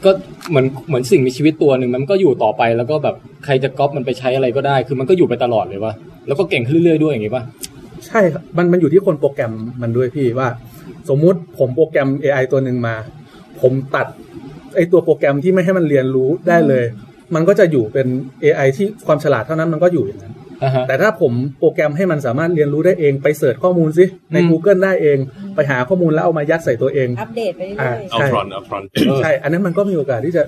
Speaker 4: ก็เหมือนเหมือนสิ่งมีชีวิตตัวหนึ่งมันก็อยู่ต่อไปแล้วก็แบบใครจะก๊อปมันไปใช้อะไรก็ได้ คือมันก็อยู่ไปตลอดเลยวะแล้วก็เก่งขึ้นเรื่อยๆด้วยอย่างงี้ป่ะ
Speaker 3: ใช่ครับมันมันอยู่ที่คนโปรแกรมมันด้วยพี่ว่า สมมุติผมโปรแกรม AI ตัวหนึ่งมา ผมตัดไอตัวโปรแกรมที่ไม่ให้มันเรียนรู้ได้เลย มันก็จะอยู่เป็น AI ที่ความฉลาดเท่านั้นมันก็อยู่อย่างนั้น
Speaker 4: อ่าฮะ
Speaker 3: แต่ถ้าผมโปรแกรมให้มันสามารถเรียนรู้ได้เองไปเสิร์ชข้อมูลสิใน
Speaker 4: อืม
Speaker 3: Google ได้เอง ไปหาข้อมูลแล้วเอามายัดใส่ตัวเอง
Speaker 2: อัปเดตไปเรื่
Speaker 3: อ่า
Speaker 2: อย
Speaker 5: เอาฟรอนเอาฟรอน
Speaker 4: เออ
Speaker 3: ใช่ อันนั้นมันก็มีโอกาสที่จะ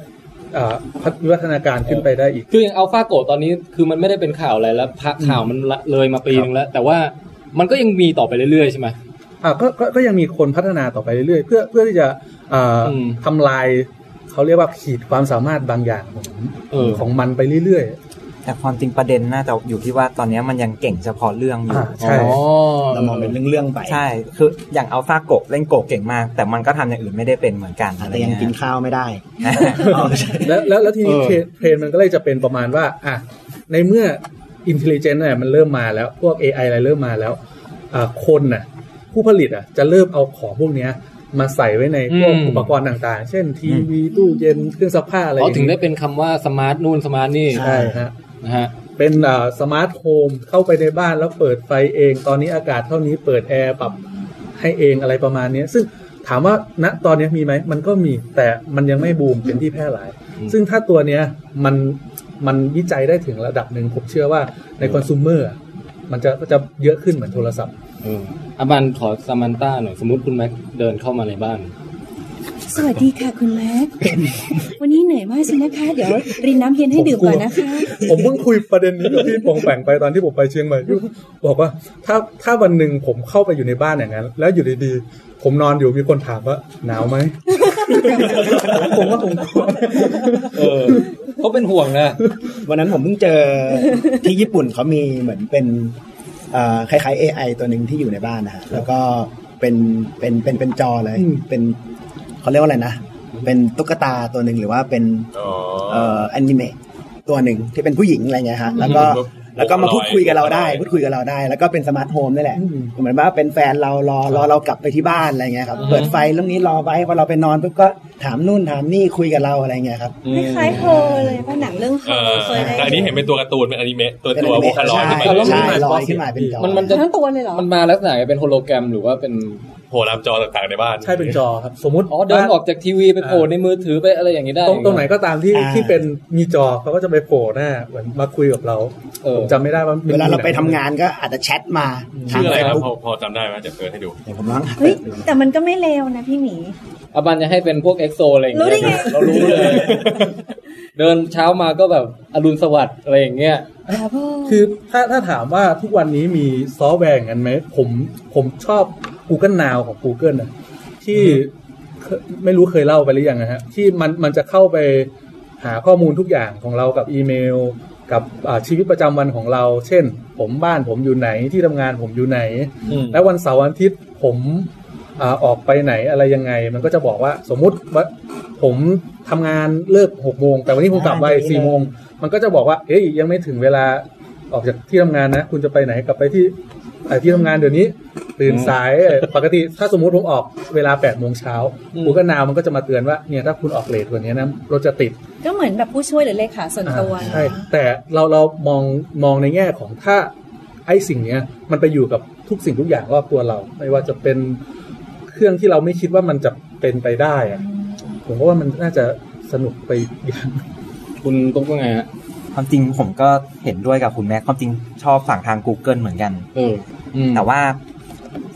Speaker 3: อ่าพัฒวิวัฒนาการขึ้นไปได้อีก
Speaker 4: คืออย่างอัลฟาโกตอนนี้คือมันไม่ได้เป็นข่าวอะไรแล้วพักข่าวมันละเลยมาปีนึงแล้ว แต่ว่ามันก็ยังมีต่อไปเรื่อยๆใช่ไหม
Speaker 3: อ่ะก็ก็ก็ยังมีคนพัฒนาต่อไปเรื่อยๆเพื่อเพื่อที่จะอ่า
Speaker 4: อืม
Speaker 3: ทำลายเขาเรียกว่าขีดความสามารถบางอย่างของ
Speaker 4: เออ
Speaker 3: ของมันไปเรื่อย
Speaker 7: แต่ความจริงประเด็นน่าจะอยู่ที่ว่าตอนนี้มันยังเก่งเฉพาะเรื่องอยู่
Speaker 3: อ่า ใช่
Speaker 4: อ๋อ
Speaker 6: เรามองเป็นเรื่องๆไป
Speaker 7: ใช่ คืออย่างอัลฟาโกะเล่นโกะเก่งมาก แต่มันก็ทำอย่างอื่นไม่ได้เป็นเหมือนกันอะไร
Speaker 6: แต่ยัง
Speaker 7: เงี้ย
Speaker 6: กินข้าวไม่ได้
Speaker 3: ๆ แล้วแล้วแล้วทีนี้
Speaker 4: เออ
Speaker 3: เทรนเทรนมันก็เลยจะเป็นประมาณว่าอ่ะในเมื่ออินเทลเจนต์เนี่ยมันเริ่มมาแล้วพวก AI อะไรเริ่มมาแล้วอ่าคนน่ะผู้ผลิตอ่ะจะเริ่มเอาของพวกเนี้ยมาใส่ไว้ในพวก
Speaker 4: อืม
Speaker 3: อุปกรณ์ต่างๆ เช่นทีวีตู้เย็นเครื่องซักผ้าอะไรอ
Speaker 4: เขา
Speaker 3: ย่า
Speaker 4: ถึงได้เป็นคำว่าสมาร์ทนู่นสมาร์ทนี่
Speaker 3: ใช่ฮะ
Speaker 4: นะฮะ
Speaker 3: เป็นสมาร์ทโฮมเข้าไปในบ้านแล้วเปิดไฟเอง ตอนนี้อากาศเท่านี้เปิดแอร์ปรับให้เองอะไรประมาณเนี้ยซึ่งถามว่าณตอนนี้มีไหมมันก็มีแต่มันยังไม่บูมเป็นที่แพร่หลาย
Speaker 4: อืม
Speaker 3: ซึ่งถ้าตัวเนี้ยมันมันวิจัยได้ถึงระดับหนึ่งผมเชื่อว่าในคอน sumer อะมันจะจะเยอะขึ้นเหมือนโทรศัพท์
Speaker 4: เอออาบันขอซามันต้าหน่อย สมมติคุณแม็กเดินเข้ามาในบ้าน
Speaker 2: สวัสดีค่ะคุณแม็ ก วันนี้เหนื่อยมากสินะคะ เดี๋ยวรินน้ำเย็นให้ดื่มก่อนนะคะ
Speaker 3: ผมเพิ่งคุยประเด็นนี้กับพี่ปองแปงไปตอนที่ผมไปเชียงใหม่พี่บอกว่าถ้าถ้าวันหนึ่งผมเข้าไปอยู่ในบ้านอย่างนั้น แล้วอยู่ดีๆ ผมนอนอยู่มีคนถามว่าหนาวไหม ผมว่าผมกลัว
Speaker 4: เออเขาเป็นห่วงนะ
Speaker 6: วันนั้นผมเพิ่งเจอ ที่ญี่ปุ่นเขามีเหมือนเป็นเอ่อคล้ายๆ AI ตัวหนึ่งที่อยู่ในบ้านนะฮะแล้วก็เป็นเป็นเป็นเป็นจอเลย
Speaker 3: อืม
Speaker 6: เป็นเขาเรียกว่าอะไรนะ เป็นตุ๊กตาตัวหนึ่งหรือว่าเป็น
Speaker 5: อ๋อ
Speaker 6: เอ่อแอนิเมะตัวหนึ่งที่เป็นผู้หญิงอะไรเงี้ยฮะแล้วก็
Speaker 5: อืม
Speaker 6: แล้วก็มาพูดคุยกับเราได้
Speaker 5: Polaroid
Speaker 6: พูดคุยกับเราได้ แล้วก็เป็นสมาร์ทโฮมนี่แหละเหมือนว่าเป็นแฟนเรารอรอเรากลับไปที่บ้านอะไรเงี้ยครับเปิดไฟเรื่องนี้รอไว้พอเราไปนอนปุ๊บก็ถามนู่นถามนี่คุยกับเราอะไรเงี้ยครับ
Speaker 2: คล้ายๆเธอเลยว่าหนังเรื่องเธ
Speaker 5: เอ
Speaker 2: อ
Speaker 5: อ
Speaker 2: เคยได้
Speaker 5: แต่อันนี้เห็นเป็นตัวการ์ตูนเป็นอนิเมะตัว
Speaker 6: เป็น
Speaker 5: ตัว
Speaker 6: อนิ
Speaker 5: โว
Speaker 6: เมะ
Speaker 5: คาลอยด์
Speaker 6: ใช่
Speaker 5: ขึ้
Speaker 4: แล้ว
Speaker 5: นมาเลย
Speaker 4: มั
Speaker 6: ใช่
Speaker 4: น
Speaker 6: ลอยขึ้นมาเป็นจอ
Speaker 4: มันมันจะ
Speaker 2: ทั้งตัวเลยเหรอ
Speaker 4: มันมาลักษณะเป็นโฮโลแกรมหรือว่าเป็น
Speaker 5: โผล่ตามจอต่างๆในบ้าน
Speaker 3: ใช่เป็นจอครับ สมมติ
Speaker 4: อ๋อเดินออกจากทีวีไปโผล่ในมือถือไปอะไรอย่างนี้ได้
Speaker 3: ตรงตรงไหนก็ตามที่
Speaker 6: อ่า
Speaker 3: ที่เป็นมีจอเขาก็จะไปโผล่หน้าเหมือนมาคุยกับเรา
Speaker 4: เออ
Speaker 3: ผมจำไม่ได้ว่า
Speaker 6: เวลาเราไปทำงานก็อาจจะแชทมาทาง
Speaker 5: ชื่ออะไร
Speaker 6: เฟซ
Speaker 5: ครับ
Speaker 6: บุ๊ก
Speaker 5: พอพอจำได้ไหมเดี๋ยวเปิดให้ดู
Speaker 6: เดี๋ยวผมร้อง
Speaker 2: เฮ้ย แต่มันก็ไม่เลวนะพี่หมี
Speaker 4: อาบันจะให้เป็นพวกเอ็กโซอะไรอย่างเงี้
Speaker 2: รู้ได้ไง
Speaker 4: ยเรารู้เลย เดินเช้ามาก็แบบอรุณสวัสดิ์อะไรอย่างเงี้ย
Speaker 3: คือถ้าถ้าถามว่าทุกวันนี้มีซอฟต์แวร์อย่างนั้นไหมผมผมชอบ Google Now ของ Google นะที่เคไม่รู้เคยเล่าไปหรือยังนะฮะ ที่มันมันจะเข้าไปหาข้อมูลทุกอย่างของเรากับอีเมล กับอ่าชีวิตประจำวันของเรา เช่น ผมบ้านผมอยู่ไหนที่ทำงานผมอยู่ไหน
Speaker 4: อืม
Speaker 3: และวันเสาร์อาทิตย์ผมอาออกไปไหนอะไรยังไง มันก็จะบอกว่าสมมุติว่าผมทำงานเลิกหกโมงแต่วันนี้ผมกลับไปสี่โมงมันก็จะบอกว่า เอ้ยยังไม่ถึงเวลาออกจากที่ทำงานนะ คุณจะไปไหนกลับไปที่เอ่อที่ทำงานเดี๋ยวนี้ ตื่นสายเอ่อปกติถ้าสมมุติผมออกเวลา8ปดโมงเช้ากูก็นาวมันก็จะมาเตือนว่าเนี่ยถ้าคุณออกเลทกว่านี้นะรถจะติด
Speaker 2: ก็เหมือนแบบผู้ช่วยหรือเลขาส่วนตัว
Speaker 3: อ่าใช่แต่เราเรามองมองในแง่ของถ้าไอ้สิ่งเนี้ย มันไปอยู่กับทุกสิ่งทุกอย่างรอบตัวเรา ไม่ว่าจะเป็นเครื่องที่เราไม่คิดว่ามันจะเป็นไปได้อะผมก็ว่ามันน่าจะสนุกไปอย่าง
Speaker 4: คุณตุ๊กว่าไงฮะ
Speaker 7: ความจริงผมก็เห็นด้วยกับคุณแม็กความจริงชอบฝั่งทาง Google เหมือนกัน
Speaker 4: เอออืม
Speaker 7: แต่ว่า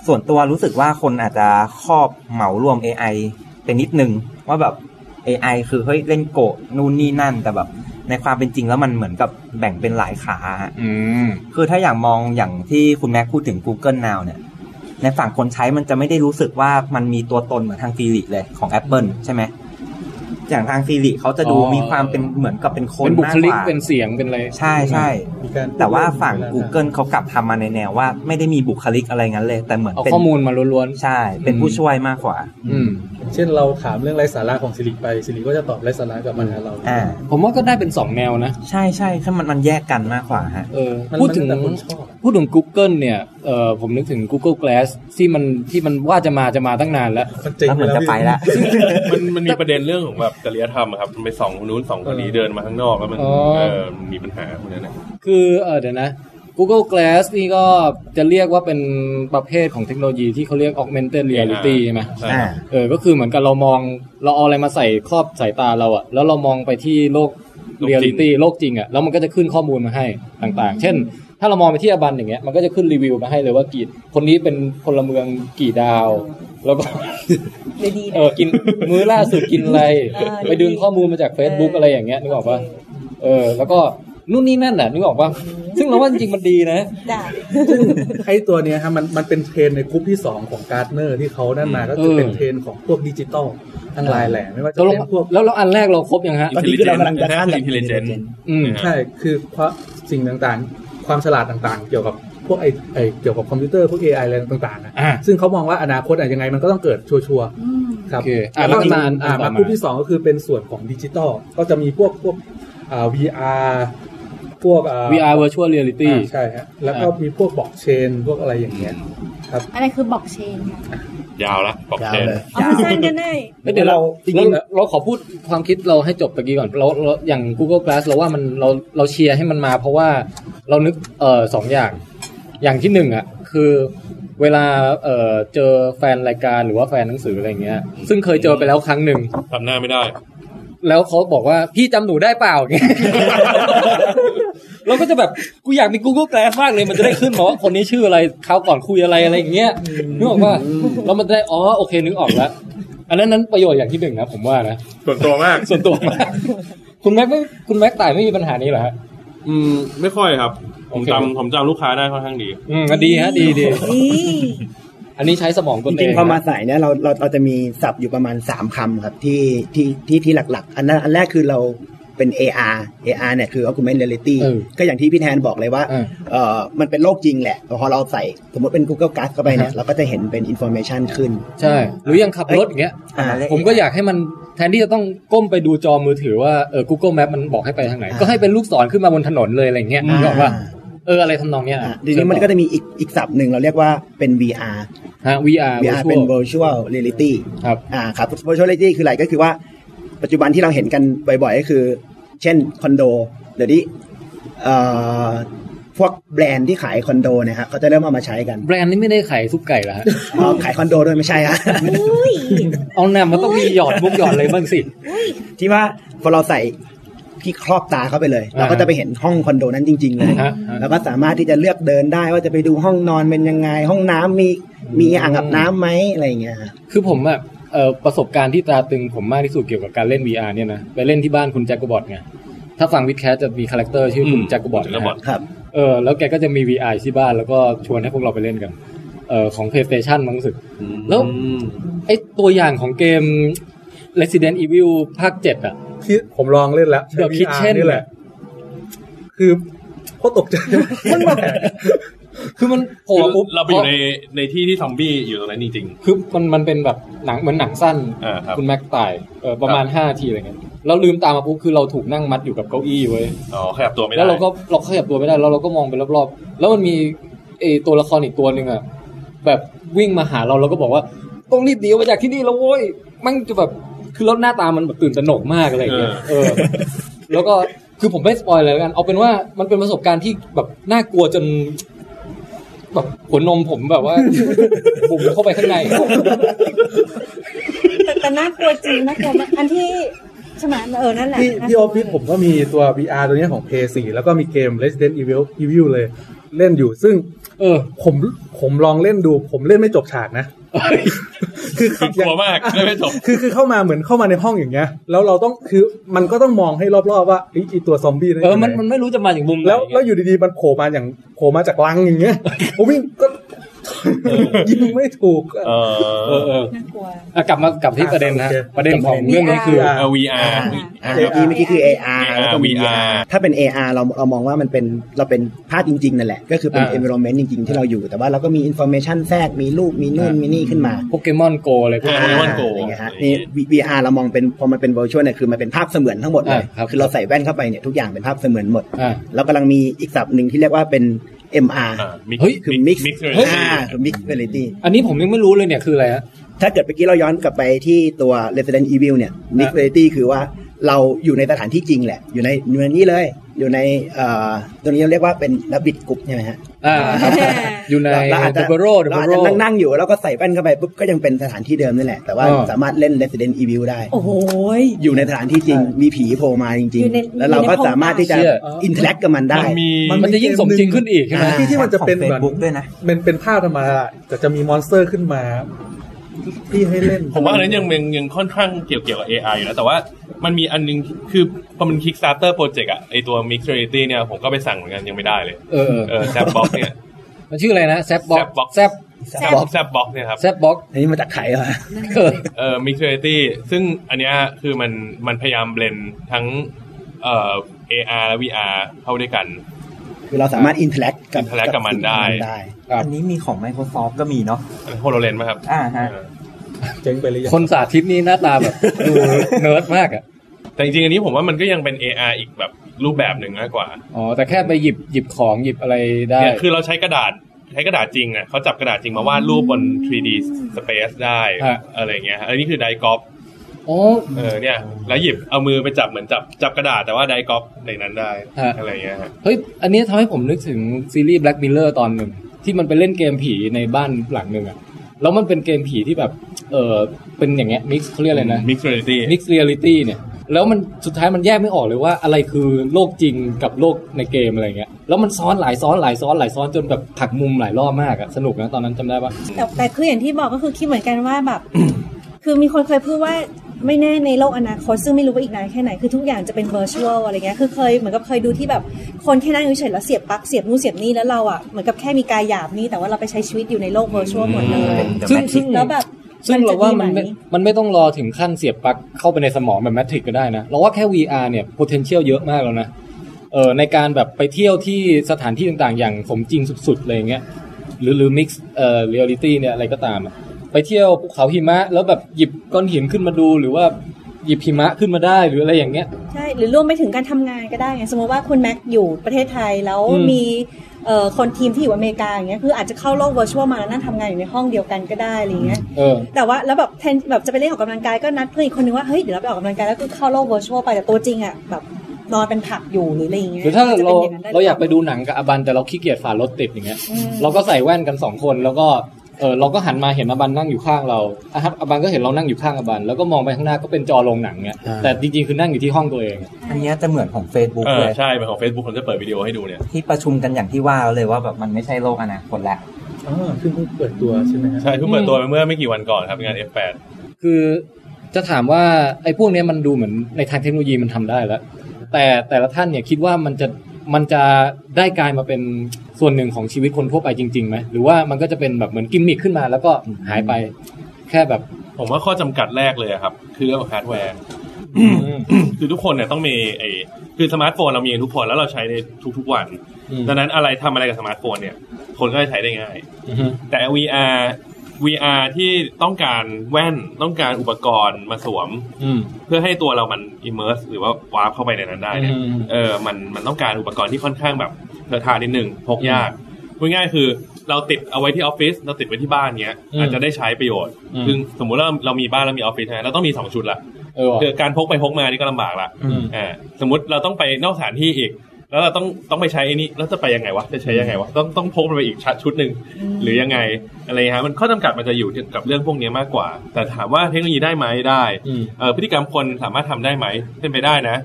Speaker 7: ส่วนตัวรู้สึกว่าคนอาจจะครอบเหมารวม AI เป็นนิดนึง ว่าแบบ AI คือเฮ้ยเล่นโกะนู่นนี่นั่น แต่แบบในความเป็นจริงแล้วมันเหมือนกับแบ่งเป็นหลายขาฮะ
Speaker 4: อืม
Speaker 7: คือถ้าอย่างมองอย่างที่คุณแม็กพูดถึง Google Now เนี่ย ในฝั่งคนใช้มันจะไม่ได้รู้สึกว่ามันมีตัวตนเหมือนทาง s ี r ิเลยของ Apple ใช่ไหม อย่างทาง s ี r ิเขาจะดู
Speaker 4: อ๋อ
Speaker 7: มีความเป็นเหมือนกับเป็นคน
Speaker 4: เป็นบุ
Speaker 7: มา
Speaker 4: ค
Speaker 7: กก
Speaker 4: ลิก
Speaker 7: ว่า
Speaker 4: เป็นเสียงเป็นอะไร
Speaker 7: ใช่ใช่
Speaker 3: มีการ
Speaker 7: แต่ว่าฝั่ง Google เขากลับทำมาในแนวว่าไม่ได้มีบุคลิกอะไรงั้นเลย แต่เหมือน
Speaker 4: เอา
Speaker 7: เป็น
Speaker 4: ข้อมูลมาล้วน
Speaker 7: ใช่ เป็น
Speaker 4: อืม
Speaker 7: ผู้ช่วยมากกว่า
Speaker 4: ๆอืม
Speaker 3: เช่นเราถามเรื่องไร้สาระของสิริไปสิริก็จะตอบไร้สาระกลับมาหาเรา
Speaker 7: อ่า
Speaker 4: ผมว่าก็ได้เป็นสองแนวนะ
Speaker 7: ใช่ใช่ถ้ามันมันแยกกันมากกว่าฮะ
Speaker 4: เออ
Speaker 3: มัน
Speaker 4: พูดถึง
Speaker 3: แล้วแต่คนชอบ
Speaker 4: พูดถึง Google เนี่ยเออผมนึกถึง Google Glass ที่มันที่มันว่าจะมาจะมาตั้งนานแล้ว
Speaker 3: มันเจ๋ง
Speaker 7: แล้วเหมือนจะไปละ
Speaker 5: มันมันมีประเด็นเรื่องของแบบจริยธรรมอะครับมันไปสองคนนู้นสองคนนี้เดินมาข้างนอกแล้วมัน
Speaker 4: อ๋อ
Speaker 5: เออมันมีปัญหาพวกนั้นนะ
Speaker 4: คือเออเดี๋ยวนะ Google Glass นี่ก็จะเรียกว่าเป็นประเภทของเทคโนโลยีที่เขาเรียก augmented reality ใช่ไหม
Speaker 5: ใช่
Speaker 7: อ่า
Speaker 4: เออก็คือเหมือนกับเรามองเราเอาอะไรมาใส่ครอบสายตาเราอะแล้วเรามองไปที่โลก
Speaker 5: โลกจ
Speaker 4: เรียลิ
Speaker 5: ริง
Speaker 4: ตี้โลกจริงอะแล้วมันก็จะขึ้นข้อมูลมาให้ต่างๆ เช่น ถ้าเรามองไปที่อาบันอย่างเงี้ยมันก็จะขึ้นรีวิวมาให้เลยว่ากี่คนนี้เป็นพลเมืองกี่ดาว แล้วก็
Speaker 2: เดี๋ยวดี
Speaker 4: เอ
Speaker 2: นะ
Speaker 4: อกิน มื้อล่าสุดกินอะไร
Speaker 2: เออ
Speaker 4: ไปดึงข้อมูลมาจาก Facebook
Speaker 2: เอออ
Speaker 4: อะไรอย่างเงี้ยนึกออกป่ะเออ แล้วก็นู่นนี่นั่นน่ะนึกออกป่ะซึ่งเราว่าจริงๆมันดีนะ
Speaker 2: ด่า
Speaker 3: ไอ้ตัวเนี้ยฮะมันมันเป็นเทรนในกลุ่มที่สองของการ์ดเนอร์ที่เขานั่นมาก็คือเป็นเทรนของพวกดิจิตอลทั้งหลายแหล่ไม่ว่าจะ
Speaker 4: เราลง
Speaker 3: เป็นพวก
Speaker 4: แล้วแล้วอันแรกเราครบยังฮะ
Speaker 6: ตอนนี้คือเรากำลังจะข้ามจาก
Speaker 5: Intelligent
Speaker 4: อืม
Speaker 3: ใช่ คือเพราะสิ่งต่างๆ ความฉลาดต่างๆ เกี่ยวกับพวกไอไอเกี่ยวกับคอมพิวเตอร์ พวก AI อะไรต่างๆนะ
Speaker 4: อ่า
Speaker 3: ซึ่งเขามองว่าอนาคตอะยังไงมันก็ต้องเกิดชัวร์
Speaker 2: อืม
Speaker 3: ๆครับ
Speaker 4: โอเคอ่ะแล้วอันมาอัน
Speaker 3: อ่า
Speaker 4: ต่อ
Speaker 3: มา
Speaker 4: มา
Speaker 3: คู่ที่ 2 ก็คือเป็นส่วนของดิจิตอล ก็จะมีพวกพวกอ่า VR พวกอ่า
Speaker 4: VR virtual reality
Speaker 3: อ่าใช่ฮะ แล้วก็มีพวกบล็อกเชน พวกอะไรอย่างเงี้ย
Speaker 2: อะไรคือบล็อกเชนค่ะ
Speaker 5: ยาวละบอก
Speaker 6: ยาว
Speaker 5: เชน
Speaker 6: เลย
Speaker 2: เอามาสั้นกันได้
Speaker 4: เอ้ยเดี๋ยวเรา
Speaker 6: จริงๆ
Speaker 4: เราเราขอพูดความคิดเราให้จบตะกี้ก่อนเราเราอย่าง Google Glass เราว่ามันเราเราเชียร์ให้มันมา เพราะว่าเรานึกเออสองอย่าง อย่างที่หนึ่งอ่ะคือเวลาเออเจอแฟนรายการหรือว่าแฟนหนังสืออะไรอย่างเงี้ย ซึ่งเคยเจอไปแล้วครั้งหนึ่ง
Speaker 5: ทำหน้าไม่ได้
Speaker 4: แล้วเขาบอกว่าพี่จำหนูได้เปล่า เงี้ย เราก็จะแบบกูอยากมี Google Glass มากเลยมันจะได้ขึ้นมาว่าคนนี้ชื่ออะไรเขาวก่อนคุยอะไรอะไรอย่างเงี้ยนึกออกว่าแล้วมันจะได้อ๋อโอเคนึกออกแล้ว อั อันนั้นนั้นประโยชน์อย่างที่หนึ่งนะผมว่านะ
Speaker 8: ส่วนตัวมาก
Speaker 4: ส่วน ตัวนะคุณแม็กไม่คุณแม็กต่ายไม่มีปัญหานี้เหรอฮะ
Speaker 5: อืมไม่ค่อยครับ ผม
Speaker 4: โอเค
Speaker 5: จำผมจำลูกค้าได้ค่อนข้างดี
Speaker 4: อืมก็ดีฮะดีดี
Speaker 2: นี่
Speaker 4: อันนี้ใช้สมองต
Speaker 6: จ
Speaker 4: นเอ
Speaker 6: ริง
Speaker 4: ง
Speaker 6: ๆพอมาสายเนี่ยเราเราเราจะมีศัพท์อยู่ประมาณ 3คำครับที่ที่ที่ที่หลักๆ อันนั้นอันแรกคือเราเป็น AR AR เนี่ยคือ augmented reality
Speaker 4: เออ
Speaker 6: ก็อย่างที่พี่แทนบอกเลยว่า
Speaker 4: เออ
Speaker 6: เออมันเป็นโลกจริงแหละแต่พอเราใส่สมมติเป็น Google Glass เข้าไปเนี่
Speaker 4: ครับ
Speaker 6: ยเราก็จะเห็นเป็น information ขึ้น
Speaker 4: ใช่ หรือยังขับรถอย่างเงี้ย
Speaker 6: อ่า
Speaker 4: ผมก็อยากให้มันแทนที่จะต้องก้มไปดูจอมือถือว่าเออ Google Map มันบอกให้ไปทางไหน
Speaker 6: อ่า
Speaker 4: ก็ให้เป็นลูกศรขึ้นมาบนถนนเลยอะไรอย่างเงี้ยนึกออกว่า
Speaker 6: อ่
Speaker 4: เอออะไรทำนองเนี้ย
Speaker 6: อ่ะทีนี้มันก็จะมีอีกอีกศัพท์หนึ่งเราเรียกว่าเป็น VR
Speaker 4: ฮะ VR
Speaker 6: VR เป็น
Speaker 4: virtual
Speaker 6: virtual reality
Speaker 4: ครับ
Speaker 6: อ่าครับ virtual reality คืออะไรก็คือว่า ปัจจุบันที่เราเห็นกันบ่อยๆ ก็คือ เช่นคอนโดเดี๋ยวนี้เอ่อพวกแบรนด์ที่ขายคอนโดเนะฮะเขาจะเริ่มเอามาใช้ กัน
Speaker 4: แบรนด์นี้ไม่ได้ขายซุปไก่เหรอฮะ
Speaker 6: อ๋อขายคอนโดด้วยไม่ใช่ฮะ
Speaker 2: อุ้ย
Speaker 4: เอานำมันต้องมีหยอดมุกหยอดอะไรบ้างสิ
Speaker 6: ที่ว่าพอเราใส่ที่ครอบตาเข้าไปเลย เราก็จะไปเห็นห้องคอนโดนั้นจริง ๆ เลย
Speaker 4: ฮะ
Speaker 6: แล้วก็สามารถที่จะเลือกเดินได้ว่าจะไปดูห้องนอนเป็นยังไง ห้องน้ำมีมีอ่างอาบน้ำไหมอะไรอย่างเงี้ยฮะ
Speaker 4: คือผมอะเอ่อประสบการณ์ที่ตราตรึงผมมากที่สุดเกี่ยวกับการเล่น VR เนี่ยนะ ไปเล่นที่บ้านคุณแจ็คกอบอทไง ถ้าฟังวิดแคสจะมีคาแรคเตอร์ชื่อคุณ
Speaker 5: อืม
Speaker 4: แจ็คกอบอท
Speaker 5: แจ็คก
Speaker 4: นะ
Speaker 5: อบอท
Speaker 6: ครับ
Speaker 4: เออแล้วแกก็จะมี VR อยู่ที่บ้านแล้วก็ชวนให้พวกเราไปเล่นกันเอ่อของ PlayStation มั้งรู้สึก แล้ว
Speaker 5: อืม
Speaker 4: ไอตัวอย่างของเกม Resident Evil ภาค 7 อ่ะ
Speaker 3: ที่ผมลองเล่นแล้วใช้
Speaker 4: The
Speaker 3: VR
Speaker 4: Kitchen
Speaker 3: นี่แหละ คือโคตรตกใจมันแบบ
Speaker 4: คือมันโผล่
Speaker 5: คือ
Speaker 4: ปุ๊บ
Speaker 5: เราไปอยู่ในในที่ที่ซอมบี้อยู่ตรงนั้นจริง
Speaker 4: คือมันมันเป็นแบบหนังเหมือนหนังสั้น
Speaker 5: อ่าครับ
Speaker 4: คุณแม็กตายเออประมาณ 5 ทีอะไรเงี้ยเราลืมตามาปุ๊บคือเราถูกนั่งมัดอยู่กับเก้าอี้เว้ย
Speaker 5: ๆอ๋อขยับตัวไม่ได้
Speaker 4: แล้วเราก็เราขยับตัวไม่ได้แล้วเราก็มองไปรอบๆ แล้วมันมีเออตัวละครอีกตัวหนึ่งอะแบบวิ่งมาหาเราเราก็บอกว่าต้องรีบหนีออกมาจากที่นี่แล้วโว้ยแมันจะแบบคือแล้วหน้าตามันแบบตื่นตระหนกมากอะไรอย่างเงี้ยเออ แล้วก็คือผมไม่สปอยเลยแล้วกัน เอาเป็นว่ามันเป็นประสบการณ์ที่แบบน่ากลัวจน แบบหัวนมผมแบบว่า บุ๋มเข้าไปข้างใน
Speaker 2: แต่แต่น่ากลัวจริงน่ากลัวมากอันที่ใช่ไหมเออนั่นแหละ
Speaker 3: ที่
Speaker 2: นะ
Speaker 3: ที่ออฟฟิศผมก็มีตัว VR ตัวเนี้ยของ PS4 แล้วก็มีเกม Resident Evil Evil เลยเล่นอยู่ ซึ่ง
Speaker 4: เออ
Speaker 3: ผมผมลองเล่นดู ผมเล่นไม่จบฉากนะ คือ
Speaker 5: คือกลัวมากเลยไม่จบ
Speaker 3: คือคือเข้ามาเหมือนเข้ามาในห้องอย่างเงี้ย แล้วเราต้องคือมันก็ต้องมองให้รอบๆว่าเอ้ยไอตัวซอมบี้นั่น
Speaker 4: เออ
Speaker 3: ยู่ไห
Speaker 4: มันมันไม่รู้จะมาจากมุมไหน
Speaker 3: แล้วแล้วอยู่ดีๆ มันโผล่มาอย่างโผล่มาจากลังอย่างเงี้ย ผมวิ่งก็ ยิงไม่ถูก
Speaker 5: เอ
Speaker 4: เออ
Speaker 5: อ
Speaker 4: เออ
Speaker 2: น่ากลัว
Speaker 4: อ่ะกลับมากลับที่ประเด็นนะประเด็นของเรื่องนี้คือ
Speaker 5: เออ VR
Speaker 6: เมื่อกี้เมื่อกี้คือ AR แล้วก็
Speaker 5: AR
Speaker 6: VR ถ้าเป็น AR เราเรามองว่ามันเป็นเราเป็นภาพจริง ๆ นั่นแหละ ก็คือเป็น
Speaker 4: อ่า
Speaker 6: environment จริง ๆ ที่เราอยู่ แต่ว่าเราก็มี information แทรก มีรูป มีนู่น
Speaker 4: อ่ามี
Speaker 6: มีนี่ขึ้นมา
Speaker 4: โปเกมอนโกอะไรพวก
Speaker 5: อ่า
Speaker 4: นี้
Speaker 5: Pokemon Go
Speaker 6: อะไรอย่างเงี้ยฮะนี่ VR เรามองเป็นพอมันเป็น virtual เนี่ยคือมันเป็นภาพเสมือนทั้งหมดเลย
Speaker 4: อ่าครับ
Speaker 6: คือเราใส่แว่นเข้าไปเนี่ยทุกอย่างเป็นภาพเสมือนหมด
Speaker 4: อ่า
Speaker 6: แล้วกำลังมีอีกศัพท์หนึ่งที่เรียกว่าเป็น MR
Speaker 5: อ่า Mix-
Speaker 4: เฮ้ย
Speaker 6: คือ mix
Speaker 5: Mix
Speaker 6: อ่าคือ mix reality
Speaker 4: อันนี้ผมยังไม่รู้เลยเนี่ยคืออะไรฮะ
Speaker 6: ถ้าเกิดเมื่อกี้เราย้อนกลับไปที่ตัว Resident Evil เนี่ย Mix
Speaker 4: อ่ะ
Speaker 6: Reality คือว่าเราอยู่ในสถานที่จริงแหละ อยู่ในอยู่ในนี้เลย อยู่ในเอ่อตรงนี้เราเรียกว่าเป็น Rabbit Group ใช่ไหมฮะ
Speaker 4: อ่าครับ
Speaker 2: อ่า
Speaker 4: อยู่ใน
Speaker 6: เราอาจจะ
Speaker 4: The Burrow The
Speaker 6: เราอาจจะ
Speaker 4: Burrow
Speaker 6: นั่งนั่งอยู่แล้วก็ใส่แว่นเข้าไปปุ๊บก็ยังเป็นสถานที่เดิมนั่นแหละ แต่ว่า
Speaker 4: อ่า
Speaker 6: สามารถเล่น Resident Evil ได้
Speaker 2: โอ้โห
Speaker 6: อยู่ในสถานที่จริง มีผีโผล่มาจริ
Speaker 2: อง ยู่ใน
Speaker 6: ๆ แล้วเราก็สามารถที่จะ
Speaker 4: เชื่อ
Speaker 6: อินเทอร์แอคกับมันได้
Speaker 5: มันมี
Speaker 4: มันจะยิ่งสมจริงขึ้นอีกใช่ไหม
Speaker 6: อ่า
Speaker 3: ที่ที่มันจะเป็น
Speaker 7: เฟ
Speaker 3: เห
Speaker 7: ซ
Speaker 3: มือน
Speaker 7: บุ๊กด้วยนะ
Speaker 3: เป็นเป็นภาพธรรมดาแต่จะมีมอนสเตอร์ขึ้นมาพี่ให้เล่น
Speaker 5: ผมว่าอันนั้นยังยังยังค่อนข้างเกี่ยวเกี่ยวกับ AI อยู่นะ แต่ว่ามันมีอันนึงคือพอมัน Kickstarter Project อะไอตัว Mixed Reality เนี่ย ผมก็ไปสั่งเหมือนกันยังไม่ได้เลย
Speaker 4: เออเออ
Speaker 5: เออแซบบ็อกเนี่ย
Speaker 4: มันชื่ออะไรนะแซบบ็อก
Speaker 5: Zapbox
Speaker 4: แซบ
Speaker 2: แซ่บ
Speaker 5: แซบบ็อกเนี่ยครับ
Speaker 4: แซบบ็อก
Speaker 6: อันนี้มาจากไข่เหรอ
Speaker 4: เออ
Speaker 5: เอ่อมิกซ์เรตี้ซึ่งอันเนี้ยคือมันมันพยายามเบลนทั้งเอ่อ AR และ VR เข้าด้วยกัน
Speaker 6: คือเราสามารถอินเทอร์แอคกับ
Speaker 5: interact กับมันได้
Speaker 4: ครับ
Speaker 7: อันนี้มีของ Microsoft ก็มีเนาะ
Speaker 5: โฮโลเลนไหมครับ
Speaker 7: อ่าฮะ
Speaker 5: เออ
Speaker 3: เจ๊งไปเลย
Speaker 4: คนสาธิตนี่หน้าตาแบบดูเนิร์ดมากอ่ะ
Speaker 5: แต่จริงๆ อันนี้ผมว่ามันก็ยังเป็น AR อีกแบบรูปแบบหนึ่งมากกว่า
Speaker 4: อ๋อ แต่แค่ไปหยิบหยิบของหยิบอะไรได้
Speaker 5: เนี่ยคือเราใช้กระดาษใช้กระดาษจริงอ่ะเขาจับกระดาษจริงมาวาดรูปบน 3D space ได้
Speaker 4: ฮะ
Speaker 5: อะไรเงี้ยฮะอันนี้คือไดกอฟ
Speaker 4: อ๋อ
Speaker 5: เออเนี่ยแล้วหยิบเอามือไปจับเหมือนจับจับกระดาษแต่ว่าไดกอฟในนั้นได้
Speaker 4: ฮะ
Speaker 5: อะไรเงี้ยฮะ
Speaker 4: เฮ้ย อันนี้ทำให้ผมนึกถึงซีรีส์ Black Mirror ตอนหนึ่ง ที่มันไปเล่นเกมผีในบ้านหลังหนึ่งอ่ะ แล้วมันเป็นเกมผีที่แบบ เออเป็นอย่างเงี้ยมิกซ์เขาเรียกอะไรนะ
Speaker 5: มิกซ์เรตี้
Speaker 4: มิกซ์เรียลิตี้เนี่ย แล้วมันสุดท้ายมันแยกไม่ออกเลยว่าอะไรคือโลกจริงกับโลกในเกมอะไรเงี้ย แล้วมันซ้อนหลายซ้อนหลายซ้อนหลายซ้อนจนแบบผักมุมหลายรอบมากอะสนุกนะตอนนั้นจำได้ปะ
Speaker 2: แต่แต่คืออย่างที่บอกก็คือคิดเหมือนกันว่าแบบ คือมีคนเคยพูดว่าไม่แน่ในโลกอนาคต ซึ่งไม่รู้ว่าอีกนานแค่ไหน คือทุกอย่างจะเป็น virtual อะไรเงี้ยคือเคยเหมือนกับเคยดูที่แบบคนแค่นั่งอยู่เฉยๆแล้วเสียบปลั๊กเสียบนู่นเสียบนี่แล้วเราอ่ะเหมือนกับแค่มีกายหยาบนี่แต่ว่าเราไปใช้ชีวิตอยู่ในโลก virtual หมดเลย
Speaker 7: The
Speaker 4: ซึ่ง
Speaker 7: Matrix
Speaker 4: ซึ่ง
Speaker 2: แล้วแบบ
Speaker 4: ซึ่งเราว่ามันไม่
Speaker 2: จะดีไห
Speaker 4: มันไม่ต้องรอถึงขั้นเสียบปลั๊กเข้าไปในสมองแบบแมทริกก็ได้นะ เราว่าแค่ VR เนี่ย potential เยอะมากแล้วนะเออในการแบบไปเที่ยวที่สถานที่ต่างๆ อย่างสมจริงสุดๆอะไรอย่างเงี้ยหรือหรือ mix เอ่อ reality เนี่ยอะไรก็ตามอะไปเที่ยวภูเขาหิมะ แล้วแบบหยิบก้อนหินขึ้นมาดูหรือว่าหยิบหิมะขึ้นมาได้หรืออะไรอย่างเงี้ย
Speaker 2: ใช่หรือรวมไปถึงการทำงานก็ได้ไงสมมติว่าคุณแม็กอยู่ประเทศไทยแล้ว
Speaker 4: อืม
Speaker 2: มีเอ่อคนทีมที่อยู่อเมริกาอย่างเงี้ยคืออาจจะเข้าโลก virtual มาแล้วนั่งทำงานอยู่ในห้องเดียวกันก็ได้อะไรเงี้ย
Speaker 4: เออ
Speaker 2: แต่ว่าแล้วแบบแทนแบบจะไปเล่นออกกำลังกายก็นัดเพื่อนอีกคนนึงว่าเฮ้ยเดี๋ยวเราไปออกกำลังกายแล้วก็เข้าโลก virtual ไปแต่ตัวจริงอ่ะแบบนอนเป็นผักอยู่หรืออะไรอย่างเงี้ย
Speaker 4: หรือถ้า
Speaker 2: จะ
Speaker 4: เรา
Speaker 2: ป็นงนั้นด้
Speaker 4: เราอยากไปดูหนังกับอบันแต่เราขี้เกียจฝ่ารถติดอย่างเงี้ย
Speaker 2: อืม
Speaker 4: เราก็ใส่แว่นกันสองคนแล้วก็เออเราก็หันมาเห็นอบันนั่งอยู่ข้างเราอะครับอบันก็เห็นเรานั่งอยู่ข้างอบันแล้วก็มองไปข้างหน้าก็เป็นจอโรงหนังเงี้ย
Speaker 6: อ่า
Speaker 4: แต่จริงๆคือนั่งอยู่ที่ห้องตัวเอง
Speaker 7: อันเนี้ยจะเหมือนของ Facebook
Speaker 5: เอ
Speaker 7: เล
Speaker 5: อย ใช่เป็นของ Facebook ผมจะเปิดวิดีโอให้ดูเนี่ย
Speaker 7: ที่ประชุมกันอย่างที่ว่าเลยว่าแบบมันไม่ใช่โลกอนาคตแล้ว
Speaker 3: อ๋อซึ่งเพิ่งเปิดตัวใช่ไหมฮะ
Speaker 5: ใช่เพิ่งเปิดตัวไปเมื่อไม่กี่วันก่อนครับงาน F8
Speaker 4: คือจะถามว่าไอ้พวกเนี้ยมันดูเหมือนในทางเทคโนโลยีมันทำได้แล้ว แต่แต่ละท่านเนี่ยคิดว่ามันจะมันจะได้กลายมาเป็นส่วนหนึ่งของชีวิตคนทั่วไปจริงๆไหมหรือว่ามันก็จะเป็นแบบเหมือนกิมมิคขึ้นมา แล้วก็หายไปแค่แบบ
Speaker 5: ผมว่าข้อจำกัดแรกเลยอะครับ คือเรื่องของฮาร์ดแวร์ คือทุกคนเนี่ยต้องมีไอ้คือสมาร์ทโฟนเรามีกันทุกคนแล้วเราใช้ในทุกๆวัน
Speaker 4: อืม
Speaker 5: ดังนั้นอะไรทำอะไรกับสมาร์ทโฟนเนี่ย คนก็จะใช้ได้ง่าย แต่ VR VR ที่ต้องการแว่นต้องการอุปกรณ์มาสวม
Speaker 4: อืม
Speaker 5: เพื่อให้ตัวเรามัน immerse หรือว่าวาร์ปเข้าไปในนั้นได้เนี่ย
Speaker 4: อืม
Speaker 5: เออ มัน มันต้องการอุปกรณ์ที่ค่อนข้างแบบเทอะทานิดหนึ่งพกยากพูดง่ายๆคือ เราติดเอาไว้ที่ออฟฟิศ เราติดไว้ที่บ้านเนี้ย
Speaker 4: อืม
Speaker 5: อาจจะได้ใช้ประโยชน์
Speaker 4: อืม
Speaker 5: ซึ่งสมมุติว่าเรามีบ้านเรามีออฟฟิศใช่ไหมเราต้องมีสองชุดละ
Speaker 4: เออว่ะ
Speaker 5: คือการพกไปพกมานี่ก็ลำบากละ
Speaker 4: อืม
Speaker 5: อ่า สมมติเราต้องไปนอกสถานที่อีก แล้วเราต้อง ต้องไปใช้ไอ้นี่แล้วจะไปยังไงวะ จะใช้ยังไงวะ ต้อง ต้องพกมันไปอีกชัดชุดหนึ่ง หรือยังไง อะไรฮะ มันข้อจำกัดมันจะอยู่กับเรื่องพวกเนี้ยมากกว่า แต่ถามว่าเทคโนโลยีได้ไหมได้
Speaker 4: อืม
Speaker 5: เอ่อพฤติกรรมคนสามารถทำได้ไหมเป็นไปได้นะ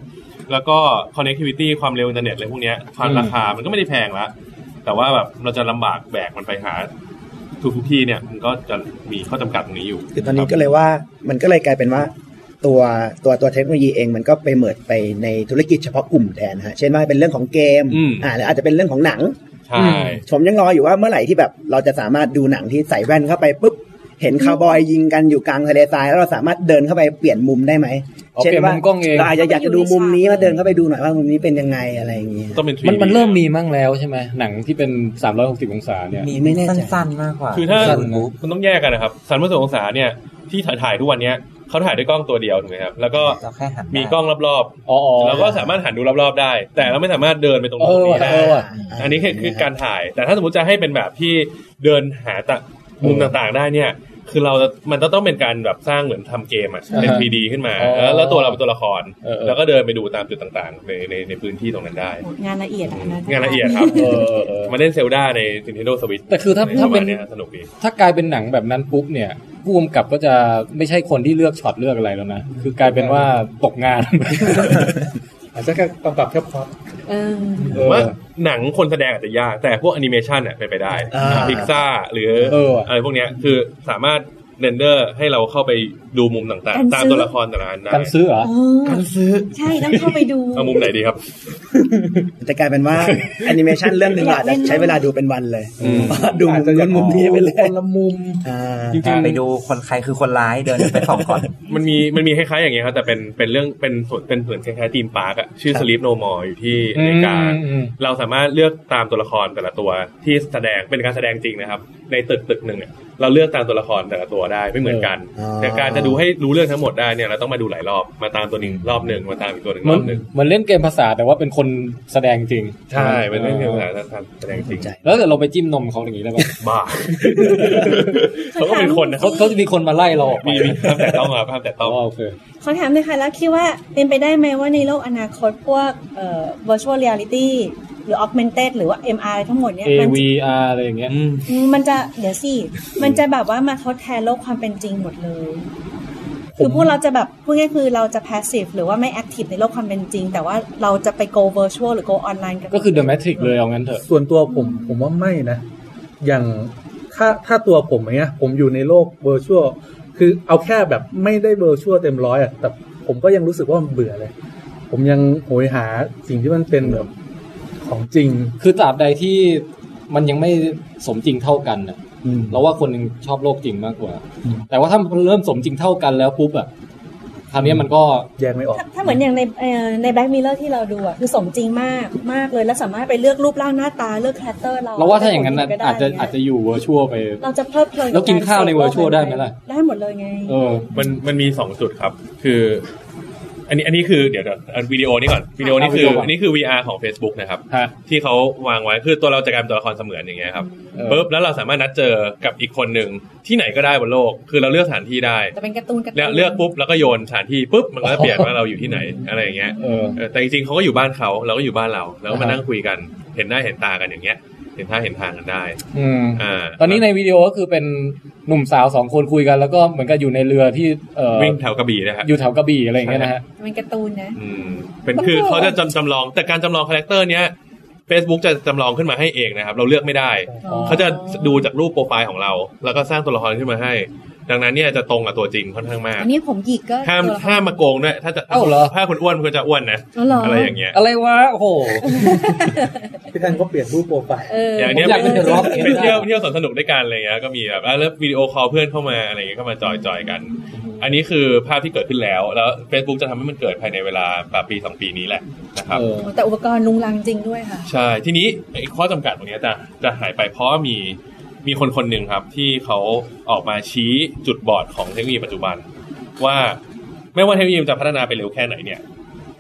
Speaker 5: แล้วก็ connectivity ความเร็วอินเทอร์เน็ตอะไรพวกเนี้ยความ
Speaker 4: อืม
Speaker 5: ราคามันก็ไม่ได้แพงละ แต่ว่าแบบเราจะลำบากแบกมันไปหาทุกทุกๆที่เนี่ย มันก็จะมีข้อจำกัดตรงนี้อยู่
Speaker 6: คือตอนนี้
Speaker 5: รั
Speaker 6: ก็
Speaker 5: บ
Speaker 6: เลยว่ามันก็เลยกลายเป็นว่าตัวตัวตัวเทคโนโลยีเองมันก็ไปเหมิดไปในธุรกิจเฉพาะกลุ่มแทนนะฮะเช่นว่าเป็นเรื่องของเกมอ่าหรืออาจจะเป็นเรื่องของหนัง
Speaker 5: ใช่
Speaker 6: ผมยังรออยู่ว่าเมื่อไหร่ที่แบบเราจะสามารถดูหนังที่ใส่แว่นเข้าไปปุ๊บเห็นคาวบอยยิงกันอยู่กลางทะเลทรายแล้วเราสามารถเดินเข้าไปเปลี่ยนมุมได้ไหม
Speaker 4: อ๋อเปลี่ยนมุมกล้องเอง
Speaker 6: เราอาจจะอยากจะดูมุมนี้ว่าเดินเข้าไปดูหน่อยว่ามุมนี้เป็นยังไงอะไรอย่างเงี้ย
Speaker 5: ต้องเป็น 3D
Speaker 4: มันมันเริ่มมีมั่งแล้วใช่ไหมหนังที่เป็น 360 องศาเนี่ย
Speaker 6: มีไม่แน่ใจ
Speaker 7: สั้นๆมากกว่า
Speaker 5: คือถ้า
Speaker 4: สั้นนะ
Speaker 5: คุณต้องแยกกันนะครับสันมสองศาเนี่ยที่ถ่ายถ่ายทุกวันเนี้ยเขาถ่ายด้วยกล้องตัวเดียวถูกไหมครับ แล้วก็
Speaker 7: เราแค่หัน
Speaker 5: มีกล้องรอบ
Speaker 4: อ๋ออ๋อ
Speaker 5: ๆเราก็สามารถหันดูรอบๆได้ แต่เราไม่สามารถเดินไปตรง
Speaker 4: เอ
Speaker 5: นู้นต
Speaker 4: อ
Speaker 5: รง
Speaker 4: ว่ะเออ
Speaker 5: นี้ได้
Speaker 4: ว่ะ
Speaker 5: อันนี้คือคือการถ่าย แต่ถ้าสมมติจะให้เป็นแบบที่เดินหาตะมุม
Speaker 4: เออ
Speaker 5: ต่างๆได้เนี่ย คือเรามันต้องเป็นการแบบสร้างเหมือนทำเกมอะเป็น
Speaker 4: อ่าฮะ
Speaker 5: 3D ขึ้นมา
Speaker 4: อ๋อ
Speaker 5: แล้วแล้วตัวเราเป็นตัวละคร
Speaker 4: เออเออ
Speaker 5: แล้วก็เดินไปดูตามจุดต่างๆ ในในในพื้นที่ตรงนั้นได้
Speaker 2: โอ้งานละเอียดอะนะ
Speaker 5: งานละเอียดครับ
Speaker 4: เออเออเออ
Speaker 5: มาเล่นเซลดาใน Nintendo Switch
Speaker 4: แต่คือถ้าถ้าเป็น
Speaker 5: ใระมณยสนุกดี
Speaker 4: ถ้ากลายเป็นหนังแบบนั้นปุ๊บเนี่ยผู้กำกับก็จะไม่ใช่คนที่เลือกช็อตเลือกอะไรแล้วนะ คือกลายเป็นว่าตก งาน
Speaker 3: อาจจะแค่กำกับแค่พล็อต
Speaker 2: เออ
Speaker 4: เออ
Speaker 5: ว่าหนังคนแสดงอาจจะยาก แต่พวกแอนิเมชันเนี่ยเป็นไปได้
Speaker 6: อ่า
Speaker 5: พิกซ่าหรือ
Speaker 4: เออว่ะ
Speaker 5: อะไรพวกเนี้ยคือสามารถเรนเดอร์ให้เราเข้าไปดูมุมต่างๆ ตามตัวละครแต่ละอันได้
Speaker 4: กันซื้อเหรอ
Speaker 2: เออใช่ต้องเข้าไปดู
Speaker 5: เอามุมไหนดีครับ
Speaker 6: แต่กลายเป็นว่าแอนิเมชันเรื่องหนึ่งเราอาจจะใช้เวลาดูเป็นวันเลย
Speaker 5: อืม
Speaker 6: ดูมุมนั้นมุมนี้ไปเลย
Speaker 3: คนละมุม
Speaker 6: อ่า
Speaker 5: จริงๆ
Speaker 7: ไปดูคนใครคือคนร้ายเดินไปสองก่อน
Speaker 5: มันมีมันมีคล้ายๆอย่างเงี้ยครับแต่เป็นเป็นเรื่องเป็นส่วนเป็นเหมือนคล้ายๆทีมปาร์กอะชื่อ Sleep No More อยู่ที่อ
Speaker 4: อื
Speaker 5: เม
Speaker 4: ม
Speaker 5: ริกา
Speaker 4: อืม
Speaker 5: เราสามารถเลือกตามตัวละครแต่ละตัวที่แสดงเป็นการแสดงจริงนะครับ ในตึกตึกหนึ่งเนี่ยเราเลือกตามตัวละครแต่ละตัวได้ไม่เหมือนกัน
Speaker 6: เอออ๋อ
Speaker 5: แต่การจะดูให้รู้เรื่องทั้งหมดได้เนี่ยเราต้องมาดูหลายรอบมาตามตัวหนึ่งรอบหนึ่งมาตามอีกตัวหนึ่ง
Speaker 4: เห
Speaker 5: ร
Speaker 4: มือ
Speaker 5: อน บหนึ่ง
Speaker 4: เหมือนเล่นเกมภาษาแต่ว่าเป็นคนแสดงจริง
Speaker 5: ใช่เป็นเรื่องเกี่ยวกับการแสดงจริง
Speaker 4: แล้วแต่เราไปจิ้มนมเขาอย่างนี้ได้ ปะ
Speaker 5: บ้า เขาก็เป็นคนนะ
Speaker 4: เขาเขาจะมีคนมาไล่เราออกไป
Speaker 5: มีมีห้ามแต่ต้องครับห้ามแต่
Speaker 4: อ๋
Speaker 5: ต้อง
Speaker 4: อโอเค
Speaker 2: ขอถามหน่อยค่ะแล้วคิดว่าเป็นไปได้ไหมว่าในโลกอนาคตพวกเอ่อ virtual reality หรือ augmented หรือว่า MR ทั้งหมดเนี่ย
Speaker 4: A
Speaker 2: มัน
Speaker 4: V
Speaker 2: จะ
Speaker 4: R อะไรอย่างเงี้ย
Speaker 5: อืม
Speaker 2: อืมมันจะเดี๋ยวสิ มันจะแบบว่ามาทดแทนโลกความเป็นจริงหมดเลย คือพวกเราจะแบบพูดง่ายๆคือเราจะ passive หรือว่าไม่ active ในโลกความเป็นจริง แต่ว่าเราจะไป go virtual หรือ go online กัน
Speaker 4: ก็คือ The Matrix เลยเอางั้นเถอะ
Speaker 3: ส่วนตัวผมผมว่าไม่นะ อย่างถ้าถ้าตัวผมอย่างเงี้ย ผมอยู่ในโลกเวอร์ชวล คือเอาแค่แบบไม่ได้เบอร์ชั่วเต็มร้อยอ่ะแต่ผมก็ยังรู้สึกว่ามันเบื่อเลย ผมยังโหยหาสิ่งที่มันเป็นแบบของจริง
Speaker 4: คือตราบใดที่มันยังไม่สมจริงเท่ากันน่ะเราว่าคนหนึ่งชอบโลกจริงมากกว่า แต่ว่าถ้ามันเริ่มสมจริงเท่ากันแล้วปุ๊บอะคราวเนี้ยมันก็
Speaker 3: แยกไม่ออก
Speaker 2: ถ้าถ้าเหมือนอย่างในเอ่อในแบล็กมิเลอร์ที่เราดูอะคือสมจริงมากมากเลย แล้วสามารถไปเลือกรูปร่างหน้าตาเลือกคาแรคเตอร์เรา
Speaker 4: เราว่าถ้าอย่างนั้นน่ะ
Speaker 2: เลืกค
Speaker 4: อาจจะ
Speaker 2: ก็ได้
Speaker 4: อาจจะอยู่เวอร์ชวลไป
Speaker 2: เราจะเพลิดเพลินบ
Speaker 4: แล้วกินข้าวใน
Speaker 2: รสพ
Speaker 4: virtual ได้ไหมล่ะ
Speaker 2: ได้หมดเลยไง
Speaker 4: เออ
Speaker 5: มันมันมีสองจุดครับ คือ อันนี้อันนี้คือเดี๋ยวเดี๋ยวเอาวิดีโอนี้ก่อนวิดีโอนี้คือ
Speaker 4: เอาวิดีโอก่อน
Speaker 5: อันนี้คือ VR ของ Facebook นะครับ
Speaker 4: ฮะ
Speaker 5: ที่เขาวางไว้คือตัวเราจะกลายเป็นตัวละครเสมือนอย่างเงี้ยครับ
Speaker 4: เออ
Speaker 5: ปุ๊บแล้วเราสามารถนัดเจอกับอีกคนหนึ่งที่ไหนก็ได้บนโลก คือเราเลือกสถานที่ได้
Speaker 2: จะเป็นการ์ตูนการ์ตูน
Speaker 5: แล้วเลือกปุ๊บแล้วก็โยนสถานที่ปุ๊บมันก็จะเปลี่ยนว่าเราอยู่ที่ไหนอะไรอย่างเงี้ย
Speaker 4: เออ
Speaker 5: เออแต่จริงๆเขาก็อยู่บ้านเขาเราก็อยู่บ้านเรา แล้วก็มา
Speaker 4: อ่าฮะ
Speaker 5: นั่งคุยกัน เห็นหน้าเห็นตากันอย่างเงี้ย เห็นท่าเห็นทางกันได้
Speaker 4: อืม
Speaker 5: อ่า
Speaker 4: ตอนนี้ในวิดีโอก็คือเป็นหนุ่มสาวสองคนคุยกัน แล้วก็เหมือนกับอยู่ในเรือที่เออ
Speaker 5: วิ่งแถวกระบี่นะครับ
Speaker 4: อยู่แถวกระบี่อะไรอย่างเงี้ยนะฮะ
Speaker 2: จะเป็นการ์ตูนนะ
Speaker 5: อืมเป็นคือเขาจะจำจำลองแต่การจำลองคาแรคเตอร์เนี้ย Facebook จะจำลองขึ้นมาให้เองนะครับ เราเลือกไม่ได้
Speaker 4: อ๋อ
Speaker 5: เขาจะดูจากรูปโปรไฟล์ของเรา แล้วก็สร้างตัวละครขึ้นมาให้ ดังนั้นเนี่ยจะตรงกับตัวจริงค่อนข้างมาก
Speaker 2: อันนี้ผมหยิกก็
Speaker 5: ห้าม
Speaker 2: ตัวละคร
Speaker 5: ห้ามมาโกงด้วยถ้าจะ
Speaker 4: เอ้าเหรอ
Speaker 5: ถ้าคนอ้วนมันก็จะอ้วนนะ
Speaker 2: อ๋อเหรอ
Speaker 5: อะไรอย่างเงี้ย
Speaker 4: อะไรวะโอ้โห
Speaker 3: พี่แทนก็เปลี่ยนรูปโปรไฟล์
Speaker 2: เออ
Speaker 5: อ
Speaker 2: อย่าง
Speaker 5: เนี้ย
Speaker 4: ผมอยากเป็นเดอะร็อก
Speaker 5: ไปเที่ยวเที่ยวสวนสนุกด้วยกันอะไรเงี้ยก็มีแบบอ่ะแล้ววิดีโอคอลเพื่อนเข้ามาอะไรเงี้ยก็มาจอยจอยกัน อันนี้คือภาพที่เกิดขึ้นแล้ว แล้ว Facebook จะทำให้มันเกิดภายในเวลาแบบปีสองปีนี้แหละนะครับ
Speaker 4: เออ
Speaker 2: แต่อุปกรณ์ลุงลังจริงด้วยค่ะ
Speaker 5: ใช่ ทีนี้ไอ้ข้อจำกัดตรงเนี้ยจะจะหายไปเพราะมีมีคนคนหนึ่งครับ ที่เขาออกมาชี้จุดบอดของเทคโนโลยีปัจจุบัน ว่าไม่ว่าเทคโนโลยีมันจะพัฒนาไปเร็วแค่ไหนเนี่ย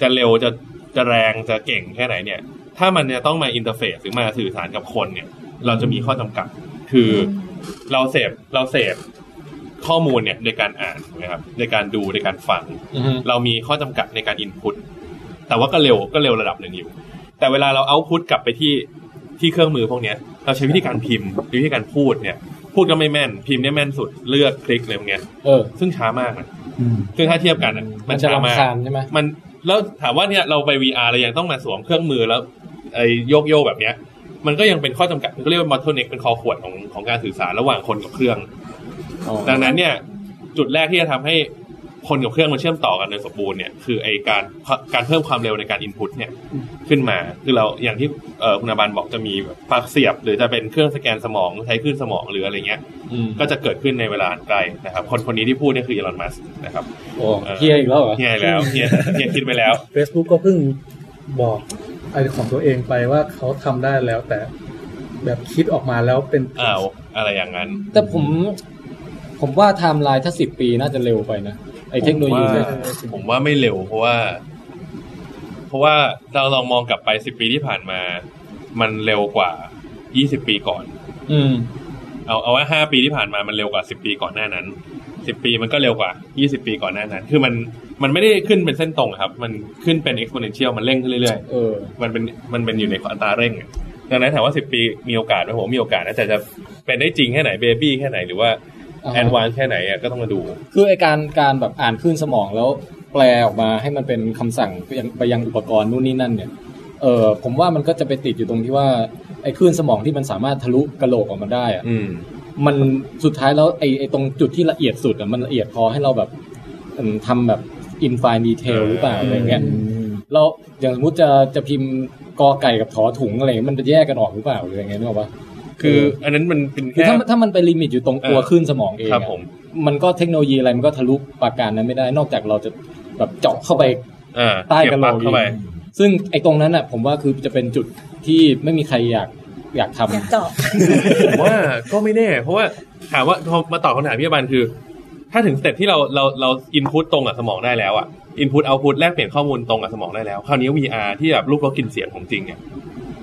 Speaker 5: จะเร็วจะจะแรงจะเก่งแค่ไหนเนี่ย ถ้ามันจะต้องมาอินเทอร์เฟซหรือมาสื่อสารกับคนเนี่ย เราจะมีข้อจำกัด คือเราเสพเราเสพข้อมูลเนี่ยโดยการอ่านถูกไหมครับในการดูในการฟัง
Speaker 4: อือฮึ
Speaker 5: เรามีข้อจำกัดในการอินพุตแต่ว่าก็เร็วก็เร็วระดับหนึ่งอยู่ แต่เวลาเราเอาพุตกลับไปที่ที่เครื่องมือพวกเนี้ย เราใช้วิธีการพิมพ์หรือวิธีการพูดเนี่ย พูดก็ไม่แม่น พิมพ์เนี่ยแม่นสุดเลือกคลิกอะไรพวกเนี้ย
Speaker 4: เออ
Speaker 5: ซึ่งช้ามากนะซึ่งถ้าเทียบกันอะ
Speaker 4: มั
Speaker 5: มันน
Speaker 4: จะ
Speaker 5: ช้ามาร
Speaker 4: ำ
Speaker 5: ก
Speaker 4: คาญใช่ไหม
Speaker 5: มันแล้วถามว่าเนี่ยเราไป VR เรายังต้องมาสวมเครื่องมือแล้วไอ้โยกโยกๆแบบเนี้ย มันก็ยังเป็นข้อจำกัดมันก็เรียกว่า bottleneck เป็นคอขวดของของการสื่อสารระหว่างคนกับเครื่อง ดังนั้นเนี่ยจุดแรกที่จะทำให้คนกับเครื่องมันเชื่อมต่อกันโดยสมบูรณ์เนี่ยคือไอการการเพิ่มความเร็วในการอินพุตเนี่ยขึ้นมาคือเราอย่างที่เอ่อคุณอาบันบอกจะมีแบบปลักเสียบ หรือจะเป็นเครื่องสแกนสมองใช้คลื่นสมองหรืออะไรเงี้ย
Speaker 4: อืม
Speaker 5: ก็จะเกิดขึ้นในเวลาอันใกล้นะครับ คนคนนี้ที่พูดเนี่ยคืออีลอนมัสนะครับ
Speaker 4: โอ้เฮียอีกแล้วเหรอ
Speaker 5: เฮีย แล้วเฮียเฮียคิดไปแล้ว
Speaker 3: Facebook ก็เพิ่งบอกไอะไรของตัวเองไปว่าเขาทำได้แล้วแต่แบบคิดออกมาแล้วเป็น
Speaker 5: อ้าวอะไรอย่างนั้น
Speaker 4: แต่ผม ผมว่าไทม์ไลน์ถ้าสิบปีน่าจะเร็วไปนะ ไอเทคโนโลยีเนี่ย
Speaker 5: ผมว่าไม่เร็วเพราะว่า เพราะว่าเราลองมองกลับไปสิบปีที่ผ่านมา มันเร็วกว่ายี่สิบปีก่อน
Speaker 4: อืม
Speaker 5: เอาเอาว่าห้า5ปีที่ผ่านมามันเร็วกว่าสิบปีก่อนหน้านั้นสิบปีมันก็เร็วกว่ายี่สิบปีก่อนหน้านั้น คือมันมันไม่ได้ขึ้นเป็นเส้นตรงครับ มันขึ้นเป็น exponential มันเร่งขึ้นเรื่อย
Speaker 4: เออ
Speaker 5: ๆ มันเป็นมันเป็นอยู่ในอัตราเร่งอะดังนั้นถามว่าสิบปีมีโอกาสไหมผมว่ามีโอกาสนะแต่จะเป็นได้จริงแค่ไหนเบบี้แค่ไหนหรือว่า
Speaker 4: อ่าฮะ
Speaker 5: แอดวานแค่ไหนอะก็ต้องมาดู
Speaker 4: คือไอการการแบบอ่านคลื่นสมองแล้วแปลออกมาให้มันเป็นคำสั่งไปยังไปยังอุปกรณ์นู่นนี่นั่นเนี่ย เออผมว่ามันก็จะไปติดอยู่ตรงที่ว่าไอคลื่นสมองที่มันสามารถทะลุกระโหลกออกมาได้อะ
Speaker 5: อืม
Speaker 4: มันสุดท้ายแล้วไอไอตรงจุดที่ละเอียดสุดอะมันละเอียดพอให้เราแบบอืมทำแบบอินไฟดีเทลหรือเปล่าอะไรเงี้ย เราอย่างสมมติจะจะพิมพ์กอไก่กับถอถุงอะไรมันจะแยกกันออกหรือเปล่าหรือยังไงนึกออกปะ
Speaker 5: คือ อันนั้นมันเป็น
Speaker 4: คือ
Speaker 5: แค่
Speaker 4: ถ้าถ้ามันไปลิมิตอยู่ตรงตัว
Speaker 5: เออ
Speaker 4: คลื่นสมองเอง
Speaker 5: ครับ
Speaker 4: อะ
Speaker 5: ผม
Speaker 4: มันก็เทคโนโลยีอะไรมันก็ทะลุปราการนั้นไม่ได้ นอกจากเราจะแบบเจาะเข้าไป
Speaker 5: อ่า
Speaker 4: ใต้
Speaker 5: เสียบ
Speaker 4: กะโหล
Speaker 5: ปลั๊
Speaker 4: ก
Speaker 5: เข้าไป
Speaker 4: ซึ่งไอ้ตรงนั้นอ่ะ ผมว่าคือจะเป็นจุดที่ไม่มีใครอยากอยากทำ
Speaker 2: อยาก เจาะ
Speaker 5: ผมว่าก็ไม่แน่ เพราะว่าถามว่าพอมาตอบคำถามพี่อบันคือ ถ้าถึงสเต็ปที่เราเราเราอินพุตตรงกับสมองได้แล้วอ่ะอินพุตเอาพุตแลกเปลี่ยนข้อมูลตรงกับสมองได้แล้ว คราวนี้ VR ที่แบบรูปรสกลิ่นเสียงของจริงเนี่ย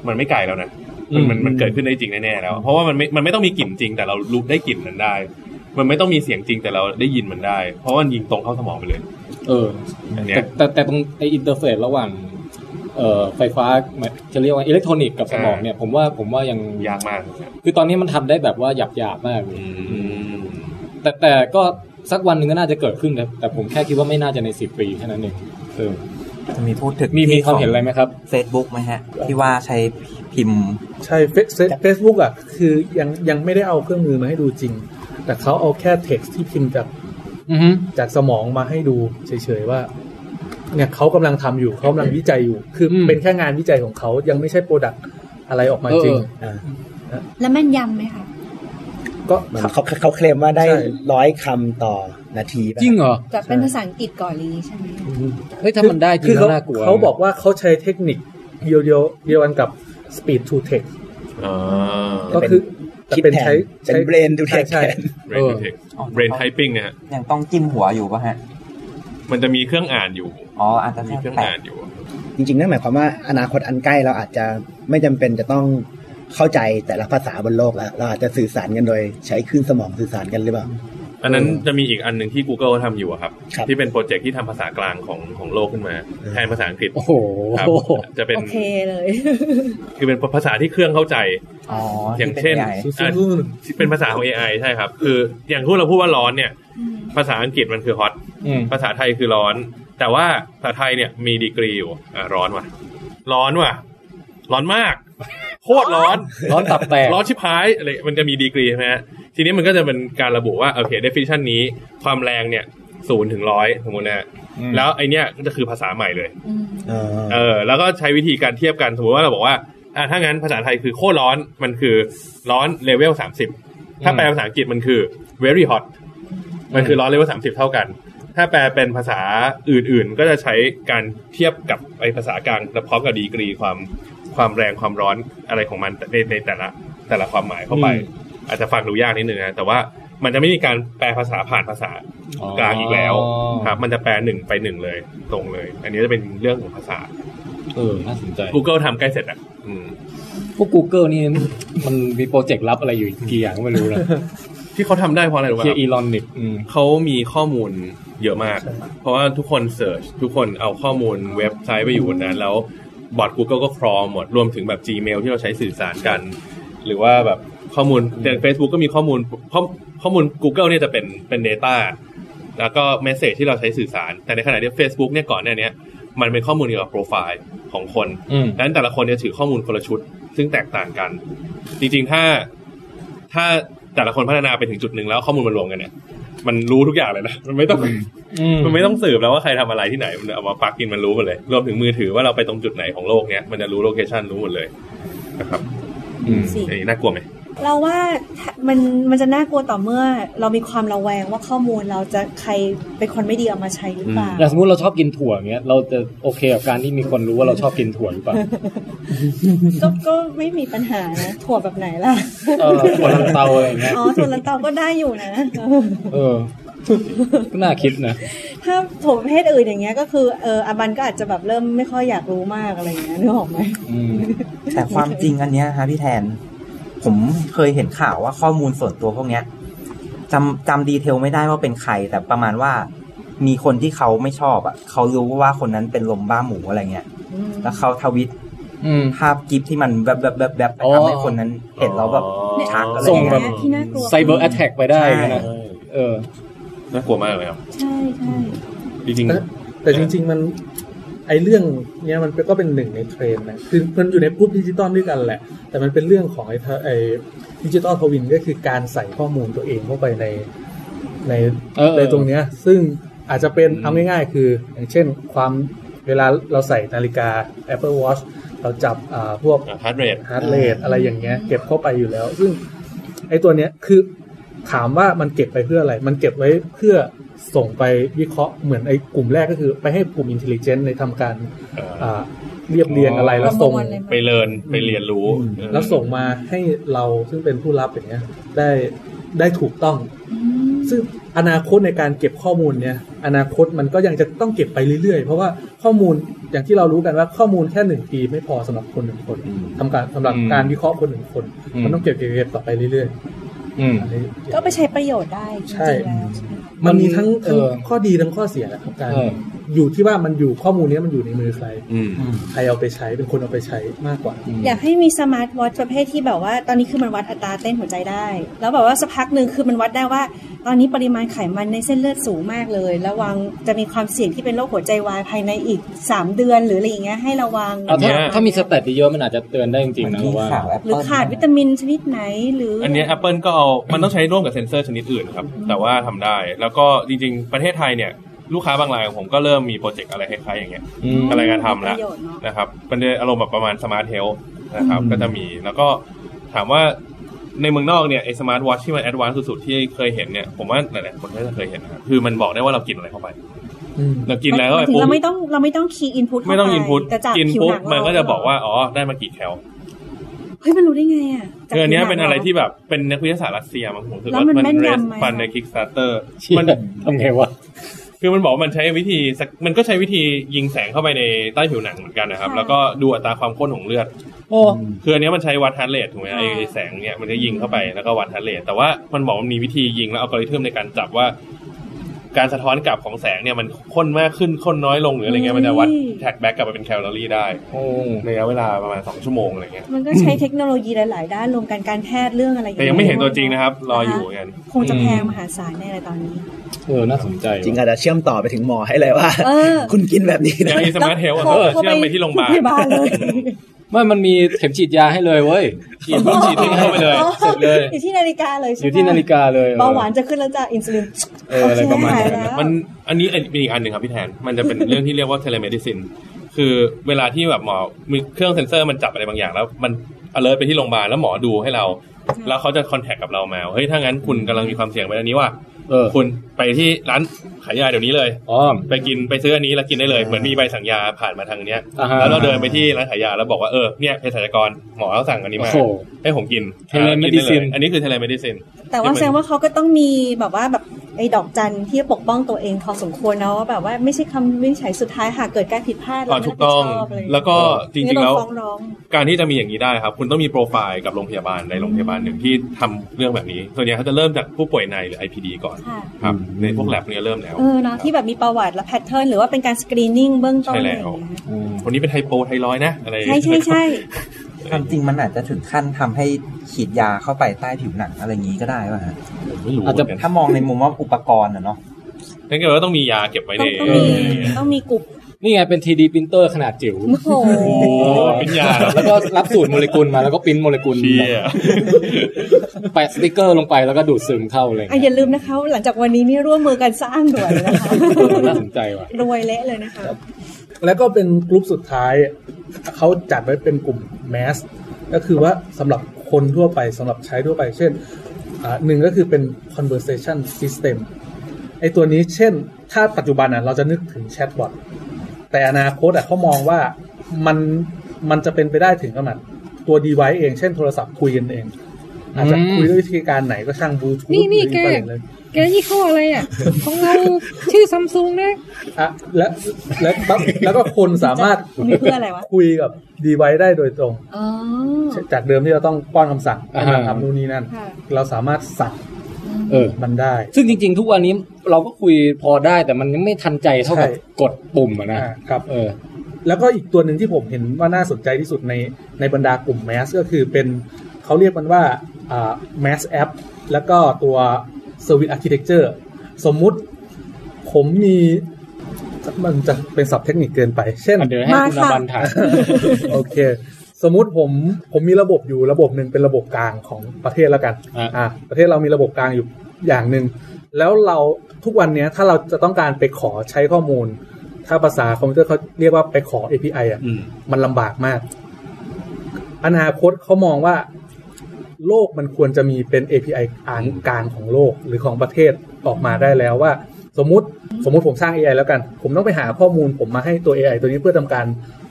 Speaker 5: มันไม่ไกลแล้วนะมันมันมันเกิดขึ้นได้จริงแน่ๆแล้ว เพราะว่ามันไม่มันไม่ต้องมีกลิ่นจริง แต่เรารู้ได้กลิ่นนั้นได้ มันไม่ต้องมีเสียงจริงแต่เราได้ยินมันได้ เพราะว่ามันยิงตรงเข้าสมองไปเลย
Speaker 4: เออ
Speaker 5: อันเนี้
Speaker 4: แต่
Speaker 5: ย
Speaker 4: แต่แต่ตรงไออินเทอร์เฟซระหว่างเอ่อไฟฟ้าจะเรียกว่าอิเล็กทรอนิกส์กับสมอง
Speaker 5: อ่า
Speaker 4: เนี่ยผมว่าผมว่ายัง
Speaker 5: ยากมาก
Speaker 4: คือตอนนี้มันทำได้แบบว่าหยาบหยาบๆมากเลย
Speaker 5: อืม
Speaker 4: แต่แต่ก็สักวันหนึ่งก็น่าจะเกิดขึ้นนะแต่ผมแค่คิดว่าไม่น่าจะในสิบปีแค่นั้นเองเออ
Speaker 7: จะมีพูดถึง
Speaker 4: มีมีความเห็นอะไรไหมครับ
Speaker 7: เฟซบุ๊กไหมฮะ ที่ว่าใช้พิมพ์
Speaker 3: ใช่เฟซบุ๊กอ่ะ คือยังยังไม่ได้เอาเครื่องมือมาให้ดูจริง แต่เขาเอาแค่เท็กซ์ที่พิมพ์จาก อือฮึจากสมองมาให้ดูเฉยๆว่า เนี่ยเขากำลังทำอยู่เขากำลังวิจัยอยู่ คืออ
Speaker 4: ม
Speaker 3: เป็นแค่งานวิจัยของเขายังไม่ใช่โปรดักอะไรออกมาจริง
Speaker 2: แล้วแม่นยำไหมคะ
Speaker 3: ก็
Speaker 8: มันเขาเขาเคลมว่าได้ร้อยคำต่อนาทีป่ะ
Speaker 4: จริงเหรอ
Speaker 2: จะเป็นภาษาอังกฤษก่อนเลยางงี้ใช่ไหม
Speaker 4: เฮ้ยถ้ามันได้จริ
Speaker 3: คื
Speaker 4: งก็
Speaker 3: อเขา
Speaker 4: น่ากลัว
Speaker 3: เขาบอกว่าเขาใช้เทคนิคเดียวเดียวๆเดียวกันกับ speed to text
Speaker 5: อ่า
Speaker 3: ก็คือแต่
Speaker 8: คิด
Speaker 3: เป็น
Speaker 8: แทนเป็น
Speaker 3: ใช้ใช้
Speaker 8: brain to text
Speaker 3: ใช่ใช่
Speaker 5: brain to text brain typing เนี่ยฮะ
Speaker 7: ยังต้องจิ้มหัวอยู่ป่ะฮะ
Speaker 5: มันจะมีเครื่องอ่านอยู่
Speaker 7: อ๋ออาจจะ
Speaker 5: มีเครื่อง
Speaker 7: แปล
Speaker 5: อ่าก นอยู่
Speaker 8: จริงๆ นั่นหมายความว่าอนาคตอันใกล้เราอาจจะไม่จำเป็นจะต้องเข้าใจแต่ละภาษาบนโลกแล้ว เราอาจจะสื่อสารกันโดยใช้คลื่นสมองสื่อสารกันหรือเปล่า
Speaker 5: อันนั้นจะมีอีกอันหนึ่งที่ Google ทำอยู่อะครับ
Speaker 8: ครับ
Speaker 5: ที่เป็นโปรเจกต์ที่ทำภาษากลางของของโลกขึ้นมา แทนภาษาอังกฤษ
Speaker 4: โอ้โห
Speaker 5: ครับจะเป็น
Speaker 2: โอเคเลย
Speaker 5: คือเป็นภาษาที่เครื่องเข้าใจ
Speaker 7: อ๋อ
Speaker 5: อ
Speaker 7: อย่าง
Speaker 5: เช่น
Speaker 7: ที่ป็ AI
Speaker 3: ซูซู
Speaker 5: เป็นภาษาของ AI ใช่ครับ คืออย่างที่เราพูดว่าร้อนเนี่ย ภาษาอังกฤษมันคือฮอต
Speaker 4: อืม
Speaker 5: ภาษาไทยคือร้อน แต่ว่าภาษาไทยเนี่ยมีดีกรีอยู่อ่ะร้อนว่ะ ร้อนว่ะ ร้อนมาก โคตรร้อน
Speaker 4: ร้อนตับแตก
Speaker 5: ร้อนชิบหายอะไรมันจะมีดีกรีใช่ไหมฮะทีนี้มันก็จะเป็นการระบุว่าโอเค definition นี้ความแรงเนี่ยศูนย์ถึงร้อยสมมตินะฮะ
Speaker 4: อืม
Speaker 5: แล้วไอเนี้ยก็จะคือภาษาใหม่เลย
Speaker 2: อืม
Speaker 8: เออ
Speaker 5: เออ แล้วก็ใช้วิธีการเทียบกัน สมมติว่าเราบอกว่าอ่ะถ้างั้นภาษาไทยคือโคตรร้อนมันคือร้อนเลเวลสามสิบถ้าแปลภาษาอังกฤษมันคือ very hot มันคือร้อนเลเวลสามสิบเท่ากัน ถ้าแปลเป็นภาษาอื่นๆ ก็จะใช้การเทียบกับไอภาษากลางและพร้อมกับดีกรีความความแรงความร้อนอะไรของมันในในแต่ละแต่ละความหมายเข้าไป
Speaker 4: อืม
Speaker 5: อาจจะฟังดูยากนิดนึงนะแต่ว่ามันจะไม่มีการแปลภาษาผ่านภาษา กลางอีกแล้วครับมันจะแปลหนึ่งไปหนึ่งเลยตรงเลย อันนี้จะเป็นเรื่องของภาษา
Speaker 4: เออน่าสนใจ
Speaker 5: Google ทำใกล้เสร็จอ่ะอืม
Speaker 4: พวก Google นี่มันมีโปรเจกต์ลับอะไรอยู่กี่อย่างก็ไม่รู้นะ
Speaker 5: ที่เขาทำได้เพราะอะไรรู้ไหม
Speaker 4: เคียอีลอนนิก
Speaker 5: เขามีข้อมูลเยอะมาก เพราะว่าทุกคนเสิร์ชทุกคนเอาข้อมูลเว็บไซต์ไปอยู่บนนั้น แล้วบอร์ด Google ก็ครอหมดรวมถึงแบบ Gmail ที่เราใช้สื่อสารกัน หรือว่าแบบข้อมูลอย่าง Facebook ก็มีข้อมูลข้อข้อมูล Google เนี่ยจะเป็นเป็น Data แล้วก็เมสเซจที่เราใช้สื่อสาร แต่ในขณะที่ Facebook เนี่ยก่อนหน้าเนี้ยมันเป็นข้อมูลเกี่ยวกับโปรไฟล์ของคน
Speaker 4: อืม
Speaker 5: ดังนั้นแต่ละคนจะถือข้อมูลคนละชุด ซึ่งแตกต่างกัน จริงๆ ถ้าถ้าแต่ละคนพัฒนาไปถึงจุดหนึ่งแล้วข้อมูลมันรวมกันเนี่ย มันรู้ทุกอย่างเลยนะ มันไม่ต้อง มันไม่ต้องสืบแล้วว่าใครทำอะไรที่ไหน มันเอามาปักกินมันรู้หมดเลย รวมถึงมือถือว่าเราไปตรงจุดไหนของโลกเนี้ย มันจะรู้โลเคชันรู้หมดเลยนะครับ
Speaker 4: อืม
Speaker 2: สิ
Speaker 5: ไอ้น่ากลัวไหม
Speaker 2: เราว่าถ้ามันมันจะน่ากลัวต่อเมื่อ เรามีความระแวงว่าข้อมูลเราจะใครเป็นคนไม่ดีเอามาใช้หรือเปล่า
Speaker 4: อย่างสมมติเราชอบกินถั่วเงี้ยเราจะโอเคกับการที่มีคนรู้ว่าเราชอบกินถั่วหรือเปล่า
Speaker 2: ก็ก็ไม่มีปัญหานะถั่วแบบไหน ล่ะ
Speaker 4: เออถั่วลันเตาอะไรเงี้ย
Speaker 2: อ๋อถั่วลันเตาก็ได้อยู่นะ
Speaker 4: เออก็น่าคิดนะ
Speaker 2: ถ้าถั่วประเภทอื่นอย่างเงี้ยก็คือเอออาบันก็อาจจะแบบเริ่มไม่ค่อยอยากรู้มากอะไรอย่างเงี้ยนึกออกไหม
Speaker 4: อืม
Speaker 7: แต่ความจริงอันเนี้ยฮะพี่แทน ผมเคยเห็นข่าวว่าข้อมูลส่วนตัวพวกเนี้ยจำจำดีเทลไม่ได้ว่าเป็นใคร แต่ประมาณว่า มีคนที่เขาไม่ชอบอ่ะเขารู้ว่าคนนั้นเป็นลมบ้าหมูอะไรเงี้ย
Speaker 2: อืม
Speaker 7: แล้วเขาทวิต
Speaker 4: อืม
Speaker 7: ภาพกิฟที่มันแบบแบบแบบแบบ
Speaker 4: อ๋อ
Speaker 7: ทำให้คนนั้นเห็นแล้วแบบชักอะไร
Speaker 4: ส่งแบ
Speaker 7: เงี้
Speaker 4: บ
Speaker 7: ย
Speaker 2: ที่น่ากลัว
Speaker 4: ไซเบอร์แอ a แทกไปได้เงี้ยนะเออ
Speaker 5: น่ากลัวมากเลยครับ
Speaker 2: ใช่ใช่
Speaker 5: จริง
Speaker 3: แต่แต่จริง ๆ มันไอเรื่องเนี้ยมันก็เป็นหนึ่งในเทรนด์นะคือมันอยู่ในกรุ๊ปดิจิตอลด้วยกันแหละ แต่มันเป็นเรื่องของไอทะไอดิจิตอลทวินก็คือการใส่ข้อมูลตัวเองเข้าไปในใน
Speaker 4: เออ
Speaker 3: ในตรงเนี้ย ซึ่งอาจจะเป็นเอาง่ายๆ คืออย่างเช่นความเวลาเราใส่นาฬิกา Apple Watch เราจับอ่าพวก
Speaker 5: ฮาร์ดเรท
Speaker 3: ฮาร์ดเรทอะไรอย่างเงี้ยเก็บเข้าไปอยู่แล้ว ซึ่งไอ้ตัวเนี้ยคือถามว่ามันเก็บไปเพื่ออะไร มันเก็บไว้เพื่อส่งไปวิเคราะห์เหมือนไอ้กลุ่มแรกก็คือ ไปให้กลุ่มอินเทลเจนต์ในทำการอ่าเรียบเรียงอะไร
Speaker 5: อ๋อ
Speaker 3: แล้วส่ง
Speaker 2: ประมวลอะไรมา
Speaker 5: ไปเรียนไปเรียนรู้เออ
Speaker 3: แล้วส่งมาให้เราซึ่งเป็นผู้รับอย่างเงี้ยได้ได้ถูกต้อง
Speaker 2: อืม
Speaker 3: ซึ่งอนาคตในการเก็บข้อมูลเนี่ย อนาคตมันก็ยังจะต้องเก็บไปเรื่อยๆ เพราะว่าข้อมูลอย่างที่เรารู้กันว่าข้อมูลแค่หนึ่งปีไม่พอสำหรับคนหนึ่งคนทำการสำหรับ
Speaker 4: อืม
Speaker 3: การวิเคราะห์คนหนึ่งคน
Speaker 4: อืม
Speaker 3: มันต้องเก็บเก็บเก็บต่อไปเรื่อย
Speaker 4: อืม
Speaker 3: ๆอันนี้
Speaker 2: ก็ไปใช้ประโยชน์ได้จ
Speaker 3: ใช่
Speaker 2: ริงๆแล้วใช่ไหม
Speaker 3: มันมีทั้ง
Speaker 4: เอ
Speaker 3: ทั้ง
Speaker 4: อ
Speaker 3: ข้อดีทั้งข้อเสียนะครับการ
Speaker 4: เออ
Speaker 3: อยู่ที่ว่ามันอยู่ข้อมูลเนี้ยมันอยู่ในมือใคร
Speaker 5: อืม
Speaker 3: ใครเอาไปใช้เป็นคนเอาไปใช้มากกว่า
Speaker 2: อยากให้มีสมาร์ทวอทประเภทที่แบบว่า ตอนนี้คือมันวัดอัตราเต้นหัวใจได้ แล้วแบบว่าสักพักหนึ่งคือมันวัดได้ว่า ตอนนี้ปริมาณไขมันในเส้นเลือดสูงมากเลย ระวังจะมีความเสี่ยงที่เป็นโรคหัวใจวายภายในอีก 3 เดือนหรืออะไรอย่างเงี้ยให้ระวัง
Speaker 5: อันเนี้ย
Speaker 4: ถ้ามีสเตตเยอะๆมันอาจจะเตือนได้จริงๆนะ
Speaker 7: ที่
Speaker 4: ว่า
Speaker 7: ข่าวแอป
Speaker 2: หรือ
Speaker 7: เปิล
Speaker 2: ขาดวิตามินชนิดไหนหรือ
Speaker 5: อั
Speaker 2: อั
Speaker 5: นเนี้ย Apple ก็เอามันต้องใช้ร่วมกับเซ็นเซอร์ชนิดอื่นครับ แต่ว่าทำได้ แล้วก็จริงๆ ประเทศไทยเนี่ย ลูกค้าบางรายของผมก็เริ่มมีโปรเจกต์อะไรคล้ายๆอย่างเงี้ย อะไรกันทำแล้ว
Speaker 2: ประโยชน์เนอะ
Speaker 5: นะครับเป็นอารมณ์แบบประมาณสมาร์ทเฮลนะครับก็จะมีแล้วก็ถามว่าในเมืองนอกเนี่ยไอ้สมาร์ทวอทที่มันแอดวานซ์สุดๆ ที่เคยเห็นเนี่ย ผมว่าหลายๆคนก็จะเคยเห็นนะครับคือมันบอกได้ว่าเรากินอะไรเข้าไป
Speaker 3: อืม
Speaker 5: เรากินแล้วก็
Speaker 2: หมายถึง
Speaker 5: ปุ๊บ
Speaker 2: เราไม่ต้องเราไม่ต้องคีย์อินพุต
Speaker 5: ไม่ต้องอินพุต
Speaker 2: แต่จาก
Speaker 5: กิน
Speaker 2: ผิว
Speaker 5: ปุ๊บ
Speaker 2: หนังเร
Speaker 5: มันก็จะบอกว่าอ๋อได้มากี่แคล
Speaker 2: เฮ้ยมันรู้ได้ไงอ่ะจาก
Speaker 5: เออเนี้ย
Speaker 2: ผิวหง
Speaker 5: เป็นอะไร
Speaker 2: รา
Speaker 5: ที่แบบเป็นนักวิทยาศาสตร์รัสเซียมั้งผมรู้สึก
Speaker 2: แล้ว
Speaker 5: ว่า
Speaker 2: มันแม่น
Speaker 5: เร
Speaker 2: ยำ
Speaker 5: ส
Speaker 2: ไหม
Speaker 5: ฟัน
Speaker 2: อะ
Speaker 5: ใน Kickstarter
Speaker 4: มั
Speaker 5: มัน น
Speaker 4: ทำไงวะ
Speaker 5: คือมันบอกว่ามันใช้วิธีสักมันก็ใช้วิธียิงแสงเข้าไปในใต้ผิวหนังเหมือนกันนะครับ
Speaker 2: ค่ะ
Speaker 5: แล้วก็ดูอัตราความข้นของเลือดคืออันเนี้ยมันใช้วัดฮาร์ดเรทถูกไหมไอ้
Speaker 2: ค่ะ
Speaker 5: ไอ้แสงเนี้ยมันจะยิงเข้าไปแล้วก็วัดฮาร์ดเรทแต่ว่ามันบอกมันมีวิธียิงแล้วอัลกอริทึมในการจับว่า การสะท้อนกลับของแสงเนี่ยมันข้นมากขึ้นข้นน้อยลงหรืออะไรเงี้ยมันจะวัดแท็กแบ็กกลับไปเป็นแคลอรี่ได้ในระยะเวลาประมาณสองชั่วโมงอะไรเงี้ย
Speaker 2: มันก็ใช้เทคโนโลยีหลาย ๆ ด้านรวมกันการแพทย์เรื่องอะไร
Speaker 5: แต่ยังไม่เห็นตัวจริงนะครับ รออยู่เหมือนกัน
Speaker 2: คงจะแพงมหาศาลแน่เลยตอนนี้
Speaker 4: เออ น่าสนใจ
Speaker 8: จริง
Speaker 4: ว่ะ
Speaker 8: อาจจะเชื่อมต่อไปถึงหมอให้เลยว่า
Speaker 2: เออ
Speaker 8: คุณกินแบบนี้
Speaker 5: อ
Speaker 8: นะ
Speaker 5: ย่างไอ้สมาร์ทเฮลท์อะเออเชื่อมไปที่โรงพยาบาล
Speaker 2: เลย
Speaker 4: ไม่มันมีเข็มฉีดยาให้เลยเว้ย ฉีดปุ๊บฉีดทิ้งเข้าไปเลย เสร็จเลย
Speaker 2: อยู่ที่นาฬิกาเลย
Speaker 4: อ
Speaker 2: ใช่ไหม
Speaker 4: ยู่ที่นาฬิกาเลยออ
Speaker 2: เบาหวานจะขึ้นแล้วจ้ะอินซูลิน
Speaker 4: เอออะไรประมาณ
Speaker 2: หย
Speaker 4: นั้
Speaker 2: แล้
Speaker 4: น
Speaker 2: ว
Speaker 5: มันอันนี้มีอีกอันหนึ่งครับพี่แทน มันจะเป็นเรื่องที่เรียกว่าเทเลเมดิซิน คือเวลาที่แบบหมอมีเครื่องเซ็นเซอร์มันจับอะไรบางอย่าง แล้วมัน alert ไปที่โรงพยาบาลแล้วหมอดูให้เรา แล้วเขาจะ contact กับเรามาว่าเฮ้ยถ้างั้นคุณกำลังมีความเสี่ยงไปอันนี้ว่า
Speaker 4: เออ
Speaker 5: คุณไปที่ร้านขายยาเดี๋ยวนี้เลย
Speaker 4: อ๋อ
Speaker 5: ไปกินไปซื้ออันนี้แล้วกินได้เลย เหมือนมีใบสั่งยาผ่านมาทางเนี้ย
Speaker 4: อ่าฮะ
Speaker 5: แล้วเราเดินไปที่ร้านขายยาแล้วบอกว่าเออเนี่ยเภสัชกรหมอเขาสั่งอันนี้
Speaker 4: โอ้
Speaker 5: มา
Speaker 4: โห
Speaker 5: ให้ผมกิน
Speaker 4: telemedicine
Speaker 5: อันนี้คือเทเลเมดิซิน
Speaker 2: แต่ว่าแสดงว่าเขาก็ต้องมีแบบว่าแบบไอ้ดอกจันที่ปกป้องตัวเองพอสมควรเนาะว่าแบบว่าไม่ใช่คำวินิจฉัยสุดท้ายหากเกิดการผิดพลาด
Speaker 5: อ่าถูกต้องแล้วก็จริงๆแล้ว
Speaker 2: ฟ้องร้อง
Speaker 5: การที่จะมีอย่างนี้ได้ครับ คุณต้องมีโปรไฟล์กับโรงพยาบาลในโรงพยาบาลหนึ่งที่ทำเรื่องแบบนี้ส่วนใหญ่เขาจะเริ่มจากผู้ป่วยในหรือ IPD ก่อน
Speaker 2: ค่ะ
Speaker 5: ครับ ในพวกแลบเนี่ยเริ่มแล้ว
Speaker 2: เออเนาะที่แบบมีประวัติและแพทเทิร์นหรือว่าเป็นการสกรีนนิ่งเบื้องต้น
Speaker 5: ใช่
Speaker 2: อะไรอ
Speaker 5: แล้
Speaker 2: ย่าว งเงี้ย
Speaker 5: คนนี้เป็นไฮโปไทรอยด์นะอะไร
Speaker 2: ใช่ใช่ใช่
Speaker 7: ความจริงมันอาจจะถึงขั้นทำให้ฉีดยาเข้าไปใต้ผิวหนังอะไรอย่างนี้ก็ได้ป่ะฮะ
Speaker 5: ไม่รู้เห
Speaker 4: อาจ
Speaker 5: มื
Speaker 4: จะ
Speaker 5: อนกัน
Speaker 7: ถ้ามองในมุมว่าอุปกรณ์อะเนาะ
Speaker 5: นั่นก็แปลว่าต้องมียาเก็บไว้
Speaker 2: ต้
Speaker 5: ใน
Speaker 2: องต้องมี
Speaker 5: เออ
Speaker 2: ต้องมีกลุ่ม
Speaker 4: นี่ไงเป็น 3D printer ขนาดจิ๋ว
Speaker 2: โอ้โห
Speaker 5: โอ้เป็นยา
Speaker 4: แล้วก็รับสูตรโมเลกุลมาแล้วก็ปริ้นโมเลกุล
Speaker 5: เชีย
Speaker 4: แปะสติกเกอร์ลงไปแล้วก็ดูดซึมเข้าอะไรอย่าง
Speaker 2: อ่ะ
Speaker 4: เงี้ย
Speaker 2: อย่าลืมนะคะ หลังจากวันนี้นี่ร่วมมือกันสร้างด่วนเลย นะคะ
Speaker 4: เออน่าสนใจว่ะ
Speaker 2: รวยเละเลยนะคะ
Speaker 3: แล้วก็เป็นกลุ่มสุดท้าย เขาจัดไว้เป็นกลุ่มแมสก็คือว่าสำหรับคนทั่วไปสำหรับใช้ทั่วไป เช่นอ่าหนึ่งก็คือเป็น conversation system ไอตัวนี้เช่น ถ้าปัจจุบันอ่ะเราจะนึกถึงแชทบอทแต่อนาคตอ่ะเขามองว่ามันมันจะเป็นไปได้ถึงขนาดตัว device เอง เช่นโทรศัพท์คุยกันเอง อาจจะ
Speaker 4: อืม
Speaker 3: คุยด้วยวิธีการไหนก็ช่างบลูทูธ
Speaker 1: นี่นี่แก
Speaker 3: เลย
Speaker 1: แกยี่ห้ออะไรอ่ะ ของเราชื่อซัมซุงนะ
Speaker 3: อ่ะและและแล้วก็คนสามารถ
Speaker 2: มีเพื่ออะไรวะ
Speaker 3: คุยกับ device ได้โดยตรง
Speaker 2: อ๋อ
Speaker 3: จากเดิมที่เราต้องป้อนคำสั่งให้มัน
Speaker 4: อ่า
Speaker 3: ทำนู่นนี่นั่น
Speaker 2: ค่ะ
Speaker 3: เราสามารถสั่ง
Speaker 4: เออ
Speaker 3: มันได้
Speaker 4: ซึ่งจริงๆ ทุกวันนี้เราก็คุยพอได้แต่มันยังไม่ทันใจเท่ากับ
Speaker 3: ใช่
Speaker 4: กดปุ่มอะนะ
Speaker 3: อ่าครับ
Speaker 4: เออ
Speaker 3: แล้วก็อีกตัวหนึ่งที่ผมเห็นว่าน่าสนใจที่สุดในในบรรดากลุ่มแมสก็คือเป็นเขาเรียกมันว่าอ่าแมสแอปแล้วก็ตัว Service Architecture สมมุติผมมีมันจะเป็นศัพท์เทคนิคเกินไป เช่น
Speaker 4: เดี๋ยวให้
Speaker 2: มา
Speaker 4: คุณอ
Speaker 2: ค่ะ
Speaker 4: บันถ่าย
Speaker 3: โอเค สมมติผมผมมีระบบอยู่ระบบหนึ่งเป็นระบบกลางของประเทศแล้วกัน
Speaker 4: อ่ะ
Speaker 3: อ่าประเทศเรามีระบบกลางอยู่อย่างหนึ่งแล้วเราทุกวันเนี้ยถ้าเราจะต้องการไปขอใช้ข้อมูล ถ้าภาษาคอมพิวเตอร์เขาเรียกว่าไปขอ API อ่ะ
Speaker 5: อืม
Speaker 3: มันลำบากมาก อนาคตเขามองว่า โลกมันควรจะมีเป็น API อ่านกลางของโลกหรือของประเทศออกมาได้แล้วว่า สมมติสมมติผมสร้าง AI แล้วกัน ผมต้องไปหาข้อมูลผมมาให้ตัว AI ตัวนี้เพื่อทำการ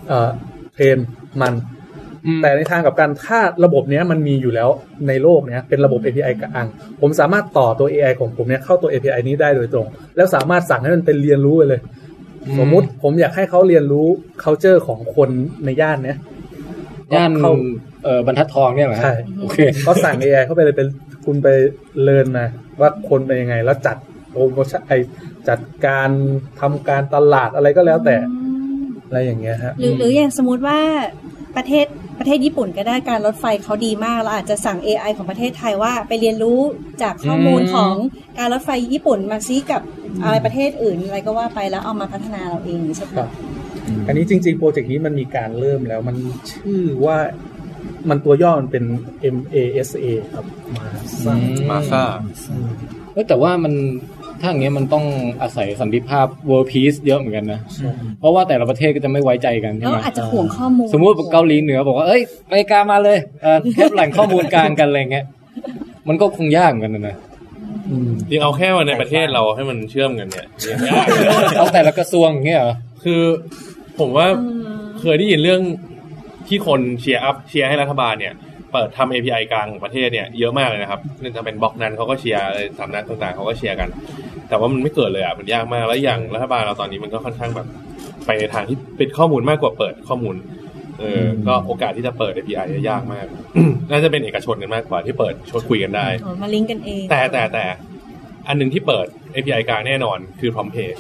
Speaker 3: เอ่อเทรนมัน
Speaker 4: อืม
Speaker 3: แต่ในทางกลับการถ้าระบบเนี้ยมันมีอยู่แล้วในโลกเนี้ยเป็นระบบ API กลางผมสามารถต่อตัว AI ของผมเนี้ยเข้าตัว API นี้ได้โดยตรง แล้วสามารถสั่งให้มันเป็นเรียนรู้ไปเลย สมมุติผมอยากให้เขาเรียนรู้ culture ของคนในย่านเนี้ย
Speaker 4: ย่าน
Speaker 3: เข้า
Speaker 4: เออบรรทัดทองเนี่ยเหรอฮะ
Speaker 3: ใช่
Speaker 4: โอเค
Speaker 3: ก็สั่ง AI เข้าไปเลยเป็นคุณไปเรียนมาว่าคนเป็นยังไงแล้วจัด โปรโมชั่นไอจัดการทำการตลาดอะไรก็แล้วแต่อะไรอย่างเงี้ยฮะ
Speaker 2: หรือหรืออย่างสมมติว่าประเทศประเทศญี่ปุ่นก็ได้การรถไฟเขาดีมากเราอาจจะสั่ง AI ของประเทศไทยว่าไปเรียนรู้จากข้อมูล
Speaker 4: อืม
Speaker 2: ของการรถไฟญี่ปุ่นมาซีกับอะไรประเทศอื่นอะไรก็ว่าไปแล้วเอามาพัฒนาเราเองใช่ไหม
Speaker 3: ครับ อันนี้จริงๆ โปรเจกต์นี้มันมีการเริ่มแล้วมันชื่อว่ามันตัวย่อมันเป็น MASA ครับมาสร้าง
Speaker 5: มาซ่า
Speaker 4: เอ้ยแต่ว่ามันถ้าอย่างเงี้ยมันต้องอาศัยสันติภาพ world peace เยอะเหมือนกันนะ เพราะว่าแต่ละประเทศก็จะไม่ไว้ใจกันใช่
Speaker 2: แล้ว
Speaker 4: ไหม
Speaker 2: อาจจะห่วงข้อมูล
Speaker 4: สมมติเกาหลีเหนือบอกว่าเอ้ยอเมริกามาเลยเอ่อแคบแหล่งข้อมูลกลางกันอะไรเงี้ยมันก็คงยากเหมือนกันนะ
Speaker 3: อืม
Speaker 5: จริงเอาแค่ว่าในประเทศเราให้มันเชื่อมกันเนี่ยยังยากเลย
Speaker 4: เอาแต่ละกระทรวงอย่างเงี้ยเหรอ
Speaker 5: คือผมว่า
Speaker 2: อืม
Speaker 5: เคยได้ยินเรื่องที่คนเชียร์อัพเชียร์ให้รัฐบาลเนี่ย เปิดทำ API กลางของประเทศเนี่ยเยอะมากเลยนะครับนั่นจะเป็นบล็อกนั้นเขาก็เชียร์อะไรสำนักต่างๆเขาก็เชียร์กัน แต่ว่ามันไม่เกิดเลยอ่ะมันยากมากแล้วอย่างรัฐบาลเราตอนนี้มันก็ค่อนข้างแบบไปในทางที่ปิดข้อมูลมากกว่าเปิดข้อมูลเอออก็โอกาสที่จะเปิด API ยากมาก น่าจะเป็นเอกชนกันมากกว่าที่เปิดชวนคุยกันได้
Speaker 2: อ๋อมาลิงก์กันเอง
Speaker 5: แต่แต่แต่อันหนึ่งที่เปิด API กลางแน่นอนคือ Prompt Pay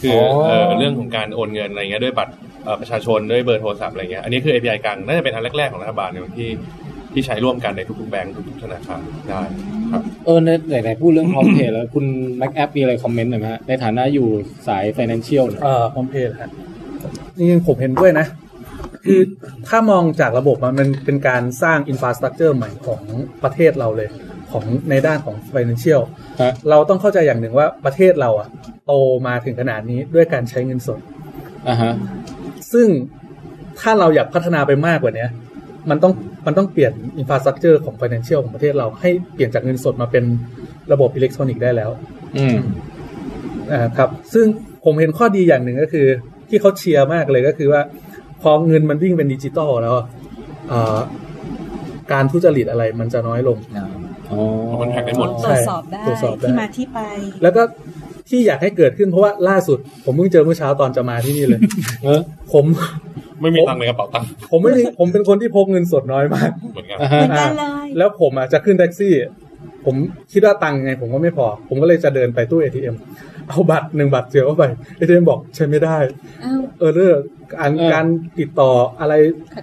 Speaker 5: คือเอ่อเรื่องของการโอนเงินอะไรเงี้ยด้วยบัตรเอ่อประชาชนด้วยเบอร์โทรศัพท์อะไรเงี้ยอันนี้คือ API กลางน่าจะเป็นอันแรกๆของรัฐบาลเนี่ยที่ที่ใช้ร่วมกันในทุกๆแบงก์ทุกๆธนาคารได้ครับ
Speaker 4: เออไหนไหนๆพูดเรื่องพร้อมเพย์แล้วคุณแม็กแอปมีอะไรคอมเมนต์หน่อยไหมฮะในฐานะอยู่สาย financial เนี่ย
Speaker 3: เอ่อพร้อมเพจฮะจริงๆผมเห็นด้วยนะ คือถ้ามองจากระบบอะมันเป็นการสร้างอินฟาสตรักเจอร์ใหม่ของประเทศเราเลย ของในด้านของ Financial
Speaker 4: ฮะ
Speaker 3: เราต้องเข้าใจอย่างหนึ่งว่าประเทศเราอะโตมาถึงขนาดนี้ด้วยการใช้เงินสด
Speaker 4: อ่าฮะ
Speaker 3: ซึ่งถ้าเราอยากพัฒนาไปมากกว่าเนี้ยมันต้องมันต้องเปลี่ยนอินฟาสตรักเจอร์ของ Financial ของประเทศเราให้เปลี่ยนจากเงินสดมาเป็นระบบอิเล็กทรอนิกส์ได้แล้ว
Speaker 4: อืม
Speaker 3: อ่าครับซึ่งผมเห็นข้อดีอย่างหนึ่งก็คือ ที่เขาเชียร์มากเลยก็คือว่า พอเงินมันวิ่งเป็นดิจิตอลแล้วอะอ่าการทุจริตอะไรมันจะน้อยลง
Speaker 4: อ๋อ
Speaker 5: มันแพ็คได้หมด
Speaker 2: ตรวจสอบได้
Speaker 3: ตรวจสอบได้
Speaker 2: ที่มาที่ไป
Speaker 3: แล้วก็ที่อยากให้เกิดขึ้นเพราะว่าล่าสุด ผมเพิ่งเจอเมื่อเช้าตอนจะมาที่นี่เลย
Speaker 4: เออ
Speaker 3: ผม
Speaker 5: ไม่มีตังค์ในกระเป๋าตังค์
Speaker 3: ผมไม่มีผมเป็นคนที่พกเงินสดน้อยมาก
Speaker 5: เหมือนกัน
Speaker 4: อ่าฮะ
Speaker 2: เหมือนกันเลย
Speaker 3: แล้วผมอ่ะจะขึ้นแท็กซี่ ผมคิดว่าตังค์ยังไงผมก็ไม่พอ ผมก็เลยจะเดินไปตู้ ATM เอาบัตรหนึ่งบัตรเสียเข้าไป ATM บอกใช้ไม่ได้
Speaker 2: อ้าว
Speaker 3: เออเรื่องการ
Speaker 4: เออ
Speaker 3: การติดต่ออะไร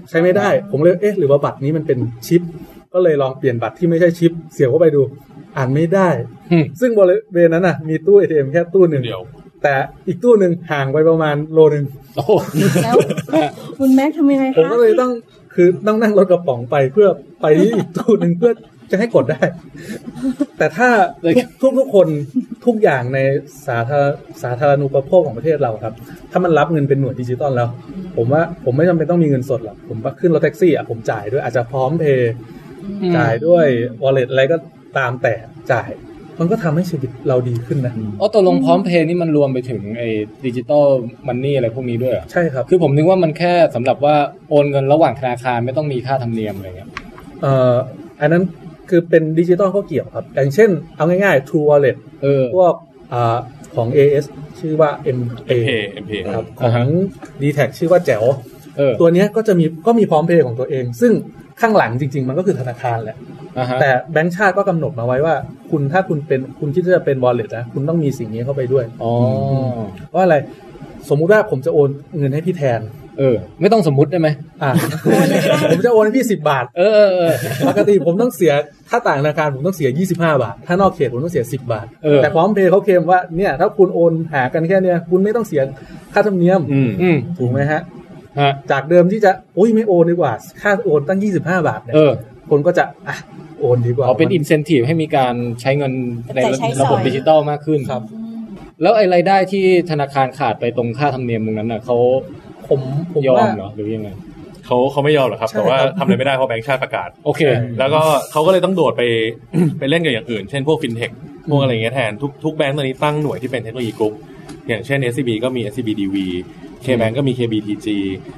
Speaker 3: ใช้ไม่ได้ ผมเลยเอ๊ะหรือว่าบัตรนี้มันเป็นชิป ก็เลยลองเปลี่ยนบัตรที่ไม่ใช่ชิป เสียบเข้าไปดู อ่านไม่ได้
Speaker 4: อืม
Speaker 3: ซึ่งบริเวณนั้นน่ะ มีตู้ ATM แค่ตู้หนึ่ง
Speaker 5: เดียว
Speaker 3: แต่อีกตู้หนึ่งห่างไปประมาณโลหนึ่ง
Speaker 4: โอ้โห
Speaker 2: แล้วคุณแม็กซ์ทำยังไง
Speaker 3: ผม
Speaker 2: คะ
Speaker 3: ก็เลยต้องคือต้องนั่งรถกระป๋องไปเพื่อไปที่อีกตู้หนึ่งเพื่อจะให้กดได้ แต่ถ้าทุกทุกๆคนทุกอย่างในสาธารสาธารณูปโภคของประเทศเราครับ ถ้ามันรับเงินเป็นหน่วยดิจิตอลแล้ว ผมว่าผมไม่จำเป็นต้องมีเงินสดหรอกผมขึ้นรถแท็กซี่อ่ะผมจ่ายด้วยอาจจะพร้อมเพย์จ่ายด้วยวอลเล็ตอะไรก็ตามแต่จ่าย มันก็ทำให้ชีวิตเราดีขึ้นนะ
Speaker 4: อ๋อตกลงพร้อมเพย์นี่มันรวมไปถึงไอ้ดิจิตอลมันนี่อะไรพวกนี้ด้วยเหรอ
Speaker 3: ใช่ครับ
Speaker 4: คือผมนึกว่ามันแค่สำหรับว่าโอนเงินระหว่างธนาคารไม่ต้องมีค่าธรรมเนียมอะไรเงี้ย
Speaker 3: เอ่ออันนั้นคือเป็นดิจิตอลก็เกี่ยวครับ อย่างเช่นเอาง่ายๆ True Wallet
Speaker 4: เออ
Speaker 3: พวกอ่าของ AS ชื่อว่า MA
Speaker 5: เอ็มเพย์เอ็มเพย์
Speaker 3: ครับข
Speaker 4: อ่า
Speaker 3: อ
Speaker 4: ฮะ
Speaker 3: ง d t แทชื่อว่าแจ๋ว
Speaker 4: เออ
Speaker 3: ตัวเนี้ยก็จะมีก็มีพร้อมเพย์ของตัวเอง ซึ่งข้างหลังจริง ๆ มันก็คือธนาคารแหละ
Speaker 4: อ่าฮะ
Speaker 3: แต่แบงก์ชาติก็กำหนดมาไว้ว่า คุณถ้าคุณเป็นคุณคิดว่าจะเป็น wallet นะ คุณต้องมีสิ่งนี้เข้าไปด้วย
Speaker 4: อ๋อ
Speaker 3: ว่าอะไร สมมุติว่าผมจะโอนเงินให้พี่แทน
Speaker 4: เออ ไม่ต้องสมมุติได้ไหม
Speaker 3: อ่ะ ผมจะโอนให้พี่สิบบาท
Speaker 4: เออเออเออ
Speaker 3: ปกติ ผมต้องเสียถ้าต่างธนาคารผมต้องเสีย 25 บาท ถ้านอกเขตผมต้องเสีย 10 บาท
Speaker 4: เออ
Speaker 3: แต่พร้อมเพย์เขาเคลมว่าเนี่ยถ้าคุณโอนหากันแค่เนี้ยคุณไม่ต้องเสียค่าธรรมเนียม
Speaker 5: อืม
Speaker 4: อืม
Speaker 3: ถูกไหมฮะ
Speaker 4: ฮะ
Speaker 3: จากเดิมที่จะอุ้ยไม่โอนดีกว่า ค่าโอนตั้ง 25 บาทเนี่ย
Speaker 4: เออ
Speaker 3: คนก็จะอ่ะโอนดีกว่า
Speaker 4: เอาเป็น
Speaker 3: มั
Speaker 4: อินเซน i v e ให้มีการใช้เงินในระบบดิจิตอลมากขึ้น
Speaker 3: ครับ
Speaker 4: แล้วไอ้รายได้ที่ธนาคารขาดไปตรงค่าธรรมเนียมตรงนั้นน่ะเขา
Speaker 3: ผมผม
Speaker 4: ยอม
Speaker 3: ว่า
Speaker 4: เหรอหรือยังไง
Speaker 5: เขาเขาไม่ยอมหรอกครับ
Speaker 3: ใช่
Speaker 5: แต่ว่า
Speaker 3: ครับ
Speaker 5: ทำอะไรไม่ได้เพราะแบงก์ชาติประกาศ
Speaker 4: โอเค
Speaker 5: แล้วก็เขาก็เลยต้องโดดไป ไปเล่นกับอย่างอื่น เช่นพวกฟินเทคพวกอะไรเงี้ยแทน ทุกทุกแบงก์ตอนนี้ตั้งหน่วยที่เป็นเทคโนโลยีกรุ๊ปอย่างเช่น SCB ก็มี SCB DV KBank ก็มี KBTG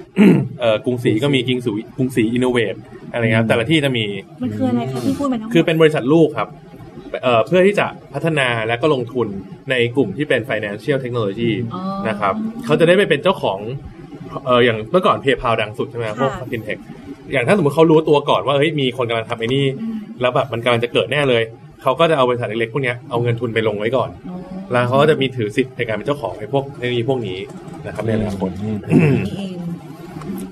Speaker 5: เอ่อกรุงศรีก็มีกรุงศรีกรุงศรีอินโนเวทอะไรเงี้ยครับแต่ละที่จะมี
Speaker 2: มันคืออะไรคะที่พูดมาทั้งหมด
Speaker 5: คือเป็นบริษัทลูกครับเอ่อเพื่อที่จะพัฒนาและก็ลงทุนในกลุ่มที่เป็น financial technology
Speaker 2: อ๋อ
Speaker 5: นะครับเขาจะได้ไปเป็นเจ้าของเอ่ออย่างเมื่อก่อน PayPal ดังสุดใช่ไหม
Speaker 2: ค่ะ
Speaker 5: พวก fintech อย่างถ้าสมมติเขารู้ตัวก่อนว่าเฮ้ยมีคนกำลังทำไอ้นี่
Speaker 2: อืม
Speaker 5: แล้วแบบมันกำลังจะเกิดแน่เลย เขาก็จะเอาบริษัทเล็กๆพวกเนี้ยเอาเงินทุนไปลงไว้ก่อน
Speaker 2: อ๋อ
Speaker 5: แล้วเขาก็จะมีถือสิทธิ์ในการเป็นเจ้าของในพวกเทคโนโลยีพวกนี้นะครับในอนาคต
Speaker 2: เอง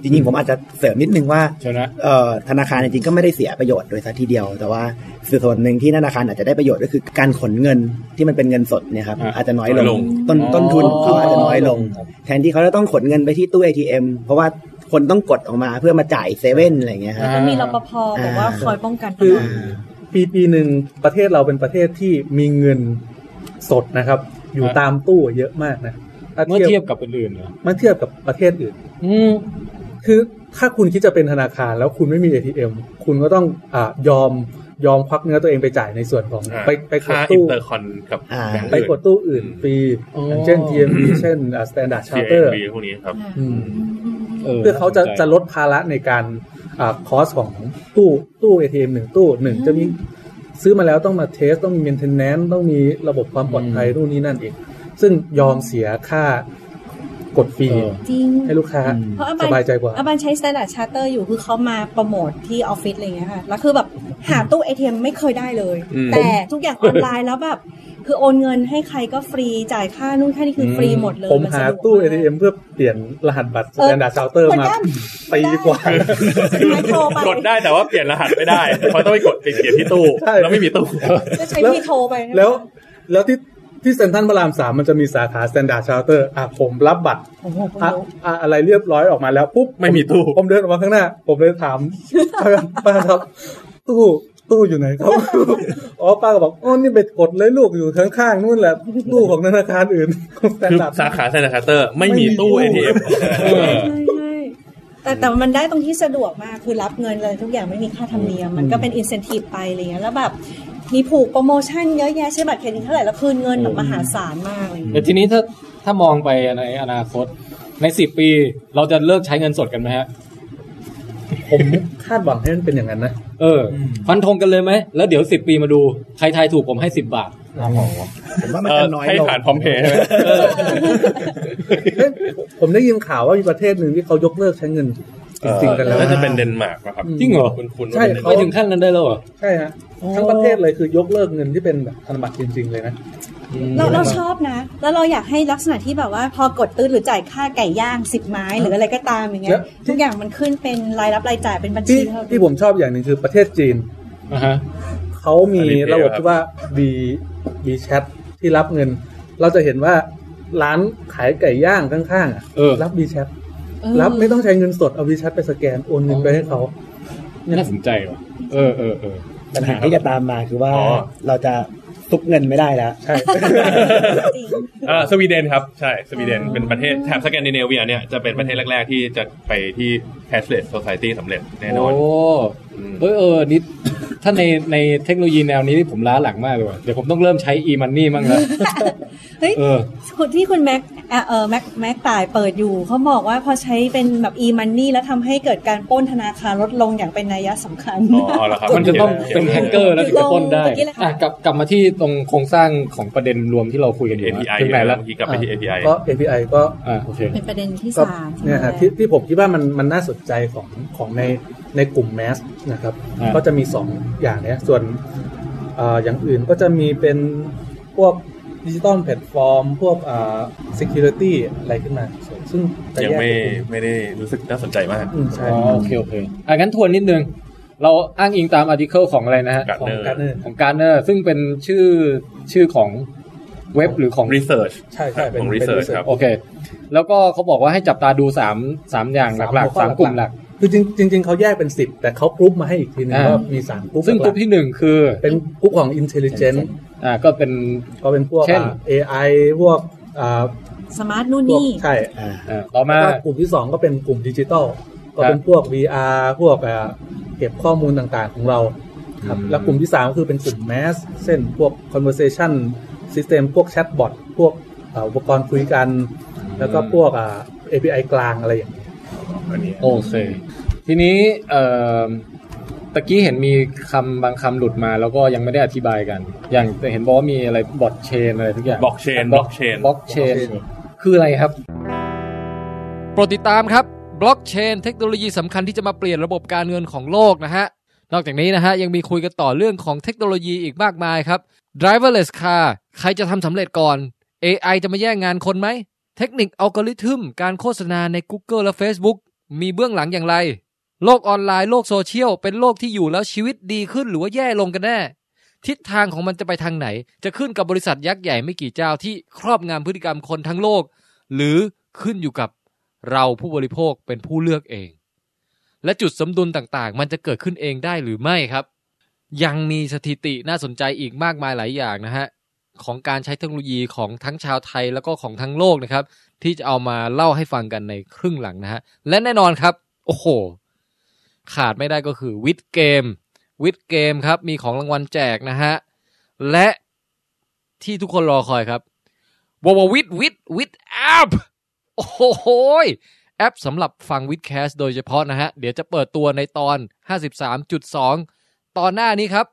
Speaker 8: จริงๆผมอาจจะเสริมนิดนึงว่า
Speaker 4: ชนะ
Speaker 8: เอ่อธนาคารจริงๆก็ไม่ได้เสียประโยชน์โดยซะทีเดียว แต่ว่าส่วนหนึ่งที่ธนาคารอาจจะได้ประโยชน์ก็คือการขนเงินที่มันเป็นเงินสดเนี่ยครับ
Speaker 4: อ่ะ
Speaker 8: อาจจะน้อย
Speaker 5: น้อย
Speaker 8: ล
Speaker 5: ล
Speaker 8: ง
Speaker 5: ง
Speaker 8: ต้น
Speaker 4: อ๋อ
Speaker 8: ต้นทุนเขาอาจจะน้อยลง
Speaker 4: ครับ
Speaker 8: แทนที่เขาจะต้องขนเงินไปที่ตู้ ATM เพราะว่าคนต้องกดออกมาเพื่อมาจ่ายเซเว่นอะไรอย่างเงี้ยครับ
Speaker 2: แล้วก็มีรปภแบบว่า
Speaker 8: อ่า
Speaker 2: คอยป้องกัน
Speaker 3: คือ ปีปีหนึ่งประเทศเราเป็นประเทศที่มีเงินสดนะครับ อยู่
Speaker 4: ครับ
Speaker 3: ตามตู้เยอะมากนะถ้า
Speaker 4: เมื่อเทียบกับอื่นๆเหรอ
Speaker 3: เมื่อเทียบกับประเทศอื่น
Speaker 4: อืม
Speaker 3: คือถ้าคุณคิดจะเป็นธนาคารแล้วคุณไม่มี ATM คุณก็ต้องอ่ายอมยอมควักเนื้อตัวเองไปจ่ายในส่วนของ
Speaker 5: อ่า
Speaker 3: ไปไปกด
Speaker 5: ค่าอิน
Speaker 3: ตู้
Speaker 5: เตอร์คอนกับ
Speaker 8: อ่า
Speaker 5: แบงก์
Speaker 3: ไป
Speaker 5: อื่น
Speaker 3: กดตู้อื่นฟรี
Speaker 4: อ๋ออ
Speaker 3: อย่างเช่น TMB เช่น Standard Charter
Speaker 5: CIMB พวกนี้ครับ
Speaker 3: อืม
Speaker 4: อ
Speaker 3: เพื่อเขาจะจะลดภาระในการคอสของตู้ตู้ ATM หนึ่งตู้หนึ่งจะมีซื้อมาแล้วต้องมาเทสต้องมี maintenance ต้องมีระบบความปลอดภัยนู่นนี่นั่นอีก ซึ่งยอมเสียค่ากดฟรี
Speaker 4: เออ
Speaker 2: จริง
Speaker 3: ให้ลูกค้า
Speaker 2: เพราะอา
Speaker 3: ส
Speaker 2: บัน
Speaker 3: บายใจกว่า
Speaker 2: อาบันใช้ Standard Charter อยู่คือเขามาโปรโมทที่ออฟฟิศอะไรอย่างเงี้ยค่ะ แล้วคือแบบหาตู้ ATM ไม่เคยได้เลย
Speaker 5: อืม
Speaker 2: แต่ทุกอย่างออนไลน์แล้วแบบ คือโอนเงินให้ใครก็ฟรีจ่ายค่านู่นค่านี่คือฟรีหมดเลย
Speaker 3: ผม
Speaker 2: น
Speaker 3: หา
Speaker 2: สะดวก
Speaker 3: ตู้
Speaker 2: ก
Speaker 3: ATM เพื่อเปลี่ยนรหัสบัตร
Speaker 2: เออ
Speaker 3: Standard Charter มาตีกว่า
Speaker 2: ใช้โทรไป
Speaker 5: กดได้แต่ว่าเปลี่ยนรหัสไม่ได้ เพราะต้องไปกดติดเกียรที่ตู้
Speaker 3: ใช่
Speaker 5: แล้วไม่มีตู้
Speaker 2: ก็ใช้พี่โทรไปนะคะ
Speaker 3: แล้วแล้วที่ที่เซ็นทรัลพระรามสามมันจะมีสาขา Standard Charter อ่ะผมรับบัตร
Speaker 2: โอ้โหคุณ
Speaker 3: อะ
Speaker 2: รู้
Speaker 3: อะอะไรเรียบร้อยออกมาแล้วปุ๊บ
Speaker 5: ไม่มีตู้
Speaker 3: ผมเดินออกมาข้างหน้า ผมเลยถาม ป้าป้าครับ ตู้ตู้อยู่ไหน ครับ อ๋อป้าก็บอกอ๋อนี่ไปกดเลยลูกอยู่ข้างๆนู่นแหละตู้ของธนาคารอื่น
Speaker 5: คือ
Speaker 3: แบบ
Speaker 5: สาขาไซน์คาเตอร์ไม่มีตู้
Speaker 3: ไม่มี
Speaker 5: ATM
Speaker 3: ตู้
Speaker 4: เออ
Speaker 2: ใช่ใช่แต่แต่มันได้ตรงที่สะดวกมากคือรับเงินเลยทุกอย่างไม่มีค่าธรรมเนียม มันก็เป็นอินเซนティブไปอะไรเงี้ยแล้วแบบมีผูกโปรโมชั่นเยอะแยะใช้บัตรเครดิตเท่าไหร่แล้วคืนเงินแบบมหาศาลมากเลย
Speaker 4: แต่ทีนี้ถ้าถ้ามองไปในอนาคต ในสิบปีเราจะเลิกใช้เงินสดกันไหมฮะ
Speaker 3: ผมคาดหวังให้มันเป็นอย่างนั้นนะ
Speaker 4: เอออฟันธงกันเลยไหม แล้วเดี๋ยวสิบปีมาดู ใครทายถูกผมให้สิบบาท
Speaker 8: ผมว่ามัน
Speaker 5: เอ่
Speaker 8: จะ
Speaker 5: อ
Speaker 8: น้อย
Speaker 5: ให้
Speaker 8: ลง
Speaker 5: ผ่านพร้อมเพย์ใช่ไหม
Speaker 3: เอ้ยผมได้ยินข่าวว่ามีประเทศหนึ่งที่เขายกเลิกใช้เงิน จริงๆกันแล้ว
Speaker 5: น่าจะเป็นเดนมาร์กนะครับ
Speaker 4: จริงเหรอ
Speaker 5: คุณคุณ
Speaker 3: ใช่เขา
Speaker 4: ไปถึงขั้นนั้นได้แล้วเหรอ
Speaker 3: ใช่ฮะทั้งประเทศเลยคือยกเลิกเงินที่เป็นแบบธนบัตรจริง ๆ เลยนะ
Speaker 2: เราเราชอบนะ แล้วเราอยากให้ลักษณะที่แบบว่า พอกดตื้นหรือจ่ายค่าไก่ย่างสิบไม้หรืออะไรก็ตามอย่างเงี้
Speaker 3: แล้
Speaker 2: ยว ทุกอย่างมันขึ้นเป็นรายรับรายจ่ายเป็นบัญชี
Speaker 3: ที่
Speaker 2: เท่ากัน
Speaker 3: ที่ผมชอบอย่างหนึ่งคือประเทศจีน
Speaker 4: อ่าฮะ
Speaker 3: เขามีระบบที่ว่า B B Chat ที่รับเงิน เราจะเห็นว่าร้านขายไก่ย่างข้างๆอะ
Speaker 4: เออ
Speaker 3: รับ B Chat
Speaker 2: เออ
Speaker 3: รับไม่ต้องใช้เงินสดเอา B Chat ไปสแกนโอนเงินไปให้เขา
Speaker 4: น่าสนใจว่ะ เออเออเออ
Speaker 8: ปัญหาที่จะตามมาคือว่า
Speaker 5: อ๋อ
Speaker 8: เราจะซุกเงินไม่ได้แล้ว
Speaker 3: ใช่
Speaker 2: จริง
Speaker 5: เอ่อสวีเดนครับ ใช่ สวีเดนเป็นประเทศแถบสแกนดิเนเวียเนี่ยจะเป็นประเทศแรก ๆ ที่จะไปที่ cashless society สำเร็จแน่นอน
Speaker 4: โอ้
Speaker 5: อืม
Speaker 4: เออเออนี่ ถ้าในในเทคโนโลยีแนวนี้นี่ผมล้าหลังมากเลยว่ะ เดี๋ยวผมต้องเริ่มใช้ e-money มั่งแล้ว
Speaker 2: เฮ้ย
Speaker 4: เออ
Speaker 2: คุณที่คุณแม็กอ่ะเออแม็กแม็กตายเปิดอยู่เขาบอกว่าพอใช้เป็นแบบ e-money แล้วทำให้เกิดการปล้นธนาคารลดลงอย่างเป็นนัยสำคัญ
Speaker 5: อ๋อเอาละครับ
Speaker 4: มันจะต้องเป็นแฮกเกอร์แล้วถึงจะปล้นได้
Speaker 2: เมื่อกี้แหละค่ะ
Speaker 4: อ่ะกลับกลับมาที่ตรงโครงสร้างของประเด็นรวมที่เราคุยกันอยู่
Speaker 5: เอ
Speaker 4: ว่า
Speaker 5: พีไอ
Speaker 4: ถึงไหนแล้ว
Speaker 5: เมื่อกี้กลับไปที่ API
Speaker 3: ก็ API ก็
Speaker 4: อ่าโอเค
Speaker 2: เป็นประเด็นที่
Speaker 3: ก็
Speaker 2: สาม
Speaker 3: เนี่ยฮะ
Speaker 2: ใช่
Speaker 3: ที่
Speaker 2: ไหม
Speaker 3: ที่ผมคิดว่ามันมันน่าสนใจของของในในกลุ่มแมสนะครับ
Speaker 4: อ่า
Speaker 3: ก็จะมี 2 อย่างเนี้ยส่วนเอ่ออย่างอื่นก็จะมีเป็นพวกดิจิตอลแพลตฟอร์ม พวกอ่า security อะไรขึ้นมาส่วนซึ่งจะ
Speaker 5: ยัง
Speaker 3: แก
Speaker 5: ไม่
Speaker 3: เป็นกลุ่
Speaker 5: ไม่ได้รู้สึกน่าสนใจมาก
Speaker 3: อืมใช่
Speaker 4: อ๋อโอเคโอเคอ่ะงั้นทวนนิดนึง เราอ้างอิงตามอาร์ติเคิลของอะไรนะฮะ
Speaker 5: Gartner
Speaker 3: ของการ์เนอร์
Speaker 4: ของการเนอร์ซึ่งเป็นชื่อชื่อของเว็บหรือของ
Speaker 5: research
Speaker 3: ใช่ใช่เป็น
Speaker 5: ของ
Speaker 3: เป็น
Speaker 5: research
Speaker 3: research
Speaker 5: ครับ
Speaker 4: โอเค แล้วก็เขาบอกว่าให้จับตาดูสามสามอย่างหลักๆสามกลุ่มหลัก
Speaker 3: คือจริงจริง ๆเขาแยกเป็นสิบแต่เขากรุ๊ปมาให้อีกทีหนึง
Speaker 4: อ่า
Speaker 3: ว่ามีสามกรุ๊ป
Speaker 4: ซึ่งก
Speaker 3: หลั
Speaker 4: ลุ่มที่หนึ่งคือ
Speaker 3: ๆเป็นกรุ๊ปของ intelligence
Speaker 4: อ่าก็เป็น
Speaker 3: ก็เป็นพวก
Speaker 4: เช่น
Speaker 3: อ่า AI พวกอ่า
Speaker 2: สมาร์ทนู่น
Speaker 3: พวก
Speaker 2: นี่
Speaker 3: ใช่
Speaker 8: อ่า
Speaker 4: อ่าต่อมา
Speaker 3: แล้วก็กลุ่มที่สองก็เป็นกลุ่มดิจิตอลก็เป็นพวก VR พวกอ่าเก็บข้อมูลต่างๆของเราครับ
Speaker 4: อืม
Speaker 3: แล้วกลุ่มที่สามก็คือเป็นกลุ่ม mass เช่นพวก conversation system พวก chatbot พวกอ่าอุปกรณ์คุยกัน แล้วก็พวกอ่า API กลางอะไรอย่างเงี้ย
Speaker 5: อันนี้
Speaker 4: โอเค ทีนี้เอ่อตะกี้เห็นมีคำบางคำหลุดมาแล้วก็ยังไม่ได้อธิบายกัน อย่างเห็นบอกว่ามีอะไรบล็อกเชนอะไรทุกอย่าง
Speaker 5: blockchain blockchain
Speaker 4: บล็อกเชนคืออะไรครับ
Speaker 1: โปรดติดตามครับบล็อกเชนเทคโนโลยีสำคัญที่จะมาเปลี่ยนระบบการเงินของโลกนะฮะ ใน
Speaker 4: นอกจากนี้นะฮะยังมีคุยกันต่อเรื่องของเทคโนโลยีอีกมากมายครับ driverless car ใครจะทำสำเร็จก่อน AI จะมาแย่งงานคนไหม เทคนิคอัลกอริทึมการโฆษณาใน Google และ Facebook มีเบื้องหลังอย่างไร โลกออนไลน์โลกโซเชียล เป็นโลกที่อยู่แล้วชีวิตดีขึ้นหรือว่าแย่ลงกันแน่ ทิศทางของมันจะไปทางไหน จะขึ้นกับบริษัทยักษ์ใหญ่ไม่กี่เจ้าที่ครอบงำพฤติกรรมคนทั้งโลก หรือขึ้นอยู่กับเราผู้บริโภคเป็นผู้เลือกเอง และจุดสมดุลต่างๆ มันจะเกิดขึ้นเองได้หรือไม่ครับ ยังมีสถิติน่าสนใจอีกมากมายหลายอย่างนะฮะ ของการใช้เทคโนโลยีของทั้งชาวไทยแล้วก็ของทั้งโลกนะครับ ที่จะเอามาเล่าให้ฟังกันในครึ่งหลังนะฮะ และแน่นอนครับ โอ้โห ขาดไม่ได้ก็คือวิดเกม วิดเกมครับ มีของรางวัลแจกนะฮะ และที่ทุกคนรอคอยครับวววิดวิดวิดแอปโอ้โหยแอปสำหรับฟังวิดแคสโดยเฉพาะนะฮะ เดี๋ยวจะเปิดตัวในตอน 53.2 ตอนหน้านี้ครับ